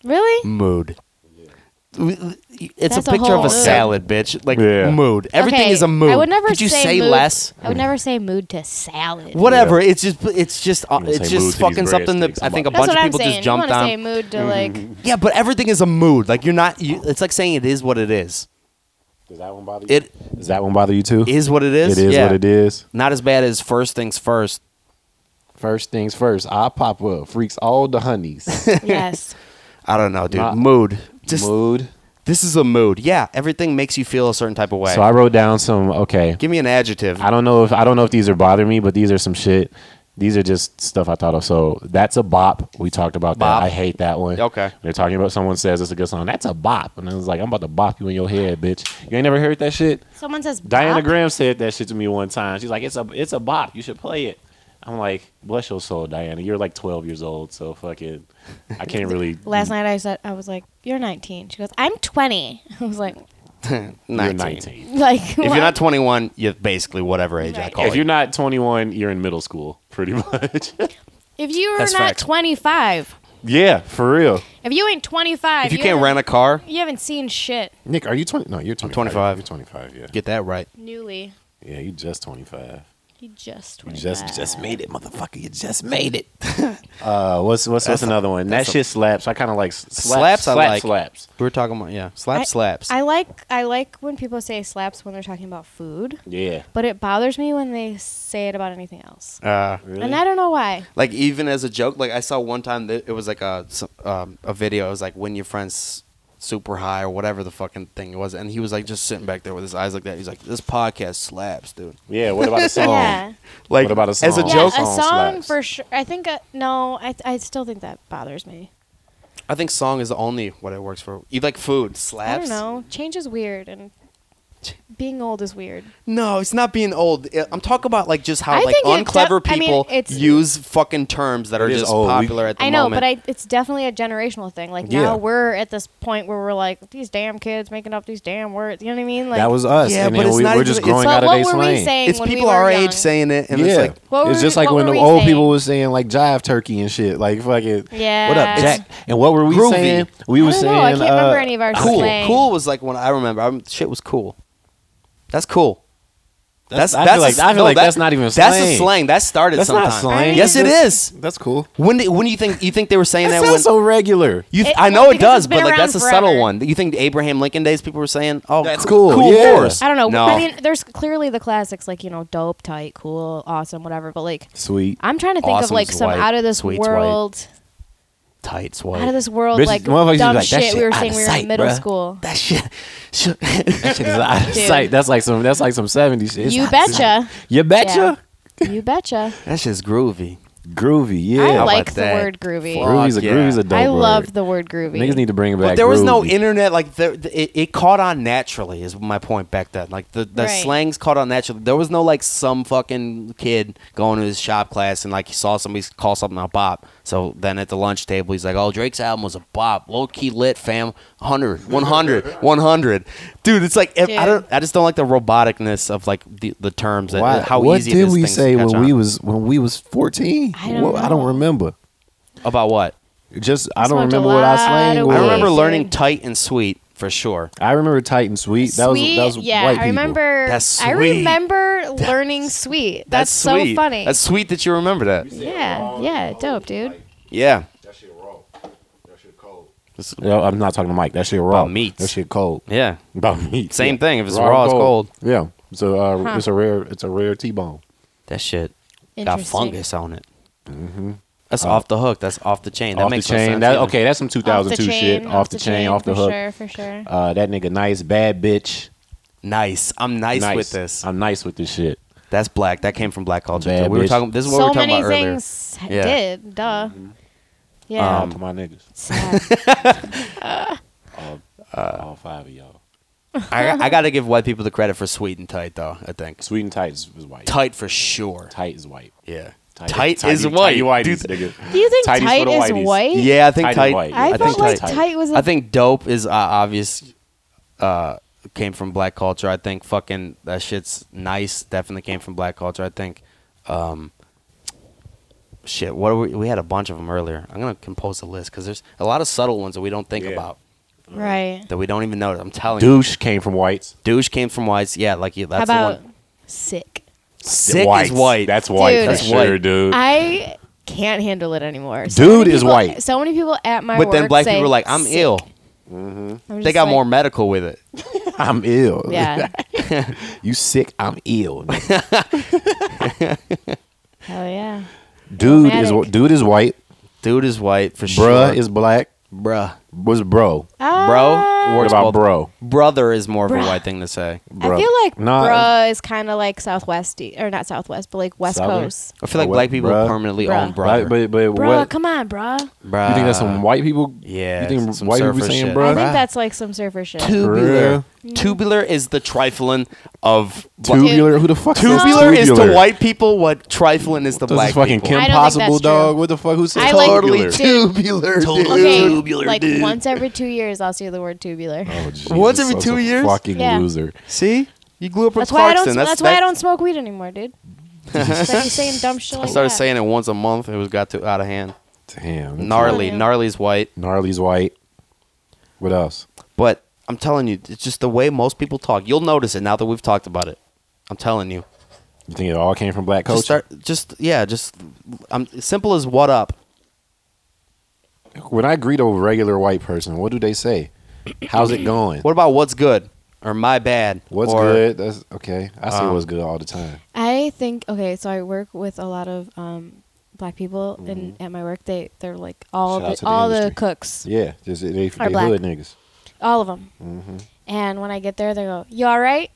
G: Really?
D: Mood. It's
G: That's
D: a
G: a
D: picture of
G: whole-
D: a salad, bitch. Like
E: Yeah.
D: mood. Everything
G: Okay,
D: is a mood.
G: I would never
D: Could you say,
G: mood-
D: less?
G: I would never say mood to salad.
D: Whatever. It's just it's just uh,
E: gonna
D: it's
E: say mood
D: just
E: to these
D: fucking
E: breadsticks.
D: something that I
E: I'm
D: think a
E: like-
G: That's
D: bunch
G: what
D: of
G: I'm
D: people
G: saying.
D: just jumped
G: you want to say
D: on.
G: mood to like.
D: Yeah, but everything is a mood. Like you're not. You, it's like saying it is what it is.
E: Does that one bother
D: It
E: Does that one bother you too?
D: is what it is.
E: It is
D: yeah.
E: what it is.
D: Not as bad as first things first.
E: First things first, I pop up. Freaks all the honeys.
G: yes.
D: I don't know, dude.
E: Not-
D: mood. Just
E: Mood.
D: this is a mood. Yeah, everything makes you feel a certain type of way.
E: So I wrote down some. Okay,
D: Give me an adjective.
E: I don't know if I don't know if these are bothering me, but these are some shit. These are just stuff I thought of. So that's a bop. We talked about
D: Bop.
E: that. I hate that one.
D: Okay.
E: They're talking about someone says it's a good song. That's a bop, and I was like, I'm about to bop you in your head, bitch. You ain't never heard that shit.
G: Someone says bop.
E: Diana Graham said that shit to me one time. She's like, "It's a it's a bop. You should play it." I'm like, "Bless your soul, Diana. You're like 12 years old, so fucking, I can't really."
G: Last night I said I was like, "You're 19." She goes, "I'm 20." I was like,
E: You're
D: 19.
E: 19.
G: like
D: If you're not 21, you're basically whatever age I
G: Right.
D: call
E: If
D: you.
E: you're not 21, you're in middle school, pretty much.
G: if you are
D: That's
G: not
D: facts.
G: 25,
E: yeah, for real.
G: if you ain't 25,
D: if you can't
G: haven't-
D: rent a car,
G: you haven't seen shit.
E: Nick, are you 20? No, you're
D: 25.
E: You're 25. Yeah.
D: get that right.
G: Newly,
E: Yeah, you just 25.
G: you just
E: You
G: 25.
E: just just made it, motherfucker.
H: Fucker, you just made it.
E: Uh, what's what's what's another one? That shit slaps. I kind of like s- slaps.
D: Slaps I
E: slap
D: like.
E: slaps.
D: We were talking about yeah, slap
G: I-
D: slaps.
G: I like I like when people say slaps when they're talking about food,
E: Yeah.
G: but it bothers me when they say it about anything else.
D: uh,
G: And I don't know why.
D: like even as a joke, like I saw one time that it was like a s- um, a video. It was like when your friends super high or whatever the fucking thing it was, and he was like just sitting back there with his eyes like that. He's like, this podcast slaps, dude.
E: Yeah. What about a song?
G: Yeah.
D: Like
E: What about a
D: as a
E: song?
G: Yeah,
D: Oh. joke,
G: a
E: Song
G: song
E: slaps.
G: for sure. I think uh, no, I I still think that bothers me.
D: I think song is the only what it works for. You like food slaps.
G: I don't know. Change is weird and being old is weird.
D: No, it's not being old. I- I'm talking about like just how
G: I
D: like
G: think it
D: unclever
G: def- I mean,
D: people
G: it's-
D: use fucking terms that are
E: It is
D: just
E: old. We-
D: popular at the
G: I know,
D: moment.
G: but I it's definitely a generational thing. Like
D: Yeah.
G: now we're at this point where we're like these damn kids making up these damn words. You know what I mean? Like
E: That was us.
D: Yeah,
E: and
D: but
E: then
D: it's
E: we,
D: not
E: we're
D: even-
E: just
D: it's-
E: growing
G: But
E: out of
G: what
E: their
G: were we
E: slang.
G: saying
D: it's
G: when
D: people
G: we were
D: our
G: young?
D: age saying it, and
E: yeah,
D: it's like
G: What
E: it's
G: were
E: just
G: we-
E: like
G: what
E: when
G: were
E: the
G: we
E: old
G: saying?
E: people was saying like jive turkey and shit. Like fucking,
G: Yeah.
E: what up, Jack? And what were we
D: Groovy.
E: saying? We were
G: I don't
E: saying
G: know. I can't
E: uh,
G: remember any of our
D: cool.
G: slang.
D: Cool was like when I remember. I'm, shit was cool. That's cool. That's
E: I
D: that's
E: feel
D: a
E: like-
D: s-
E: I feel
D: no,
E: like
D: that-
E: that's not even
D: That's a
E: slang.
D: slang that started
E: That's
D: sometime.
E: not slang.
D: Yes, it is.
E: That's cool.
D: When do, when do you think you think they were saying
E: That
D: that?
E: sounds
D: When
E: so regular.
D: you, th-
G: It-
D: I know
G: well,
D: it
G: because
D: does,
G: it's been
D: but like
G: around
D: that's a subtle
G: forever.
D: one. You think the Abraham Lincoln days people were saying, "Oh,
E: That's
D: cool,
E: cool, yeah.
D: horse."
G: I don't know.
D: No.
G: I mean, there's clearly the classics like you know, dope, tight, cool, awesome, whatever. But like,
E: Sweet.
G: I'm trying to think
D: Awesome's
G: of like some
D: white,
G: out of this
D: sweet's
G: world,
D: tights
G: out of this world,
E: Bitches-
G: like
E: motherfuckers used to
G: dumb
E: be like, that
G: shit we
E: shit
G: were
E: outta
G: saying we were
E: sight,
G: in middle
E: bruh.
G: school.
D: That shit. shit.
E: That shit is out of
G: Dude.
E: sight. That's like some. That's like some seventies shit. It's
G: you
E: out of sight.
G: betcha.
E: You betcha.
G: You betcha.
D: That shit's groovy.
E: Groovy. Yeah.
G: I like
D: about
G: the
D: that?
G: word groovy.
D: Fuck
E: Groovy's a
D: yeah.
E: groovy's a dope
G: I
E: word.
G: love the word groovy.
E: Niggas need to bring it back.
D: But there was no
E: groovy.
D: internet. Like there, it, it caught on naturally. Is my point back then. Like the, the
G: Right.
D: slangs caught on naturally. There was no like some fucking kid going to his shop class and like he saw somebody call something a bop. So then at the lunch table he's like, "Oh, Drake's album was a bop. Low key lit, fam. 100, 100, 100. Dude, it's like if- I
G: Dude.
D: don't. I just don't like the roboticness of like the, the terms. That,
E: Why-
D: how
E: what
D: easy it
E: did
D: is
E: we
D: things to
E: say
D: catch
E: when
D: on.
E: we was when we was fourteen?
G: I don't
E: I don't remember.
D: about what?
J: Just I don't
G: Smoked a
J: remember what I
G: lot
J: slang
G: of
J: was.
D: I remember
G: Wait,
D: learning
G: dude.
D: tight and sweet for sure.
J: I remember tight and sweet. That was
G: sweet,
J: that was
G: yeah.
J: white people.
G: I remember.
D: That's
G: I
D: sweet.
G: remember learning sweet. That's,
D: sweet.
G: so funny.
D: That's sweet that you remember that.
G: yeah, yeah, dope, dude.
D: Yeah.
E: No, I'm not talking to Mike. That shit raw.
D: About meats.
E: That shit cold.
D: Yeah.
E: About meat.
D: Same
E: Yeah.
D: thing. If it's raw,
E: and
D: it's cold.
E: Yeah. So uh,
G: Huh.
E: it's a rare. It's a rare T-bone.
D: That shit got
G: Interesting.
D: fungus on it. That's off the hook. That's off the chain. That
E: Mm-hmm. Oh. off
D: makes
E: the
D: no
E: chain.
D: sense
E: That,
D: either.
E: okay, that's some
G: Off
E: 2002
G: the chain,
E: shit. Off, the, chain. Off the
G: for
E: hook.
G: Sure, for sure.
E: Uh, that nigga nice, bad bitch.
D: Nice. I'm nice, with this.
E: I'm nice with this shit.
D: That's black. That came from black culture.
E: Bad
D: too. We were
E: bitch.
D: talking. This is what
G: so
D: we were talking
G: many
D: about
G: things
D: earlier. Yeah. Mm-hmm. Um,
G: did, duh. Yeah.
E: Shout out to my niggas.
G: Sad.
E: All five of y'all.
D: I, I got to give white people the credit for sweet and tight, though. I think
E: Sweet and tight is, is white.
D: tight for sure.
E: Tight is white.
D: Yeah,
E: Tight,
D: tight,
E: tighty-
D: is white.
E: tighty white
D: Dude,
E: is, nigga.
G: Do you think
E: Tighties for
G: tight
E: the
G: is
E: whitities.
G: white?
D: yeah, I think
E: Tight
D: tight.
E: is white.
G: I,
E: I
G: felt
E: think
G: like
E: tight.
G: tight, was. a
D: I think dope is uh, obvious. Uh, came from black culture. I think fucking that shit's nice. Definitely came from black culture. I think. Um, shit, what are we? We had a bunch of them earlier. I'm gonna compose a list because there's a lot of subtle ones that we don't think
E: Yeah.
D: about
G: right.
D: that we don't even notice. I'm telling you,
E: Douche came from whites.
D: douche came from whites. Yeah, like you.
G: How
D: That's
G: about
D: the one.
G: sick?
D: Sick
E: white.
D: is white.
E: That's white
G: Dude.
E: for
G: That's
E: sure,
D: white.
E: dude.
G: I can't handle it anymore.
E: Dude
G: many
E: is
G: people-
E: white.
G: So many people at my
D: but
G: work
D: then black
G: say
D: people were like, "I'm
G: sick."
D: ill."
G: I'm
D: They
G: just
D: got
G: like,
D: more medical with it.
E: I'm ill.
G: Yeah,
E: you sick? I'm ill. nigga.
G: hell yeah.
E: dude is
G: Dramatic.
E: dude is white.
D: Dude is white for
E: Bruh
D: sure.
E: is black.
D: bruh.
E: What's bro?
G: Ah,
D: Bro
E: What
D: works
E: about
D: both-
E: bro?
D: Brother is more of a white thing to say.
E: Bro.
G: I feel like
E: Nah.
G: bruh is kind of like southwesty or not southwest, but like west
E: Southern?
G: coast.
D: I feel like
E: Or Oh, what-
D: black people
E: bruh?
D: permanently
G: Bruh.
D: own brother.
E: Right, but but
G: Bruh,
E: what?
G: come on, bruh. I
D: bruh.
E: You think that's some white people?
D: Yeah,
E: You think
D: some
E: white people
D: surfer
E: saying
D: shit.
E: bro?
D: I
G: think that's like some surfer shit.
D: tubular? Tubular is the trifling of bla-
E: Tubular. Who the fuck? says
D: Tubular is to white people what trifling is to
E: This
D: black
E: is fucking
D: people.
E: Kim
G: I don't think
E: Possible,
G: that's true.
E: dog. What the fuck? Who said
G: I like-
E: tubular?
G: Dude.
E: tubular. Totally.
G: okay, like once every two years, I'll see the word tubular.
E: Oh.
D: Once every two years?
E: Fucking
G: Yeah.
E: loser.
D: See, you grew up with
G: That's why I don't.
D: Clarkston.
G: That's, why I don't smoke weed anymore, dude. Just like you saying dumb shit.
D: I
G: Like
D: started
G: that.
D: saying it once a month. It was got too out of hand.
E: Damn.
D: Gnarly,
G: Yeah.
D: gnarly's white.
E: Gnarly's white. What else?
D: But I'm telling you, it's just the way most people talk. You'll notice it now that we've talked about it. I'm telling you.
E: You think it all came from black culture?
D: Just start. Just yeah. Just I'm simple as what up.
E: when I greet a regular white person, what do they say? How's it going?
D: What about what's good or my bad?
E: What's
D: or-
E: good? That's okay. I say
D: Um,
E: what's good all the time.
G: I think okay, so I work with a lot of um, black people, and at my work they they're like all
E: Shout out
G: the,
E: to the
G: all the
E: industry.
G: cooks,
E: Yeah, just they, they
G: Are black.
E: hood niggas.
G: all of them. And when I get there, they go, "You all right?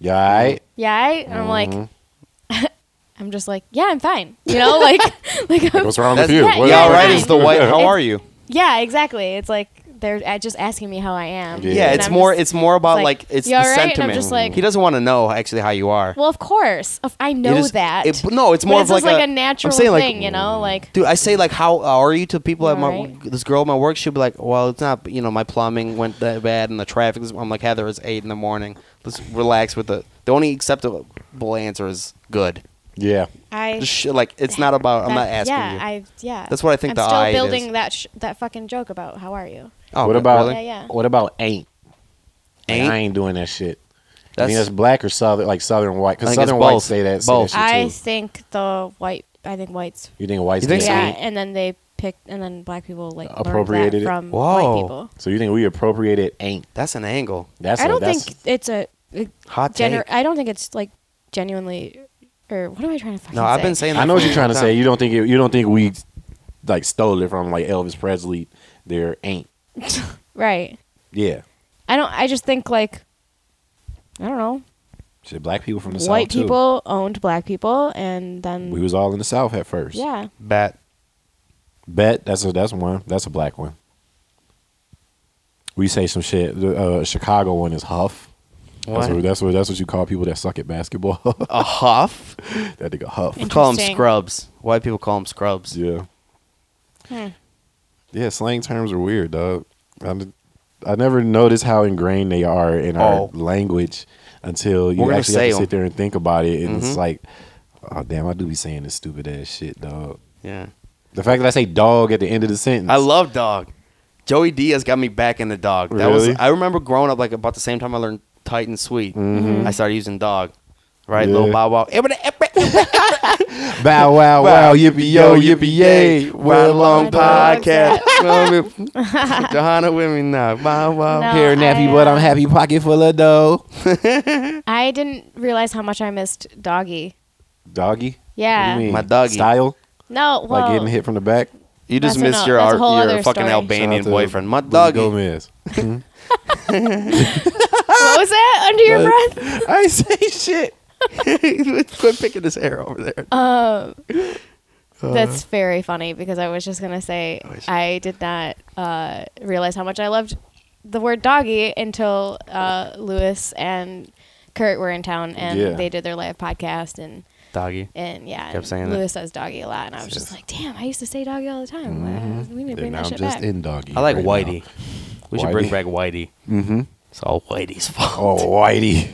E: You all right?
G: Yeah, all right?" and I'm like, I'm just like, "Yeah, I'm fine." You know, like like I'm,
E: What's wrong
D: That's,
E: with you?
G: Yeah,
E: What-
G: yeah,
D: all right
G: fine.
D: is the white. How are you?
G: yeah, exactly. It's like they're a- just asking me how I am.
E: Yeah.
D: Yeah,
G: And
D: it's
G: I'm
D: more.
G: just-
D: it's more about
G: like,
D: like, it's
G: "You
D: the
G: all right?" And I'm
D: sentiment.
G: just like-
D: he doesn't want to know actually how you are.
G: well, of course, Of- I know
D: just-
G: that.
D: it- but no, it's
G: But
D: more
G: it's
D: of
G: just
D: like
G: like
D: a-
G: a,
D: I'm
G: natural
D: saying, like,
G: thing, you know, like
D: Dude, I say like, how are you to people at my
G: Alright.
D: this girl at my work? She'll be like, well, it's not. You know, my plumbing went that bad, and the traffic. Is, I'm like, Heather, it's eight in the morning. Let's relax with the. The only acceptable answer is good.
E: Yeah.
G: I
D: Just shit, like it's not about. I'm not
G: That-
D: asking
G: yeah,
D: you.
G: I yeah.
D: That's what I think
G: I'm
D: the
G: still
D: I
G: building
D: is.
G: that sh- that fucking joke about how are you?
D: oh,
E: what
D: good,
E: about
D: really?
G: Yeah, yeah.
E: what about ain't? Like,
D: Ain't?
E: I ain't doing that shit. I
D: That's,
E: mean, that's black or southern, like southern white.
D: I
E: Because
D: think it's
E: southern whites
D: both.
E: say that. Say
D: Both.
E: that shit
G: I
E: too.
G: think the white. I think whites.
E: you think whites
D: You think
E: say
D: so?
G: yeah,
E: ain't?
G: and then they picked, and then black people like learned that
E: Appropriated it?
G: from
D: Whoa.
G: white people.
E: So you think we appropriated ain't?
D: that's an angle.
E: That's
G: I
E: a-
G: don't
E: that's,
G: think it's a, a
D: Hot
G: gener-
D: take.
G: I don't think it's like genuinely. Or what am I trying to fucking
D: No,
G: say?
D: I've been saying. That
E: I know
D: for
E: what
D: a
E: you're trying to
D: long
E: say.
D: time.
E: You don't think it, you don't think we like stole it from like Elvis Presley. There ain't.
G: right.
E: Yeah.
G: I don't. I just think like. I don't know.
E: Shit, black people from the south
G: White
E: too.
G: people owned black people, and then
E: We was all in the south at first.
G: yeah.
D: Bat.
E: Bet that's a that's one. That's a black one. We say some shit. The uh, Chicago one is huff. That's
D: What?
E: what, that's what that's what you call people that suck at basketball.
D: A huff.
E: that nigga huff.
D: We call them
G: Interesting.
D: scrubs. White people call them scrubs.
E: Yeah.
G: Hmm.
E: Yeah, slang terms are weird, dog. I, n- I never noticed how ingrained they are in
D: Oh.
E: our language until
D: We're
E: you
D: gonna
E: actually have
D: say Mm-hmm. 'em.
E: to sit there and think about it. And it's like, oh, damn, I do be saying this stupid ass shit, dog.
D: Yeah.
E: The fact that I say dog at the end of the sentence.
D: I love dog. Joey Diaz got me back into dog. That was
E: Really?
D: I remember growing up like about the same time I learned tight and sweet. I started using dog. Right,
E: Mm-hmm. Yeah.
D: little bow wow.
E: Bow wow wow yippee yo yippee yay.
D: Well, long
G: dog.
D: podcast. Johanna with me now. Bow wow.
G: No,
I: Here, nappy,
G: I,
I: but
G: uh,
I: I'm happy. Pocket full of dough.
G: I didn't realize how much I missed doggy.
E: Doggy. What
G: Yeah.
E: do you mean?
D: My doggy.
E: Style.
G: No, well,
E: Like getting hit from the back.
D: You just
G: That's a
D: missed
G: no-
D: your
G: that's a
D: ar-
G: whole
D: your
G: other
D: fucking
G: story.
D: Albanian
E: Shout out to
D: boyfriend. My
E: Luis
D: doggy.
E: Gomez.
G: what was that under your breath?
D: I say shit. Quit picking his hair over there.
G: Um,
E: Uh-huh.
G: that's very funny because I was just gonna say
E: Oh,
G: I did not uh, realize how much I loved the word doggy until uh, Lewis and Kurt were in town and
E: Yeah.
G: they did their live podcast and
D: Doggy.
G: and yeah,
D: Kept saying
G: and
D: that.
G: Lewis says doggy a lot and I was just like, damn, I used to say doggy all the time.
D: Mm-hmm.
G: We need to bring
E: And
G: that
E: I'm
G: shit
E: just
G: back.
E: in doggy.
D: I like
E: right
D: Whitey.
E: now.
D: We should bring
E: Whitey.
D: back Whitey. Mm-hmm. It's all Whitey's fault.
E: Oh, Whitey.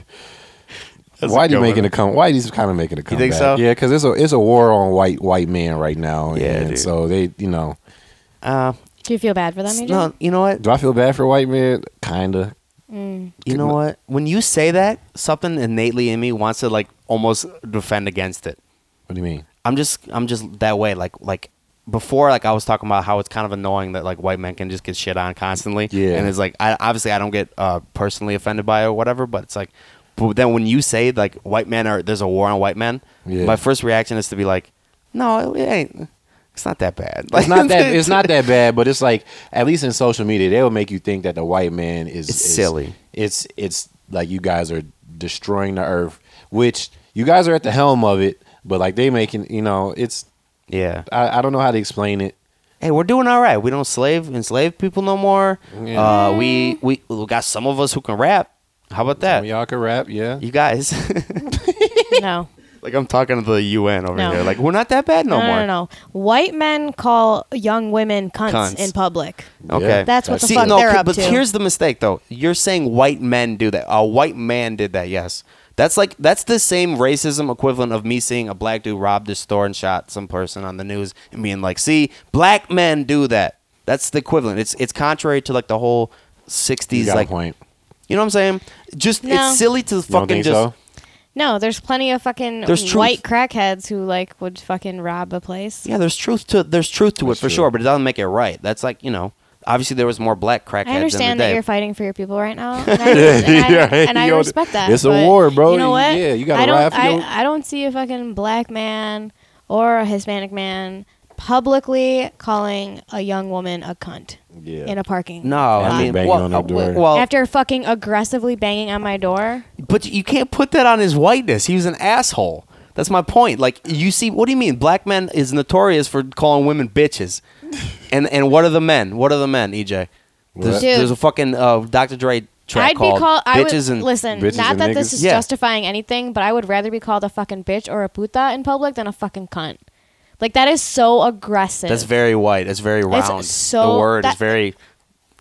D: That's a
E: Whitey
D: good
E: making
D: one.
E: a come. Whitey's kind of making a comeback.
D: think so?
E: Yeah, because it's a it's a war on white white men right now.
D: Yeah,
E: and
D: dude.
E: so they you know.
D: Uh,
G: Do you feel bad for them? AJ?
D: no, you know what?
E: Do I feel bad for white men? Kinda.
D: You know what? When you say that, something innately in me wants to like almost defend against it.
E: What do you mean?
D: I'm just I'm just that way. Like like before, like I was talking about how it's kind of annoying that like white men can just get shit on constantly.
E: Yeah.
D: And it's like I obviously I don't get uh, personally offended by it or whatever, but it's like, but then when you say like white men are there's a war on white men,
E: Yeah.
D: my first reaction is to be like, no, it, it ain't. It's not that bad.
E: It's not that it's not that bad, but it's like at least in social media, they'll make you think that the white man is,
D: It's
E: is-
D: silly.
E: It's it's like you guys are destroying the earth, which you guys are at the helm of it, but like they making you know, it's
D: Yeah.
E: I, I don't know how to explain it.
D: hey, we're doing all right. We don't slave enslave people no more.
E: Yeah.
D: Uh, we, we we got some of us who can rap. How about
E: I
D: that?
E: mean, y'all can rap, yeah.
D: You guys,
G: no.
D: like I'm talking to the UN over
G: No.
D: here. Like we're not that bad no,
G: No, no,
D: more.
G: no, no. White men call young women cunts,
D: Cunts.
G: in public.
D: Okay,
E: Yeah.
G: That's what the
D: See,
G: fuck
D: no,
G: they're up
D: but
G: to.
D: here's the mistake though. You're saying white men do that. A white man did that. Yes, that's like that's the same racism equivalent of me seeing a black dude rob the store and shot some person on the news and being like, "See, black men do that." That's the equivalent. It's it's contrary to like the whole
E: You
D: '60s
E: got
D: like
E: a point.
D: You know what I'm saying? Just
G: No.
D: it's silly to
E: You don't
D: fucking
E: think
D: just.
E: so?
G: no, there's plenty of fucking
D: There's truth.
G: white crackheads who like would fucking rob a place.
D: Yeah, there's truth to there's truth to it for
E: true.
D: sure, but it doesn't make it right. That's like you know, obviously there was more black crackheads.
G: I understand
D: in the
G: that
D: day.
G: you're fighting for your people right now, and I, and I- and I
E: Yo,
G: respect that.
E: it's a
G: but
E: war, bro.
G: You know what?
E: Yeah, you gotta
G: I don't.
E: ride for
G: I,
E: your-
G: I don't see a fucking black man or a Hispanic man publicly calling a young woman a cunt
E: Yeah.
G: in a parking.
D: no,
E: After
D: I mean,
E: banging
D: well,
E: on their
D: uh,
E: door.
D: well,
G: After fucking aggressively banging on my door,
D: but you can't put that on his whiteness. He was an asshole. That's my point. Like you see, what do you mean? Black men is notorious for calling women bitches, and and what are the men? What are the men? EJ, there's,
G: Dude.
D: there's a fucking uh, Dr. Dre track
G: I'd be
D: called
G: called. I would
D: "Bitches and
G: listen.
E: Bitches
G: Not
E: and
G: that this
E: niggas?
G: is
D: Yeah.
G: justifying anything, but I would rather be called a fucking bitch or a puta in public than a fucking cunt. Like that is so aggressive.
D: That's very white. That's very round.
G: so-
D: the word is
G: that-
D: very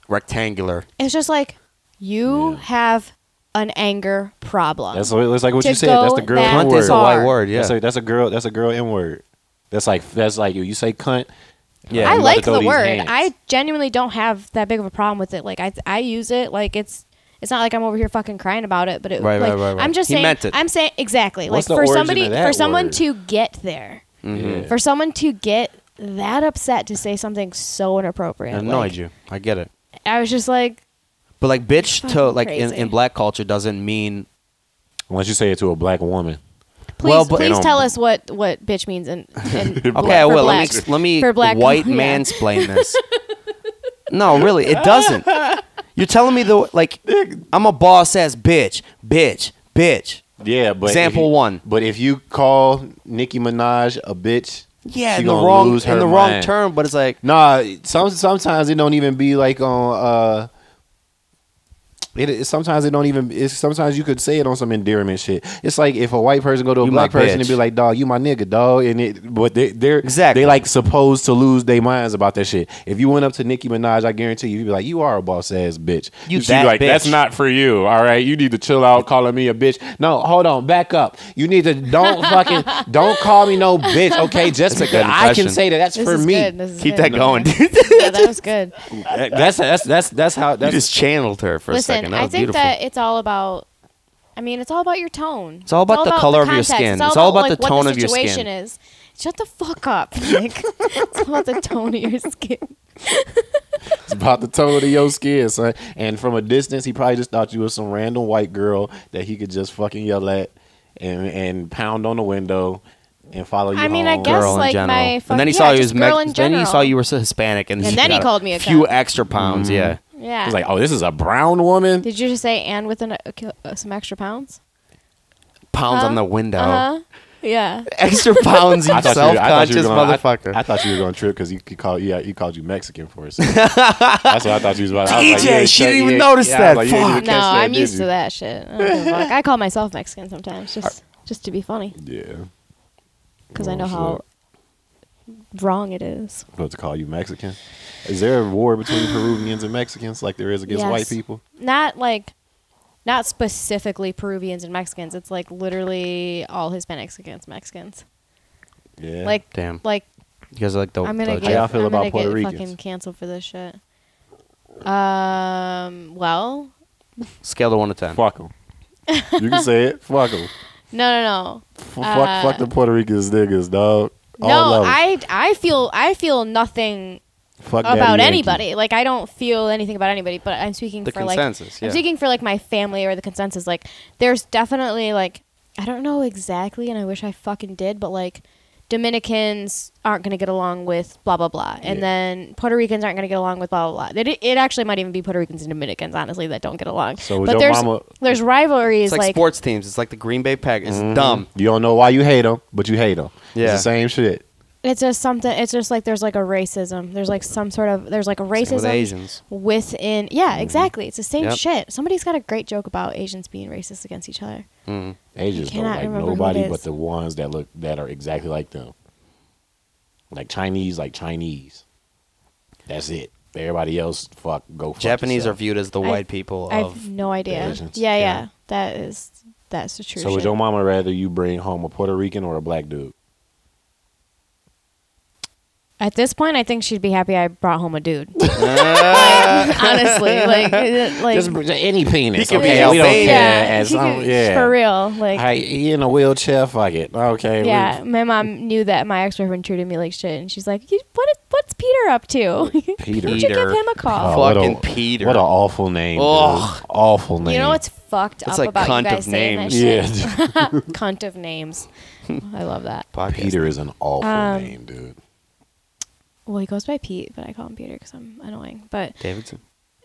D: rectangular.
G: It's just like you have an anger problem.
E: That's what it looks like what
G: To
E: you said. That's the
G: go
E: girl
G: that
E: N
D: Cunt is a
G: far.
E: word.
D: white word. Yeah.
E: That's a that's a girl that's a girl N word. That's like that's like you say cunt.
D: Yeah.
G: I
E: I'm about to
G: like
E: throw
G: the
E: these
G: word.
E: hands.
G: I genuinely don't have that big of a problem with it. Like I, I use it. Like it's, it's not like I'm over here fucking crying about it. But it,
D: Right,
G: like,
D: right, right, right.
G: I'm just
D: He
G: saying.
D: meant it.
G: I'm saying exactly.
E: What's
G: like
E: the
G: for
E: origin
G: somebody,
E: of that
G: for someone
E: word?
G: to get there,
E: Yeah.
G: for someone to get that upset to say something so inappropriate.
D: It annoyed
G: like,
D: you. I get it.
G: I was just like,
D: But like bitch to
G: fucking
D: like in,
G: crazy.
D: in black culture doesn't mean
E: Unless you say it to a black woman.
G: please,
D: Well, but-
G: please
E: They
G: tell
E: don't-
G: us what what bitch means and. and
D: Okay, I
G: for
D: will. Let me,
G: black-
D: ex- let me
G: for black-
D: white
G: yeah.
D: mansplain this. no, really, it doesn't. You're telling me though, like I'm a boss ass bitch, bitch, bitch.
E: Yeah, but if
D: Example
E: you-
D: one.
E: But if you call Nicki Minaj a bitch,
D: Yeah,
E: she
D: in the
E: gonna
D: wrong
E: lose
D: in
E: her
D: the wrong
E: mind.
D: term, but it's like
E: Nah, some sometimes it don't even be like on uh It, it- sometimes it don't even. It's, sometimes you could say it on some endearment shit. It's like if a white person go to a
D: You my
E: black person and
D: bitch.
E: be like, "Dog, you my nigga, dog," and it. But they, they're
D: Exactly.
E: They like supposed to lose their minds about that shit. If you went up to Nicki Minaj, I guarantee you, you'd be like, "You are a boss ass bitch."
D: You
E: She'd be
D: that
E: like,
D: bitch.
E: "That's not for you. All right, you need to chill out calling me a bitch." No, hold on, back up. You need to don't fucking don't call me no bitch. Okay, just
D: That's a good
E: because I can
D: impression.
E: say that. That's
G: This
E: for
G: is
E: me.
G: good. This is
D: Keep
G: good.
D: that going,
G: Yeah.
D: dude.
G: yeah, that was good.
E: That's that's that's that's how
D: You
E: uh, that's
D: just channeled her for
G: Listen,
D: a second. That
G: I
D: was
G: think
D: beautiful.
G: that it's all about. I mean, it's all about your tone. It's
D: all about the color of your
G: context.
D: skin. It's all about
G: like,
D: the
G: what
D: tone
G: the
D: of your skin.
G: situation Is shut the fuck up, Nick. it's all about the tone of your skin.
E: It's about the tone of your skin, son. And from a distance, he probably just thought you was some random white girl that he could just fucking yell at and and pound on the window and follow you.
G: I mean, I
E: home.
G: guess-
D: girl in
G: like,
D: general.
G: my fuck-
D: and then he
G: yeah,
D: saw you was
G: just
D: Mex-
G: girl in
D: then he
G: general.
D: saw you were Hispanic, and,
G: And then
D: she
G: he
D: got
G: called me a
D: few
G: cunt.
D: extra pounds. Yeah,
G: Yeah.
E: He's like, oh, this is a brown woman.
G: Did you just say and with an, uh, ki- uh, some extra pounds?
D: pounds
G: Huh?
D: on the window,
G: Uh huh. Yeah.
D: extra pounds. You
E: I thought you- I thought you
D: self-conscious
E: were gonna- I-
D: motherfucker.
E: I, thought you were going to trip because he, he called yeah he called you Mexican for a second. That's what I thought you was about. I was like,
D: DJ,
E: you ain't
D: she
E: catch-
D: didn't
E: you
D: even
E: ain't-
D: notice
E: yeah, I
D: that.
E: was like, you ain't even
D: Fuck.
E: catch
G: No, I'm
E: did
G: used
E: you?
G: to that shit. I, don't give a fuck. I call myself Mexican sometimes, just just to be funny,
E: Yeah,
G: because I know
E: Oh,
G: how wrong it is.
E: I'm about to call you Mexican. Is there a war between Peruvians and Mexicans like there is against
G: Yes.
E: white people?
G: Not like, not specifically Peruvians and Mexicans. It's like literally all Hispanics against Mexicans.
E: Yeah, Oh,
G: Like,
D: Damn,
G: like
D: you guys are like the.
G: I'm gonna
D: the-
G: get,
E: y'all feel
G: I'm
E: about
G: gonna
E: Puerto
G: get
E: Ricans?
G: fucking canceled for this shit. Um. Well,
D: scale to one to ten.
E: Fuck them. you can say it. Fuck them.
G: no, no, no.
E: F- fuck, fuck the Puerto Ricans niggas, dog. All
G: Uh, No,
E: of 'em.
G: I I feel I feel nothing
E: fuck Daddy
G: about
E: Yankee.
G: anybody. Like I don't feel anything about anybody, but I'm speaking
D: The
G: for like
D: consensus,
G: I'm
D: yeah.
G: speaking for like my family or the consensus. Like there's definitely like I don't know exactly, and I wish I fucking did, but like Dominicans aren't gonna get along with blah blah blah, and
E: Yeah.
G: then Puerto Ricans aren't gonna get along with blah blah blah. It, it actually might even be Puerto Ricans and Dominicans, honestly, that don't get along.
E: So with
G: but
E: your
G: there's
E: mama-
G: there's rivalries
D: It's like, sports teams. It's like the Green Bay Pack. It's
E: Mm-hmm.
D: dumb.
E: You don't know why you hate them, but you hate them.
D: Yeah.
E: It's the same shit.
G: it's just something it's just like there's like a racism there's like some sort of there's like a
D: Same with
G: racism
D: Asians.
G: within yeah exactly it's the same
D: Yep.
G: shit somebody's got a great joke about asians being racist against each other
E: Asians don't
G: cannot
E: like
G: remember who it
E: nobody
G: is.
E: but the ones that look that are exactly like them. Like Chinese, like Chinese. That's it. Everybody else, fuck, go. Fuck
D: Japanese are
E: yourself.
D: viewed as the
G: I-
D: white people
G: i
D: of.
G: have no idea
E: Asians,
G: yeah, yeah
D: yeah.
G: that is that's the true
E: So would
G: shit.
E: your mama rather you bring home a Puerto Rican or a black dude?
G: at this point i think she'd be happy i brought home a dude Like, honestly like it- like
E: Just br- any penis.
D: could be
E: okay, we don't care.
D: Albanian.
G: yeah,
E: as
G: she
E: long-
J: um,
G: could-
E: yeah.
G: for real like
E: Hey, he in a wheelchair. Fuck it. Okay. we-
G: yeah, my mom knew that my ex boyfriend treated me like shit, and she's like, "You- "What? Is, what's Peter up to?"
E: Peter.
G: You should give him a call.
E: Oh, what
D: Fucking
E: a-
D: Peter.
E: What an awful name. dude.
D: Ugh.
E: Awful name.
G: You know what's fucked
D: That's
G: up
D: like
G: about
D: cunt
G: you
D: of
G: guys saying
D: names.
G: that shit?
E: Yeah,
G: Cunt of names. I love that.
D: Podcast.
E: Peter is an awful
G: Um,
E: name, dude.
G: Well, he goes by Pete, but I call him Peter because I'm annoying. But
D: Davidson.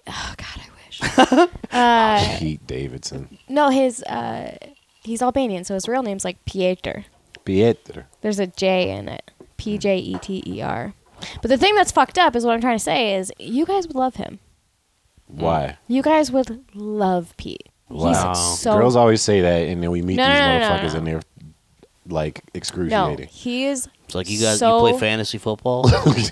G: oh god, I wish. uh,
E: Pete Davidson.
G: no, his uh, he's Albanian, so his real name's like Pieter.
E: Pieter.
G: There's a J in it. P J E T E R. But the thing that's fucked up is what I'm trying to say is you guys would love him.
D: Mm.
E: Why?
G: You guys would love Pete.
E: Wow.
G: He's so
E: Girls always say that, and then we meet
G: No,
E: these
G: no, no, no,
E: motherfuckers,
G: no.
E: and they're like
G: no,
E: excruciating.
G: he is.
D: It's like you guys
G: So-
D: you play fantasy football.
G: He's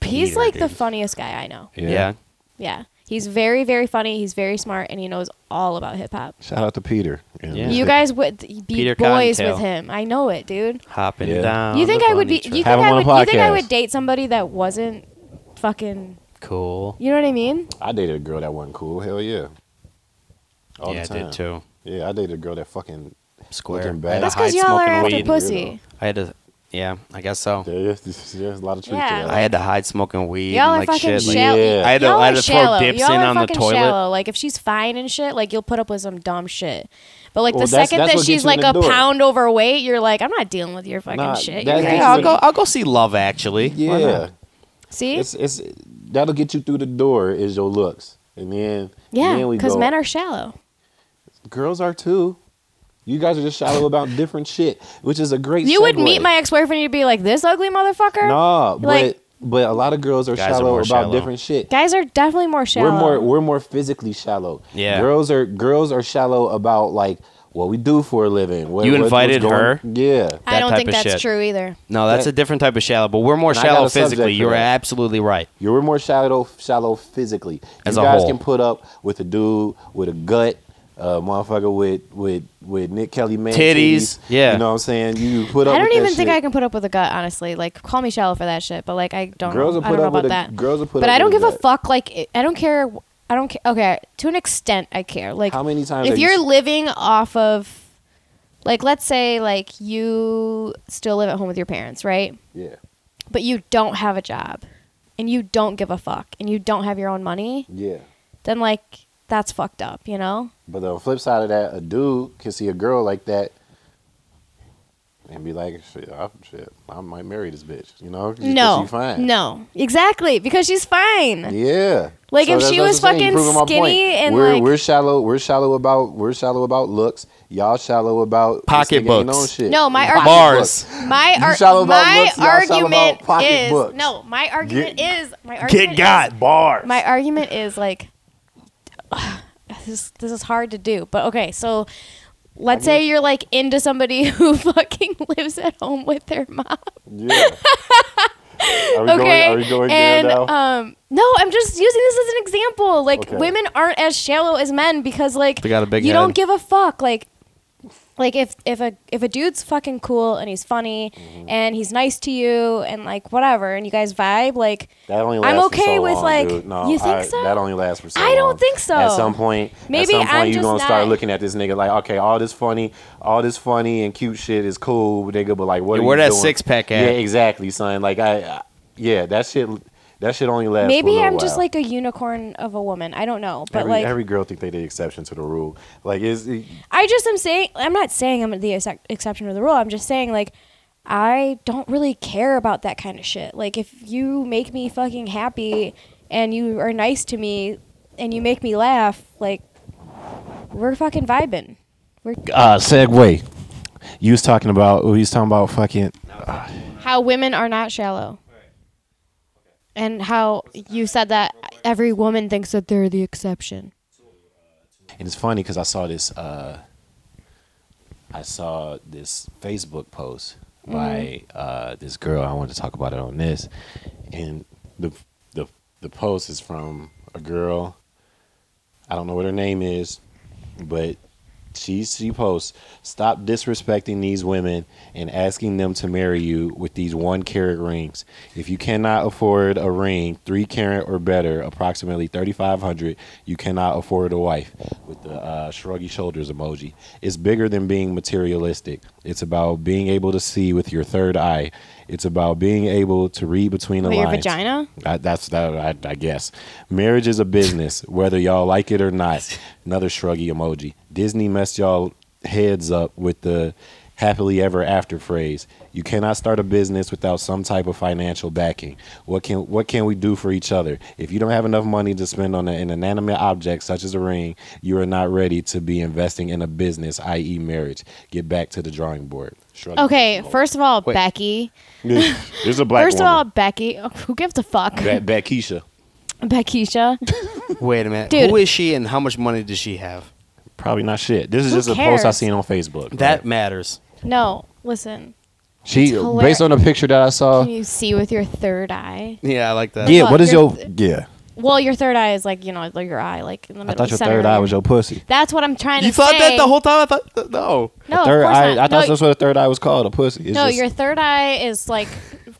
D: Peter,
G: like the
D: dude.
G: funniest guy I know.
D: yeah.
G: Yeah. He's very, very funny. He's very smart, and he knows all about hip hop.
E: Shout out to Peter. And
D: Yeah.
G: You guys would th- be
D: Peter
G: boys
D: Cottontail.
G: with him. I know it, dude.
D: Hopping
E: Yeah.
D: down.
G: you think
D: the
G: I would
D: bunny
G: be?
D: trail.
G: You think
E: Have him
G: I
E: on
G: would?
E: a
G: You think I
E: podcast.
G: would date somebody that wasn't fucking?
D: cool?
G: You know what I mean?
E: I dated a girl that wasn't cool. Hell yeah. All
D: yeah,
E: the time.
D: I did too.
E: Yeah, I dated a girl that fucking.
D: Square.
E: Looking back.
D: I had to
G: That's
D: hide
G: because y'all are
D: smoking
G: after
D: weed.
G: pussy.
D: I had to. Yeah, I guess so.
E: There's, there's a lot of truth
G: Yeah.
E: to that.
D: I had to hide smoking weed.
G: Y'all
D: and, like
G: are fucking
D: shit. like-
G: shallow.
E: Yeah.
D: I had to-
G: y'all
D: I
G: are
D: had to throw
G: shallow.
D: dips
G: y'all
D: in
G: are
D: on the
G: fucking
D: toilet.
G: Shallow. Like if she's fine and shit, like you'll put up with some dumb shit. But like
E: Well,
G: the
E: that's-
G: second
E: that's what
G: that she's
E: gets you in
G: like
E: the
G: a
E: door.
G: pound overweight, you're like, I'm not dealing with your fucking
E: Nah,
G: shit.
E: that
G: You're
E: gets
G: like,
E: you
D: Yeah, I'll
E: the-
D: go. I'll go see Love Actually. Why
E: Yeah.
D: not?
G: See,
E: It's it's that'll get you through the door is your looks, and then
G: yeah,
E: then we
G: because
E: go-
G: men are shallow.
E: girls are too. You guys are just shallow about different shit, which is a great.
G: You would
E: segue.
G: meet my ex boyfriend, you'd be like, this ugly motherfucker.
E: no, but
G: like
E: but a lot of girls are
D: Guys are
E: shallow
D: more
E: about
D: shallow.
E: different shit.
G: Guys are definitely more shallow.
E: We're more we're more physically shallow.
D: Yeah.
E: Girls are girls are shallow about like what we do for a living. What,
D: You
E: what- what's
D: invited
E: going-
D: her?
E: Yeah.
G: I don't
D: type
G: think
D: of
G: that's
D: shit.
G: true either.
D: No, that's
E: That-
D: a different type of shallow, but we're more
E: And I got
D: shallow
E: a subject
D: physically.
E: for
D: You're
E: that.
D: absolutely right.
E: You were more shallow, shallow physically.
D: As
E: you
D: a
E: guys
D: whole.
E: can put up with a dude with a gut, a motherfucker with with with Nick Kelly man
D: Titties, yeah.
E: You know what I'm saying? You put up.
G: I don't
E: with that
G: even think
E: shit.
G: I can put up with a gut, honestly. Like, call me shallow for that shit, but like, I don't.
E: Girls
G: know,
E: will
G: I
E: put
G: don't know
E: up with
G: about
E: a-
G: that.
E: girls will put
G: But
E: up
G: I don't
E: with
G: give
E: a
G: a
E: gut.
G: fuck. Like, it- I don't care. I don't care. Okay, to an extent, I care. Like,
E: How many times
G: If
E: are you-
G: you're living off of, like, let's say, like you still live at home with your parents, right?
E: Yeah.
G: But you don't have a job, and you don't give a fuck, and you don't have your own money,
E: Yeah.
G: then like that's fucked up, you know?
E: But the flip side of that, a dude can see a girl like that and be like, "Shit, I, shit, I might marry this bitch." You know? 'Cause
G: no,
E: she fine.
G: no, exactly, because she's fine.
E: Yeah.
G: Like, if
E: that's-
G: she
E: that's
G: was
E: what I'm saying.
G: fucking
E: You're proving my
G: skinny
E: point.
G: and,
E: we're
G: like-
E: we're shallow. We're shallow about we're shallow about looks. Y'all shallow about this
D: Pocketbooks.
E: nigga ain't on shit.
G: No, my argument.
D: Bars.
G: My,
E: You
G: ar-
E: shallow about
G: my
E: looks, y'all shallow about
G: argument is
E: pocketbooks.
G: no. My argument is my argument
D: Get got
G: Is,
D: bars.
G: my argument is like this. Is, this is hard to do, but okay. So let's say you're like into somebody who fucking lives at home with their mom.
E: Yeah. Are we
G: Okay.
E: going? Are we going
G: and
E: there now?
G: um, no, I'm just using this as an example. Like
E: Okay.
G: women aren't as shallow as men because like
D: They got a big
G: you
D: head.
G: don't give a fuck. Like like if if a if a dude's fucking cool and he's funny
E: Mm-hmm.
G: and he's nice to you and like whatever and you guys vibe like
E: that only lasts
G: I'm
E: for
G: okay
E: so
G: with,
E: long,
G: like-
E: dude. No,
G: you think
E: I-
G: so?
E: That only lasts for so
G: I don't
E: long.
G: think so.
E: At some point,
G: Maybe
E: at some
G: I'm
E: point you're
G: just
E: gonna start
G: not-
E: looking at this nigga like, okay, all this funny, all this funny and cute shit is cool, nigga. But like, what?
D: Yeah,
E: are
D: where
E: you
D: that
E: doing?
D: six-pack at?
E: Yeah, exactly, son. Like, I, I- yeah, that shit, that shit only lasts. for a
G: maybe
E: little
G: I'm just
E: while.
G: like a unicorn of a woman. I don't know, but
E: every,
G: like
E: every girl think they the exception to the rule. Like, is
G: I just am saying I'm not saying I'm the ex- exception to the rule. I'm just saying like I don't really care about that kind of shit. Like if you make me fucking happy and you are nice to me and you make me laugh, like we're fucking vibing. We're
E: uh, segue. You was talking about, we was talking about fucking.
G: how women are not shallow. And how you said that every woman thinks that they're the exception.
E: And it's funny because I saw this. Uh, I saw this Facebook post by uh, this girl. I wanted to talk about it on this, and the the the post is from a girl. I don't know what her name is, but she she posts stop disrespecting these women and asking them to marry you with these one carat rings if you cannot afford a ring three carat or better approximately 3500 you cannot afford a wife with the uh, shruggy shoulders emoji it's bigger than being materialistic it's about being able to see with your third eye it's about being able to read between the
G: Wait, your
E: lines
G: vagina?
E: I, that's that. I, I guess marriage is a business, whether y'all like it or not. Another shruggy emoji. Disney messed y'all heads up with the happily ever after phrase. You cannot start a business without some type of financial backing. What can what can we do for each other? If you don't have enough money to spend on an inanimate object such as a ring, you are not ready to be investing in a business, i.e., marriage. Get back to the drawing board. Shruggy
G: Okay,
E: emoji.
G: first of all, Becky.
E: there's a black
G: First of
E: woman.
G: all, Becky. Who gives a fuck?
E: Ba- Bakisha.
G: Beckisha.
D: Wait a minute.
G: Dude.
D: Who is she and how much money does she have?
E: Probably not shit. This is
G: Who
E: just a post I
G: cares?
E: seen on Facebook.
D: That matters.
G: No, listen.
E: she
G: hilarious.
E: based on the picture that I saw.
G: Can you see with your third eye?
D: Yeah, I like that.
E: Yeah,
G: Fuck,
E: what is
G: your
E: your yeah?
G: Well, your third eye is like you know like your eye, like in the middle.
E: I thought your
G: center
E: third
G: of
E: eye was your pussy.
G: That's what I'm trying
D: You
G: to
D: thought
G: say.
D: that the whole time? I thought th- no.
G: no, of
E: third
G: course
E: eye.
G: not.
E: I thought
G: no,
E: that's what a third eye was called, a pussy. It's
G: no
E: just-
G: your third eye is like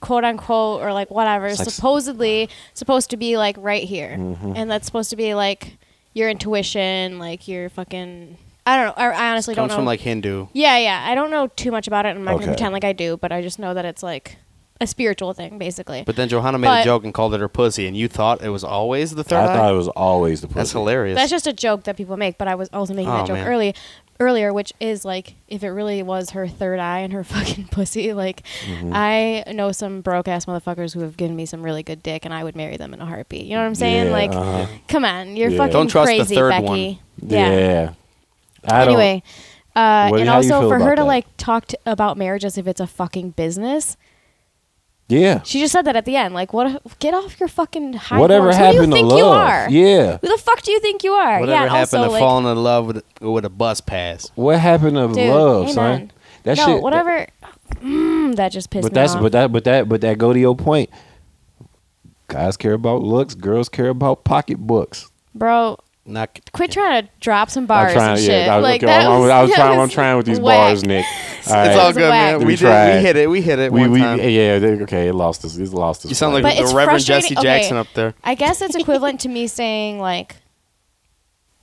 G: quote unquote or like whatever
E: like- Mm-hmm.
G: supposedly supposed to be like right here, and that's supposed to be like your intuition, like your fucking. I don't know. I, I honestly don't
D: Comes
G: know.
D: from like Hindu.
G: yeah, yeah. I don't know too much about it. and I'm not
E: Okay.
G: gonna pretend like I do, but I just know that it's like a spiritual thing, basically.
D: But then Johanna made
G: But-
D: a joke and called it her pussy, and you thought it was always the third
E: I
D: eye.
E: thought it was always the pussy.
D: That's hilarious.
G: That's just a joke that people make, but I was also making
D: Oh,
G: that joke
D: man.
G: early, earlier, which is like if it really was her third eye and her fucking pussy. Like, I know some broke ass motherfuckers who have given me some really good dick, and I would marry them in a heartbeat. You know what I'm saying?
E: Yeah,
G: like,
E: uh-huh.
G: come on, you're
E: Yeah.
G: fucking
D: Don't trust the
G: crazy,
D: third
G: Becky.
D: one.
E: Yeah. I don't.
G: Anyway, uh,
E: What-
G: and
E: how do you
G: also
E: feel
G: for her
E: about
G: to
E: that?
G: like talk t about marriage as if it's a fucking business.
J: Yeah.
G: She just said that at the end. Like, what? Get off your fucking high
J: Whatever
G: horse.
J: happened
G: Who do
J: to
G: you think
J: love?
G: you are?
J: Yeah.
G: Who the fuck do you think you are?
D: Whatever
G: yeah.
D: happened
G: also,
D: to
G: like,
D: falling in love with with a bus pass?
J: What happened to
G: dude,
J: love,
G: amen.
J: son? That
G: no,
J: shit.
G: whatever. Mm, that just pissed
J: But
G: me
J: that's
G: off.
J: but that but that but that go to your point. Guys care about looks. Girls care about pocketbooks.
G: Bro,
D: Not
G: quit trying to drop some bars
J: I'm trying.
G: and shit.
J: Yeah, I was,
G: like,
J: okay,
G: that
J: I'm, I'm-
G: was,
J: I was
G: that
J: trying. I'm
G: was
J: trying with these
G: whack.
J: bars, Nick. All
D: It's
J: right.
D: all good,
G: whack.
D: man.
G: We
D: We, did,
J: tried.
D: we hit it. We hit it.
J: we
D: one
J: we
D: time.
J: yeah. they- Okay, it lost us. It lost us.
D: You sound like
G: But
D: the
G: it's
D: Reverend
G: frustrating-
D: Jesse
G: okay.
D: Jackson up there.
G: I guess it's equivalent to me saying like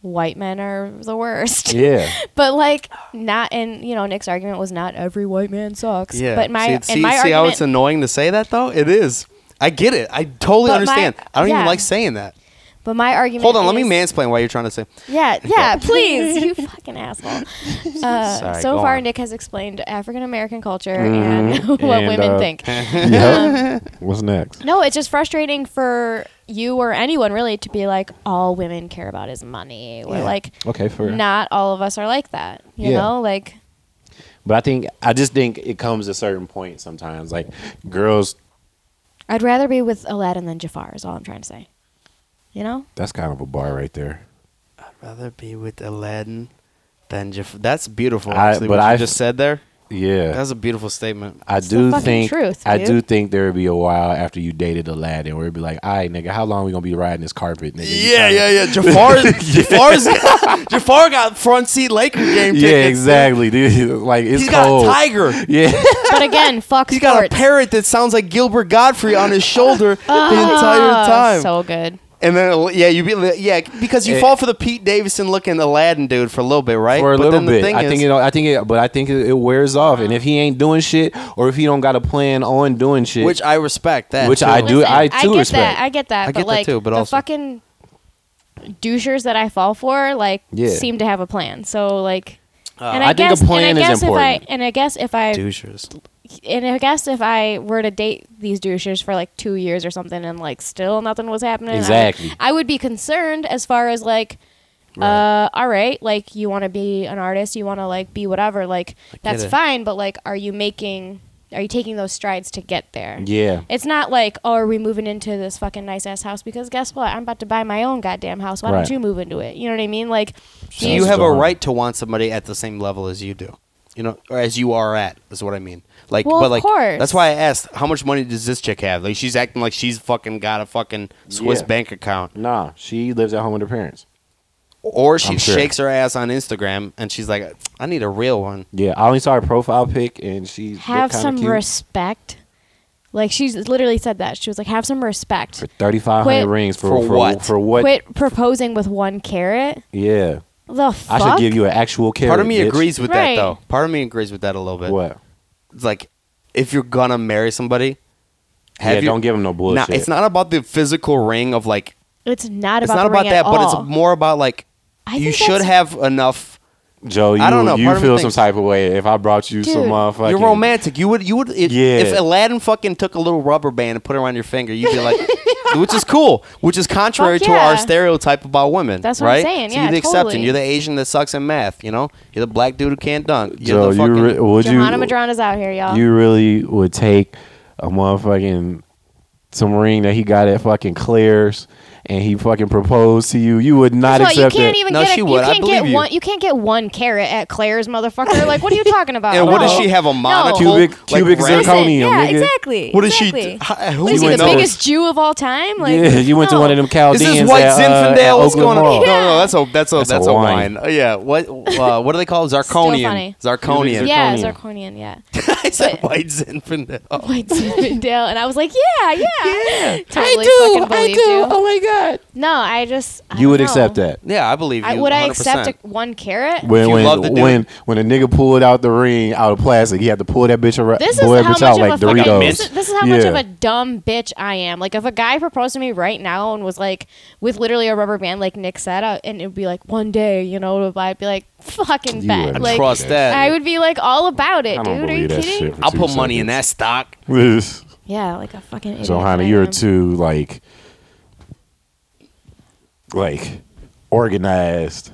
G: white men are the worst.
J: yeah.
G: But like not and you know, Nick's argument was not every white man sucks.
D: Yeah.
G: But my
D: see,
G: and
D: see,
G: my
D: see how
G: argument
D: it's annoying to say that though. It is. I get it. I totally
G: But my-
D: understand. I don't
G: yeah.
D: even like saying that.
G: but my argument
D: Hold on, let me
G: is-
D: mansplain why you're trying to say.
G: Yeah, yeah, please, you fucking asshole. Uh,
D: Sorry,
G: so
D: go
G: far,
D: on.
G: Nick has explained African American culture and what
J: And,
G: women
J: uh,
G: think.
J: yeah.
G: Um,
J: What's next?
G: No, it's just frustrating for you or anyone really to be like, all women care about is money. We're like,
J: Okay, fair.
G: not all of us are like that. You
J: Yeah.
G: know, like
J: But I think I just think it comes to certain point sometimes. Like girls,
G: I'd rather be with Aladdin than Jafar. Is all I'm trying to say. You know,
J: that's kind of a bar right there.
D: I'd rather be with Aladdin than Jaf- That's beautiful.
J: I-
D: Actually,
J: but
D: what
J: I-
D: you just said there.
J: Yeah.
D: That's a beautiful statement.
J: I
G: the
J: do
G: fucking
J: think
G: truth,
J: I
G: dude.
J: do think there would be a while after you dated Aladdin where it'd be like, all right, nigga, how long we gonna be riding this carpet, nigga? You
D: Yeah,
J: tryna-"
D: yeah, yeah. Jafar, Jafar's, Jafar got front seat Laker game tickets.
J: yeah, exactly, dude. like it's
D: He's
J: cold.
D: got a tiger.
J: Yeah,
G: but again, fuck
D: He's got a
G: sports.
D: parrot that sounds like Gilbert Godfrey on his shoulder the entire time.
G: Ah, So good.
D: And then yeah, you be yeah because you
J: Eh.
D: fall for the Pete Davidson looking Aladdin dude for a little bit, right?
J: for a
D: But
J: little
D: then the
J: bit.
D: thing
J: I
D: is-
J: think it. I think it. But I think it, it wears off. And if he ain't doing shit, or if he don't got a plan on doing shit,
D: which I respect that,
J: Which
D: too.
J: I do.
G: Listen,
J: I, too
G: get
J: respect.
G: that. I get that.
D: I
G: but
D: get that
G: like
D: too, but
G: the
D: also-
G: fucking douchers that I fall for, like,
J: Yeah. Uh,
G: seem to have a plan. So like, and
J: I think a
G: guess,
J: plan
G: and I
J: is
G: guess If
J: important.
G: I, and I guess if I
D: douchers.
G: and I guess if I were to date these douchers for like two years or something, and like still nothing was happening, I would-
J: Exactly.
G: I, would be concerned as far as like. Uh, all right. Like, you want to be an artist, you want to like be whatever. Like, that's
D: it.
G: fine. But like, are you making, are you taking those strides to get there?
J: yeah.
G: It's not like, oh, are we moving into this fucking nice ass house? Because guess what? I'm about to buy my own goddamn house. Why
J: Right.
G: don't you move into it? You know what I mean? Like,
D: So you have a right to want somebody at the same level as you do, you know, or as you are at is what I mean. Like,
G: Well,
D: but
G: of
D: like
G: course.
D: that's why I asked, how much money does this chick have? Like, she's acting like she's fucking got a fucking Swiss
J: Yeah.
D: bank account,
J: Nah, she lives at home with her parents.
D: or she
J: I'm sure.
D: shakes her ass on Instagram and she's like, I need a real one.
J: Yeah, I only saw her profile pic, and she
G: have some
J: cute.
G: respect. Like, she literally said that. She was like, have some respect.
J: for thirty five hundred
G: Quit-
J: rings for,
D: For
J: for
D: what?
J: what? For what?
G: Quit proposing with one carrot.
J: Yeah,
G: The fuck?
J: I should give you an actual carrot.
D: Part of me
J: bitch.
D: agrees with that
G: Right.
D: though. Part of me agrees with that a little bit.
J: What?
D: It's like if you're gonna marry somebody, have
J: yeah,
D: you,
J: don't give him no
D: Nah,
J: bullshit.
D: it's not about the physical ring of like.
G: It's not
D: It's not
G: about the
D: about
G: ring
D: that,
G: at
D: but it's
G: all.
D: more about like
G: I
D: you
G: think
D: should
G: that's-
D: have enough.
J: Joe. You,
D: I don't know,
J: You
D: part of me
J: feel some
D: thinks-
J: type of way if I brought you some
G: Dude,
J: motherfucking.
D: You're romantic. You would. You would. If,
J: Yeah.
D: if Aladdin fucking took a little rubber band and put it around your finger, you'd be like, which is cool, which is contrary
G: Fuck
D: to our
G: yeah.
D: stereotype about women.
G: That's what I'm
D: right?
G: saying,
D: So
G: yeah,
D: you're the
G: totally.
D: exception. You're the Asian that sucks in math. You know, you're the black dude who can't dunk. You're
J: Joe,
D: the
J: you
D: fucking.
J: re- would you?
G: Johanna Madrana's out here, y'all.
J: You really would take a motherfucking some ring that he got at fucking Claire's, and he fucking proposed to you. You would not
G: Guess what? you
J: accept
G: can't
J: it.
G: even
D: No,
G: get a,
D: she
G: you
D: would. I
G: can't get
D: believe you.
G: one you can't get one carrot at Claire's motherfucker. Like what are you talking about?
D: and what does
G: No.
D: she have a monocle?
J: Cubic-
D: like,
J: cubic
D: red?
J: zircon-
G: Listen,
J: Zirconium,
G: yeah,
J: nigga.
G: exactly.
D: What is
G: exactly.
D: she? How, who
G: What is he,
D: even
G: the
D: knows?
G: biggest Jew of all time? Like,
J: yeah, you went to
G: no.
J: one of them Chaldeans.
D: Is this white
J: at, uh, at
D: Zinfandel? What's
J: Oakland
D: going on?
J: Mall.
D: No, no, that's a that's a that's,
J: That's a
D: a wine.
J: wine.
D: Uh, yeah. What uh, what do they call it? zirconium?
G: funny.
D: Zirconium.
G: Yeah,
J: Zirconium.
G: zirconium. Yeah,
D: I said white Zinfandel.
G: white Zinfandel, and I was like, yeah, yeah, totally fucking believed
D: Oh
G: you.
J: my god.
G: No, I just I
J: You
G: don't
J: would
G: know.
J: accept that.
D: Yeah, I believe you.
G: I, would I
D: 100%.
G: accept a, one carrot?
J: When
D: you
J: when
D: love the dude.
J: when when a nigga pulled out the ring out of plastic, he had to pull that bitch around,
G: This is
J: boy,
G: how
J: that
G: much
J: bitch out
G: of
J: like
G: a fucking.
J: Doritos.
G: This is, this is how much
J: Yeah.
G: of a dumb bitch I am. Like, if a guy proposed to me right now and was like, with literally a rubber band, like Nick said, I, and it'd be like one day, you know, I'd be like, fucking
J: You
G: bet.
J: wouldn't
G: Like,
D: Trust that.
G: I would be like all about it,
J: I don't
G: dude. Are you
J: believe that
G: kidding?
J: shit. For
D: I'll
J: two
D: put money in that
J: seconds.
D: stock.
G: Yeah, like a fucking. Idiot
J: so,
G: I
J: Hannah, you're
G: am.
J: too like like organized.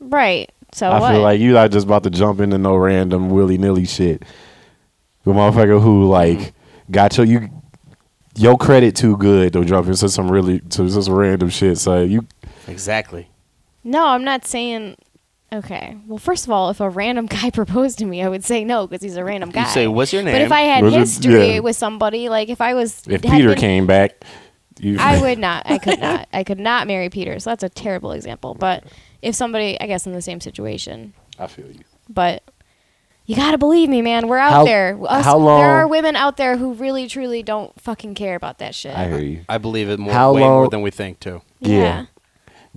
G: Right. So
J: I
G: what?
J: feel like you not just about to jump into no random willy nilly shit. The motherfucker who like got your you your credit too good to jump into some really to some random shit. So you
D: Exactly.
G: No, I'm not saying. Okay. Well, first of all, if a random guy proposed to me, I would say no because he's a random guy.
D: You say, what's your name?
G: But if I had
J: Was it-
G: history
J: yeah.
G: with somebody, like if I was
J: if
G: had
J: Peter
G: been-
J: came back, you
G: I would not. I could not. I could not marry Peter. So that's a terrible example. But if somebody, I guess, in the same situation,
J: I feel you.
G: but you gotta believe me, man. We're out
J: How-
G: there. Us-
J: how long-
G: There are women out there who really, truly don't fucking care about that shit.
J: I hear you.
D: I believe it more,
J: How
D: way more
J: long-
D: than we think too.
J: Yeah.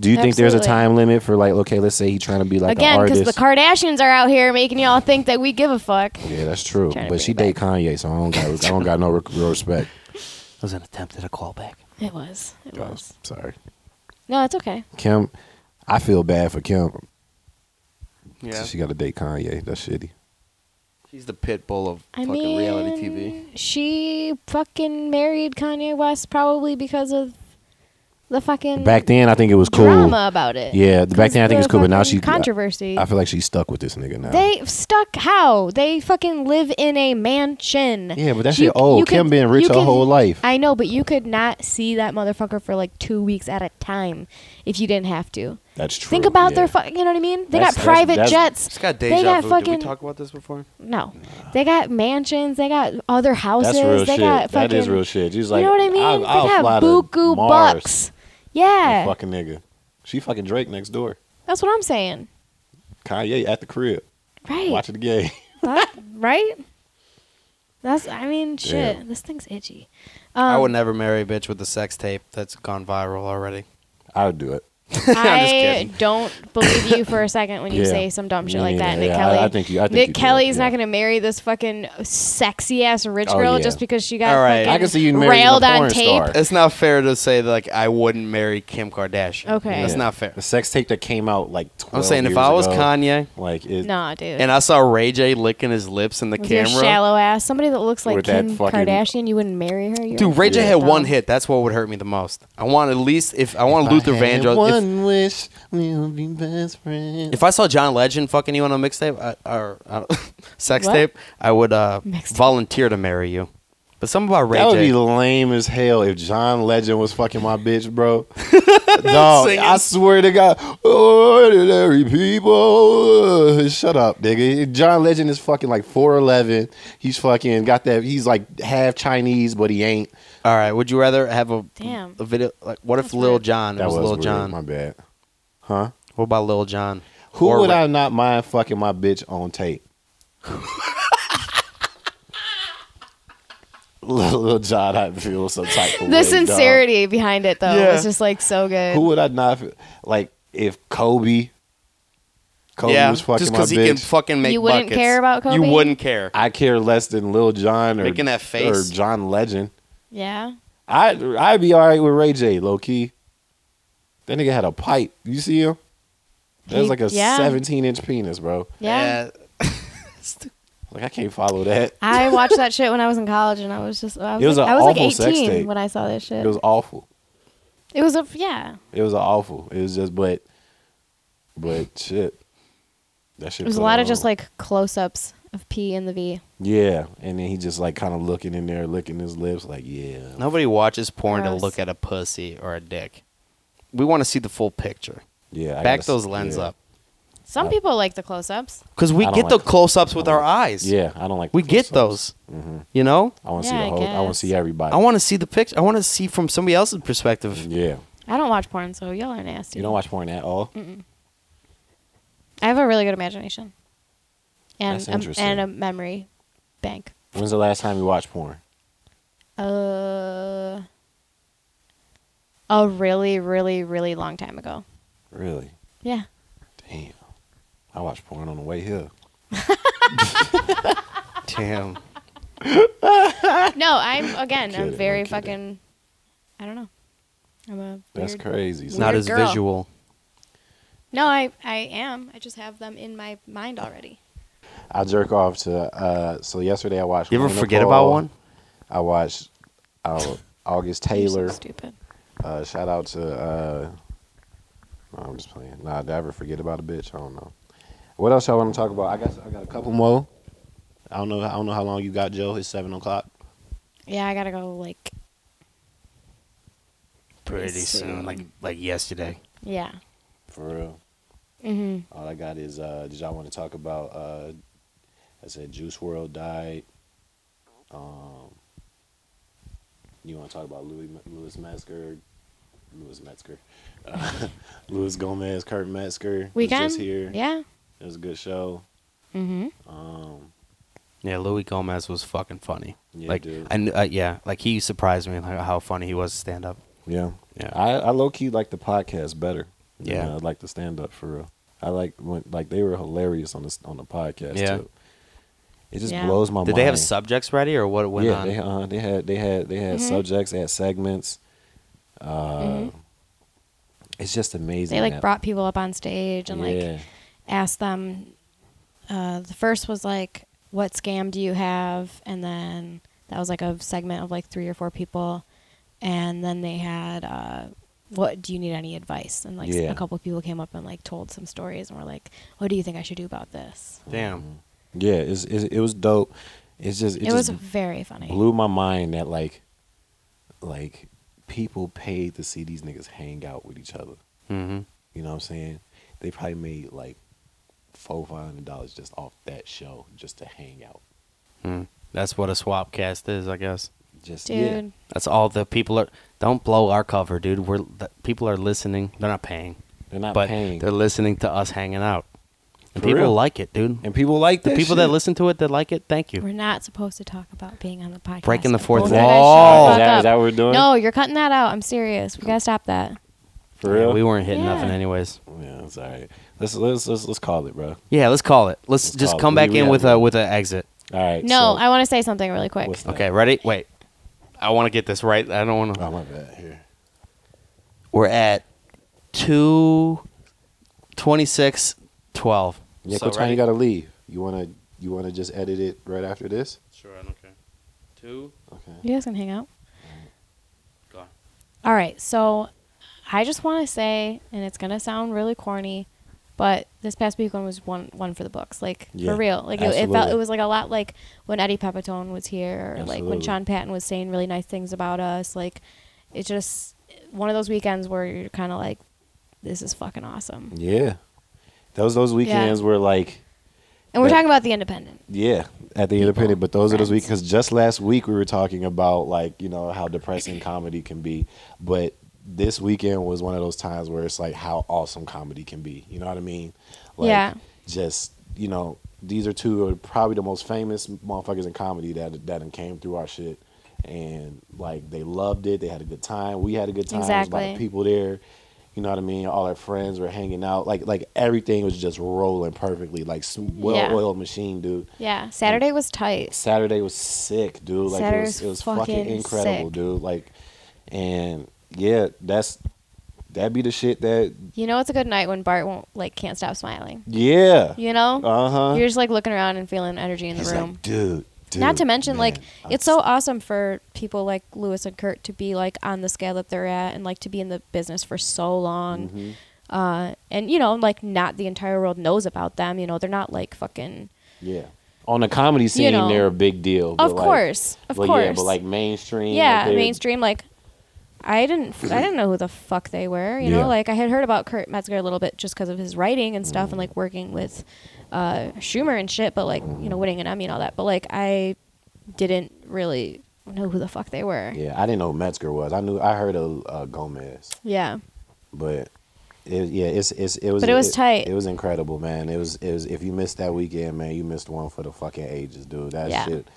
J: Do you think there's a
G: Absolutely.
J: time limit for like okay, let's say he's trying to be like
G: Again,
J: an
G: because
J: artist?
G: the Kardashians are out here making y'all think that we give a fuck.
J: yeah, that's true.
G: Trying to
J: But she
G: bring
J: date Kanye, so I don't got I don't got no rec- real respect.
D: It was an attempt at a callback.
G: It was. It was.
J: Sorry,
G: No, it's okay.
J: Kim. I feel bad for Kim. Oh,
D: Yeah.
J: She got to date Kanye. That's shitty.
D: She's the pit bull of
G: I
D: fucking
G: mean,
D: reality TV.
G: She fucking married Kanye West probably because of the fucking
J: Back then, I think it was cool.
G: drama about it.
J: Yeah, the- back then I think it was cool, but now
G: fucking
J: she-
G: controversy.
J: I feel like she's stuck with this nigga now.
G: They stuck how? They fucking live in a mansion.
J: Yeah, but that
G: You-
J: shit old.
G: you
J: Kim
G: could-
J: been rich
G: you
J: her
G: could-
J: whole life.
G: I know, but you could not see that motherfucker for like two weeks at a time if you didn't have to.
J: That's true.
G: Think about
J: yeah.
G: their fucking. You know what I mean? They
J: That's-
G: got
J: that's-
G: private
J: that's-
G: jets.
D: She's got
G: they
D: deja
G: got
D: vu.
G: fucking Um,
D: Did we talk about this before?
G: no. They got mansions. They got other houses.
J: That's real
G: they
J: shit.
G: got fucking.
J: that is real shit. She's like,
G: you know what I mean?
J: I'll, I'll
G: they got
J: fly to
G: buku
J: Mars,
G: bucks.
J: you
G: Yeah,
J: Fucking nigga. She fucking Drake next door.
G: that's what I'm saying.
J: Kanye at the crib.
G: Right.
J: Watch it again.
G: That- right? That's I mean shit.
J: Damn.
G: This thing's itchy. Um,
D: I would never marry a bitch with a sex tape that's gone viral already.
J: I would do it.
G: I
D: kidding.
G: don't believe you for a second when you
J: Yeah.
G: say some dumb shit
J: Me
G: like that,
J: neither.
G: Nick
J: Yeah, I-
G: Kelly.
J: I think you- I think
G: Nick
J: you do,
G: Kelly's not
J: yeah.
G: going to marry this fucking sexy ass rich
J: Oh,
G: girl
J: yeah.
G: just because she got
D: All right.
G: fucking
J: I can see you marrying
G: railed
J: a
G: on
J: porn
G: tape.
J: star.
D: It's not fair to say that, like I wouldn't marry Kim Kardashian.
G: Okay.
D: That's
J: Yeah.
D: not fair.
J: The sex tape that came out like 12
D: I'm saying if
J: years
D: I was
J: ago,
D: Kanye
J: like it,
G: Nah, dude.
D: and I saw Ray J licking his lips in the
G: With your
D: camera.
G: shallow ass, somebody that looks like
J: With that
G: Kim
J: fucking-
G: Kardashian, you wouldn't marry her. You're
D: Dude, Ray J
G: dumb.
D: had one hit. That's what would hurt me the most. I want at least if I want
J: I
D: Luther
J: had
D: Vandross.
J: One wish we'll be best friends.
D: If, if I saw John Legend fucking you on a mixtape I- or uh, sex
G: What?
D: tape, I would uh,
G: Mixtape.
D: volunteer to marry you. But something about Ray
J: that would
D: J.
J: be lame as hell if John Legend was fucking my bitch, bro. Dog, I swear to God, ordinary people. Shut up, nigga. John Legend is fucking like four eleven. He's fucking got that. He's like half Chinese, but he ain't.
D: All right. Would you rather have a
G: Damn.
D: a video? Like, what if
G: That's
D: Lil
G: weird.
D: John? It
J: That
D: was, Lil
J: weird,
D: John.
J: My bad. Huh?
D: What about Lil John?
J: Who
D: Or
J: would
D: Ra-
J: I not mind fucking my bitch on tape? Little John, I feel some type of way,
G: The
J: dog.
G: sincerity behind it though was just like so good.
J: Who would I not f- like if Kobe? Kobe
D: yeah,
J: was fucking
D: just
J: my bitch.
D: he can fucking make
G: You wouldn't
D: buckets.
G: care about
D: You
G: Kobe?
D: wouldn't care.
J: I care less than Lil John or,
D: Making that face.
J: or John Legend.
G: yeah.
J: I I'd be all right with Ray J, low key. That nigga had a pipe. You see him? That was
G: He-
J: like a
G: yeah.
J: 17 inch penis, bro.
G: Yeah.
J: Like I can't follow that.
G: I watched that shit when I was in college, and I was just I was,
J: It was
G: like,
J: an
G: I was like
J: awful sex
G: 18
J: tape.
G: when I saw this shit.
J: It was awful.
G: a yeah.
J: It was awful. It was just but but shit. That shit.
G: It was a
J: put
G: lot of
J: on.
G: just like close-ups of P and the V.
J: Yeah. And then he just like kinda looking in there, licking his lips, like, yeah.
D: Nobody watches porn to
G: Gross.
D: look at a pussy or a dick. We want to see the full picture.
J: Yeah. I
D: Back
J: gotta-
D: those lens
J: yeah.
D: up.
G: Some people like the close-ups.
D: Because we
J: I don't
D: get the
J: like-
D: close ups with our eyes.
J: Yeah, I don't like. the
D: We get
J: close-ups.
D: those. You know?
J: I want to
G: Yeah,
J: see
G: I
J: the whole. I, want
G: guess.
J: to see everybody.
D: I want to see the picture. I want to see from somebody else's perspective.
J: Yeah,
G: I don't watch porn, so y'all are nasty.
J: you don't watch porn at all. That's
G: I have a really good imagination, and
J: That's
G: a,
J: interesting.
G: and a memory bank.
J: When's the last time you watched porn?
G: Uh, a really, really, really long time ago.
J: Really?
G: Yeah.
J: Damn. I watched porn on the way here.
D: Damn.
G: No, I'm again. I'm
J: kidding,
G: very
J: I'm
G: fucking. I don't know. I'm a.
J: That's
G: weird-
J: crazy.
D: It's
J: So-
D: not
G: Weird
D: as
G: girl.
D: visual.
G: No, I I am. I just have them in my mind already.
J: I jerk off to. Uh, so yesterday I watched.
D: You ever
J: Lena
D: forget
J: Paul.
D: about one?
J: I watched uh, August
G: You're so
J: Taylor.
G: stupid.
J: Uh, shout out to. Uh, no, I'm just playing. Nah, did I ever forget about a bitch? I don't know. What else y'all want to talk about? I got. I got a couple more. I don't know. I don't know how long you got, Joe. It's seven o'clock.
G: Yeah, I gotta go. Like,
D: pretty
G: Pretty
D: soon,
G: soon.
D: like like yesterday.
G: yeah.
J: For real.
G: hmm
J: All I got is uh did y'all want to talk about uh I said Juice World died. Um you want to talk about Louis Louis Metzger, Louis Metzger, uh, Louis Gomez, Kurt Metzger. was
G: Weekend.
J: just here.
G: Yeah.
J: it was a good show.
G: Mm-hmm.
J: Um,
D: Yeah, Louis Gomez was fucking funny.
J: Yeah,
D: like
J: dude.
D: I kn- uh, yeah, like he surprised me like how funny he was stand up.
J: yeah,
D: Yeah.
J: I, I low key like the podcast better. than,
D: Yeah.
J: uh, I like the stand up for real. I like when like they were hilarious on this on the podcast.
D: Yeah.
J: too. it just
G: Yeah.
J: blows Oh, my mind.
D: Did they have subjects ready or what went
J: yeah,
D: on?
J: they uh, they had they had they
G: Mm-hmm.
J: had subjects, they had segments. Uh, It's just amazing.
G: They like
J: that-
G: brought people up on stage and
J: yeah,
G: like asked them. Uh, the first was like, "What scam do you have?" And then that was like a segment of like three or four people, and then they had, uh, "What do you need any advice?" And like s-
J: Yeah.
G: a couple of people came up and like told some stories and were like, "What do you think I should do about this?"
J: Mm-hmm.
D: Damn.
J: yeah. It's, it's, it was dope. It's just it,
G: It,
J: just
G: was very funny.
J: blew my mind that like like people paid to see these niggas hang out with each other.
D: Mm-hmm.
J: You know what I'm saying? They probably made like four five hundred dollars just off that show just to hang out.
D: That's what a swap cast is, I guess.
J: Just yeah.
G: Dude,
D: That's all the people are. Don't blow our cover, dude. We're the, people are listening. They're not paying,
J: They're not
D: but
J: paying.
D: they're listening to us hanging out. And
J: For
D: people
J: real.
D: like it, dude.
J: and people like
D: the
J: that
D: people
J: shit.
D: that listen to it, that like it. Thank
G: we're
D: you.
G: not supposed to talk about being on the podcast.
D: Breaking the fourth
G: Both of
D: Oh,
J: wall. is
G: you guys shut the fuck
J: that,
G: up.
J: is that what we're doing?
G: No, you're cutting that out. I'm serious. We gotta stop that.
J: for real.
D: Yeah, we weren't hitting
G: Yeah.
D: nothing, anyways.
J: Yeah, it's all right. Let's let's let's, let's call it, bro.
D: Yeah, let's call it. Let's,
J: Let's
D: just
J: call it.
D: come
J: We-
D: back
J: we
D: in
J: have-
D: with a with an exit.
J: All right.
G: No,
J: so-
G: I want to say something really quick.
J: What's that?
D: Okay, ready? Wait, I want to get this right. I don't want to.
J: Oh my bad. Here.
D: We're at two twenty six twelve.
J: Yeah, what time you gotta leave? You wanna you wanna just edit it right after this?
D: Sure, I don't care. Two.
J: Okay.
G: You guys can hang out.
D: Go on.
G: All right. So I just want to say, and it's going to sound really corny, but this past weekend was one one for the books. Like,
J: Yeah,
G: for real. Like, it, it felt,
J: absolutely.
G: it was like a lot like when Eddie Pepitone was here, or like when
J: Absolutely.
G: Sean Patton was saying really nice things about us. Like, it just one of those weekends where you're kind of like, this is fucking awesome.
J: Yeah. Those those weekends were like
G: And we're
J: That-
G: talking about the independent.
J: yeah at the independent, but those are those
G: friends.
J: weeks because just last week we were talking about like you know how depressing comedy can be, but this weekend was one of those times where it's like how awesome comedy can be. You know what I mean? Like,
G: Yeah.
J: Just you know these are two of probably the most famous motherfuckers in comedy that that done came through our shit. And like they loved it, they had a good time. We had a good time. There was a lot
G: Exactly.
J: of people there. You know what I mean? All our friends were hanging out. Like like everything was just rolling perfectly. Like well oiled machine, dude.
G: Yeah. Saturday was tight.
J: Saturday was sick, dude. Like it was,
G: Saturday's
J: it was fucking,
G: fucking
J: incredible,
G: sick.
J: dude. Like, and yeah, that's that be the shit that
G: You know, it's a good night when Bart won't, like, can't stop smiling.
J: yeah,
G: You know?
J: uh huh.
G: You're just like looking around and feeling energy in the
J: He's
G: room.
J: like, dude, dude.
G: Not to mention,
J: man,
G: like,
J: I'm
G: it's so awesome for people like Lewis and Kurt to be like on the scale that they're at and like to be in the business for so long.
J: Mm-hmm.
G: Uh, and you know, like, not the entire world knows about them. You know, they're not like fucking.
J: yeah. On the comedy scene,
G: know.
J: they're a big deal. but,
G: Of
J: like-
G: course, of
J: but
G: course.
J: yeah, but like mainstream.
G: yeah,
J: like, they're-
G: mainstream. Like, I didn't, I didn't know who the fuck they were. You
J: Yeah.
G: know, like I had heard about Kurt Metzger a little bit just because of his writing and stuff, and like working with uh, Schumer and shit. But like, you know, winning an Emmy and all that. But like, I didn't really know who the fuck they were.
J: Yeah, I didn't know who Metzger was. I knew I heard of uh, Gomez,
G: yeah.
J: but it, yeah, it's it's it was.
G: But it was tight.
J: It was incredible, man. It was it was. If you missed that weekend, man, you missed one for the fucking ages, dude. That
G: Yeah.
J: shit,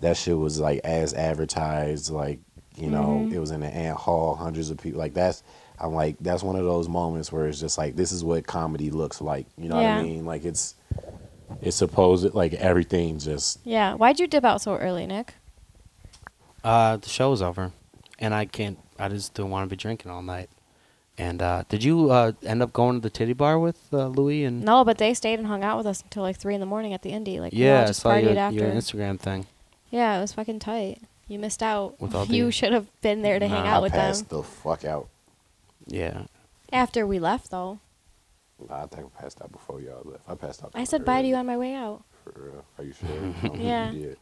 J: that shit was like as advertised. Like you know,
G: Mm-hmm.
J: it was in the ant hall, hundreds of people. Like that's. I'm like that's one of those moments where it's just like this is what comedy looks like. You know what I
G: Yeah.
J: mean? Like it's it's supposed like everything just
G: Yeah. Why'd you dip out so early, Nick?
D: Uh, the show's over, and I can't. I just don't want to be drinking all night. And uh, did you uh, end up going to the titty bar with uh, Louis and?
G: No, but they stayed and hung out with us until like three in the morning at the indie. Like we all
D: Yeah, I
G: just
D: saw
G: partied
D: your,
G: after.
D: your Instagram thing.
G: yeah, it was fucking tight. You missed out.
D: With all
G: you
D: the-
G: should have been there to hang
D: Nah,
G: out
J: I
G: with them.
J: passed the fuck out.
D: Yeah,
G: After we left, though,
J: I think I passed out before y'all left. I passed out.
G: I said bye to
J: early.
G: you on my way out.
J: For real? Are you sure? I don't think
G: Yeah.
J: You did.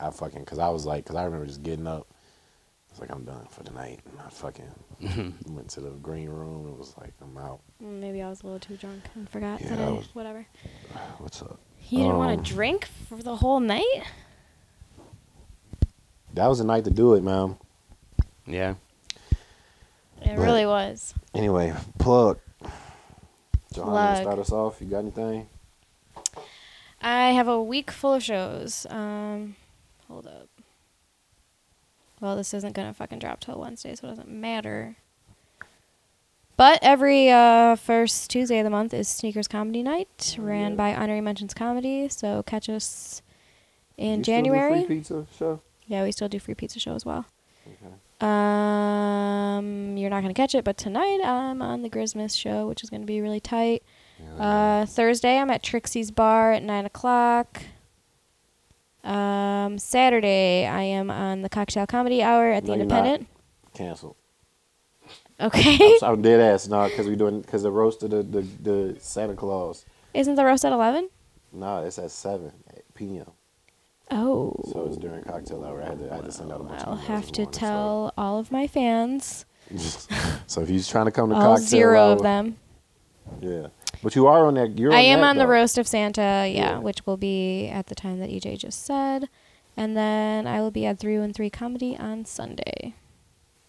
J: I fucking because I was like because I remember just getting up. I was like I'm done for the night. And I fucking went to the green room and was like I'm out.
G: Mm, Maybe I was a little too drunk and forgot.
J: Yeah,
G: that
J: I
G: I-
J: was-
G: whatever.
J: What's up?
G: You didn't
J: Um,
G: want to drink for the whole night?
J: That was the night to do it, man.
D: Yeah.
G: It
J: but-
G: really was.
J: Anyway, plug. John, you wanna
G: Plug.
J: start us off. You got anything?
G: I have a week full of shows. Um, hold up. Well, this isn't gonna fucking drop till Wednesday, so it doesn't matter. But every uh, first Tuesday of the month is Sneakers Comedy Night, ran by Honorary Mentions Comedy. So catch us in
J: You still do
G: January.
J: free pizza show.
G: Yeah, we still do free pizza show as well. Um, you're not gonna catch it, but tonight I'm on the Grismas show, which is gonna be really tight. Uh, Thursday I'm at Trixie's Bar at nine o'clock. Um, Saturday I am on the Cocktail Comedy Hour at the
J: No, you're not.
G: Independent.
J: Canceled.
G: Okay,
J: So I'm dead ass, nah, because we doing because the roast of the, the the Santa Claus.
G: isn't the roast at eleven?
J: Nah, it's at seven p.m.
G: Oh,
J: So it's during cocktail hour. I had to, I had to send out a bunch
G: I'll
J: of emails
G: have
J: this
G: to
J: morning, so-
G: tell all of my fans,
J: So if you're trying to come to
G: all
J: cocktail
G: zero
J: hour,
G: of them.
J: yeah. But you are on that. You're
G: I
J: on
G: am
J: that,
G: on the
J: though.
G: roast of Santa, yeah,
J: Yeah.
G: which will be at the time that EJ just said, and then I will be at Three oh and Three Comedy on Sunday.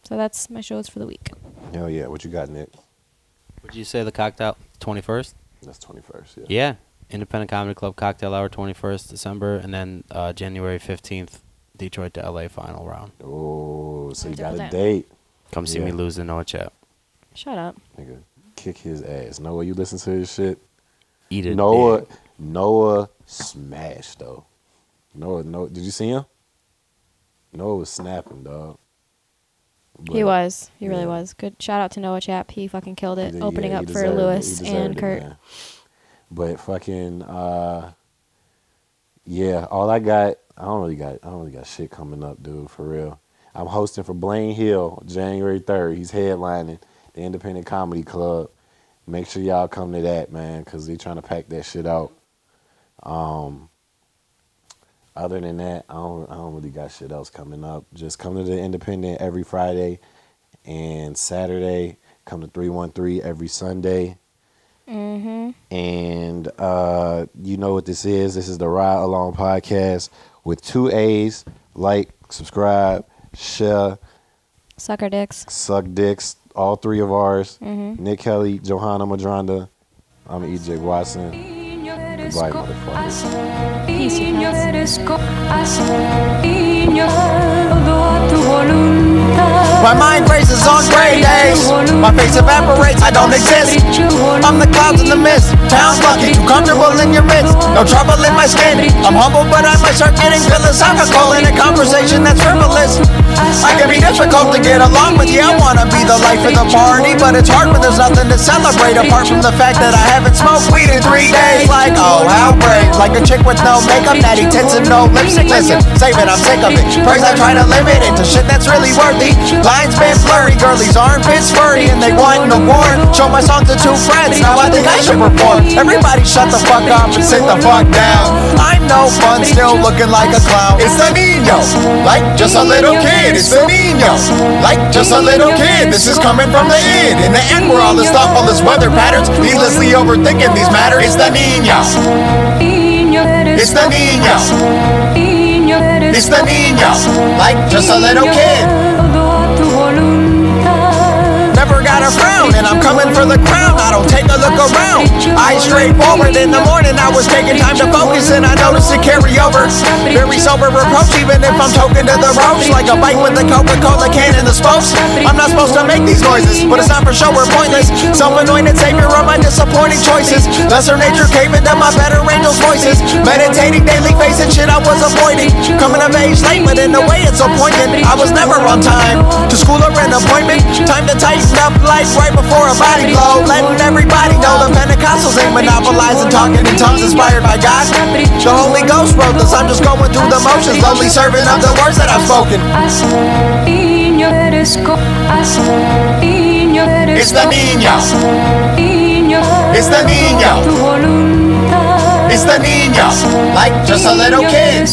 G: So that's my shows for the week.
J: Hell yeah! What you got, Nick?
D: Would you say the cocktail 21st?
J: That's twenty first. Yeah.
D: Yeah. Independent Comedy Club Cocktail Hour 21st December and then uh, January 15th Detroit to LA final round.
J: Oh, so you got a
G: Double that.
J: date,
D: Come see
J: Yeah.
D: me lose the no chat.
G: Shut up.
J: nigga. Kick his ass. Noah, you listen to his shit.
D: Eat it.
J: Noah,
D: man.
J: Noah smashed though. Noah, no, did you see him? Noah was snapping, dog.
G: He was. He really
J: yeah.
G: was. Good shout out to Noah Chap. He fucking killed it,
J: Yeah,
G: opening
J: he
G: up for
J: deserved it. He
G: Lewis and
J: deserved it,
G: Kurt.
J: man. But fucking, uh, yeah. All I got, I don't really got, I don't really got shit coming up, dude. For real, I'm hosting for Blaine Hill January 3rd. He's headlining the Independent Comedy Club. Make sure y'all come to that, man, because they trying to pack that shit out. Um, other than that, I don't I don't really got shit else coming up. Just come to the Independent every Friday and Saturday. Come to three one three every Sunday. Mm-hmm. And uh, you know what this is? This is the Ride Along podcast with two A's. Like, subscribe, share,
G: Sucker dicks.
J: suck dicks. All three of ours. Nick Kelly, Johanna Madronda. I'm EJ Watson. Goodbye, motherfuckers.
G: Peace.
K: My mind races on gray days. My face evaporates, I don't exist. I'm the clouds in the mist. Town's lucky, too comfortable in your midst. No trouble in my skin. I'm humble, but I must start getting philosophical in a conversation that's frivolous. I can be difficult to get along with. Yeah, I wanna be the life of the party, but it's hard when there's nothing to celebrate apart from the fact that I haven't smoked weed in three days. Like, oh, how brave. Like a chick with no makeup, natty tits and no lipstick. Listen, save it, I'm sick of it. Praise, I try to limit it to shit that's really worthy. Lines been blurry, girlies armpits furry, and they want an award. Show my song to two friends, now I think I should perform. Everybody shut the fuck up and sit the fuck down. I'm no fun, still looking like a clown. It's the Nino, like just a little kid. It's the Nino, like just a little kid. This is coming from the end. In the end, we're all this thoughtful as weather patterns, needlessly overthinking these matters. It's the Nino. It's the Nino. It's the Nino, like just a little kid. Never got a frown, and I'm coming for the crown. I don't take a look around. I straight forward in the morning. I was taking time to focus, and I noticed it carry over. Very sober approach, even if I'm token to the ropes, like a bike with a Coca-Cola can and the spokes. I'm not supposed to make these noises, but it's not for sure we're pointless. Self-anointed savior of my disappointing choices. Lesser nature came into my better angels' voices. Meditating daily, facing shit I was avoiding. Coming of age late, but in a way it's so poignant. I was never on time to school or an appointment. Time to tighten up life right before a body blow. Letting everybody know the Pentecostals ain't monopolizing talking in tongues inspired by God. The Holy Ghost wrote this. I'm just going through the motions, lowly serving of the words that I've spoken. It's the Nino. It's the Nino. It's it's the niño, like just a little kid.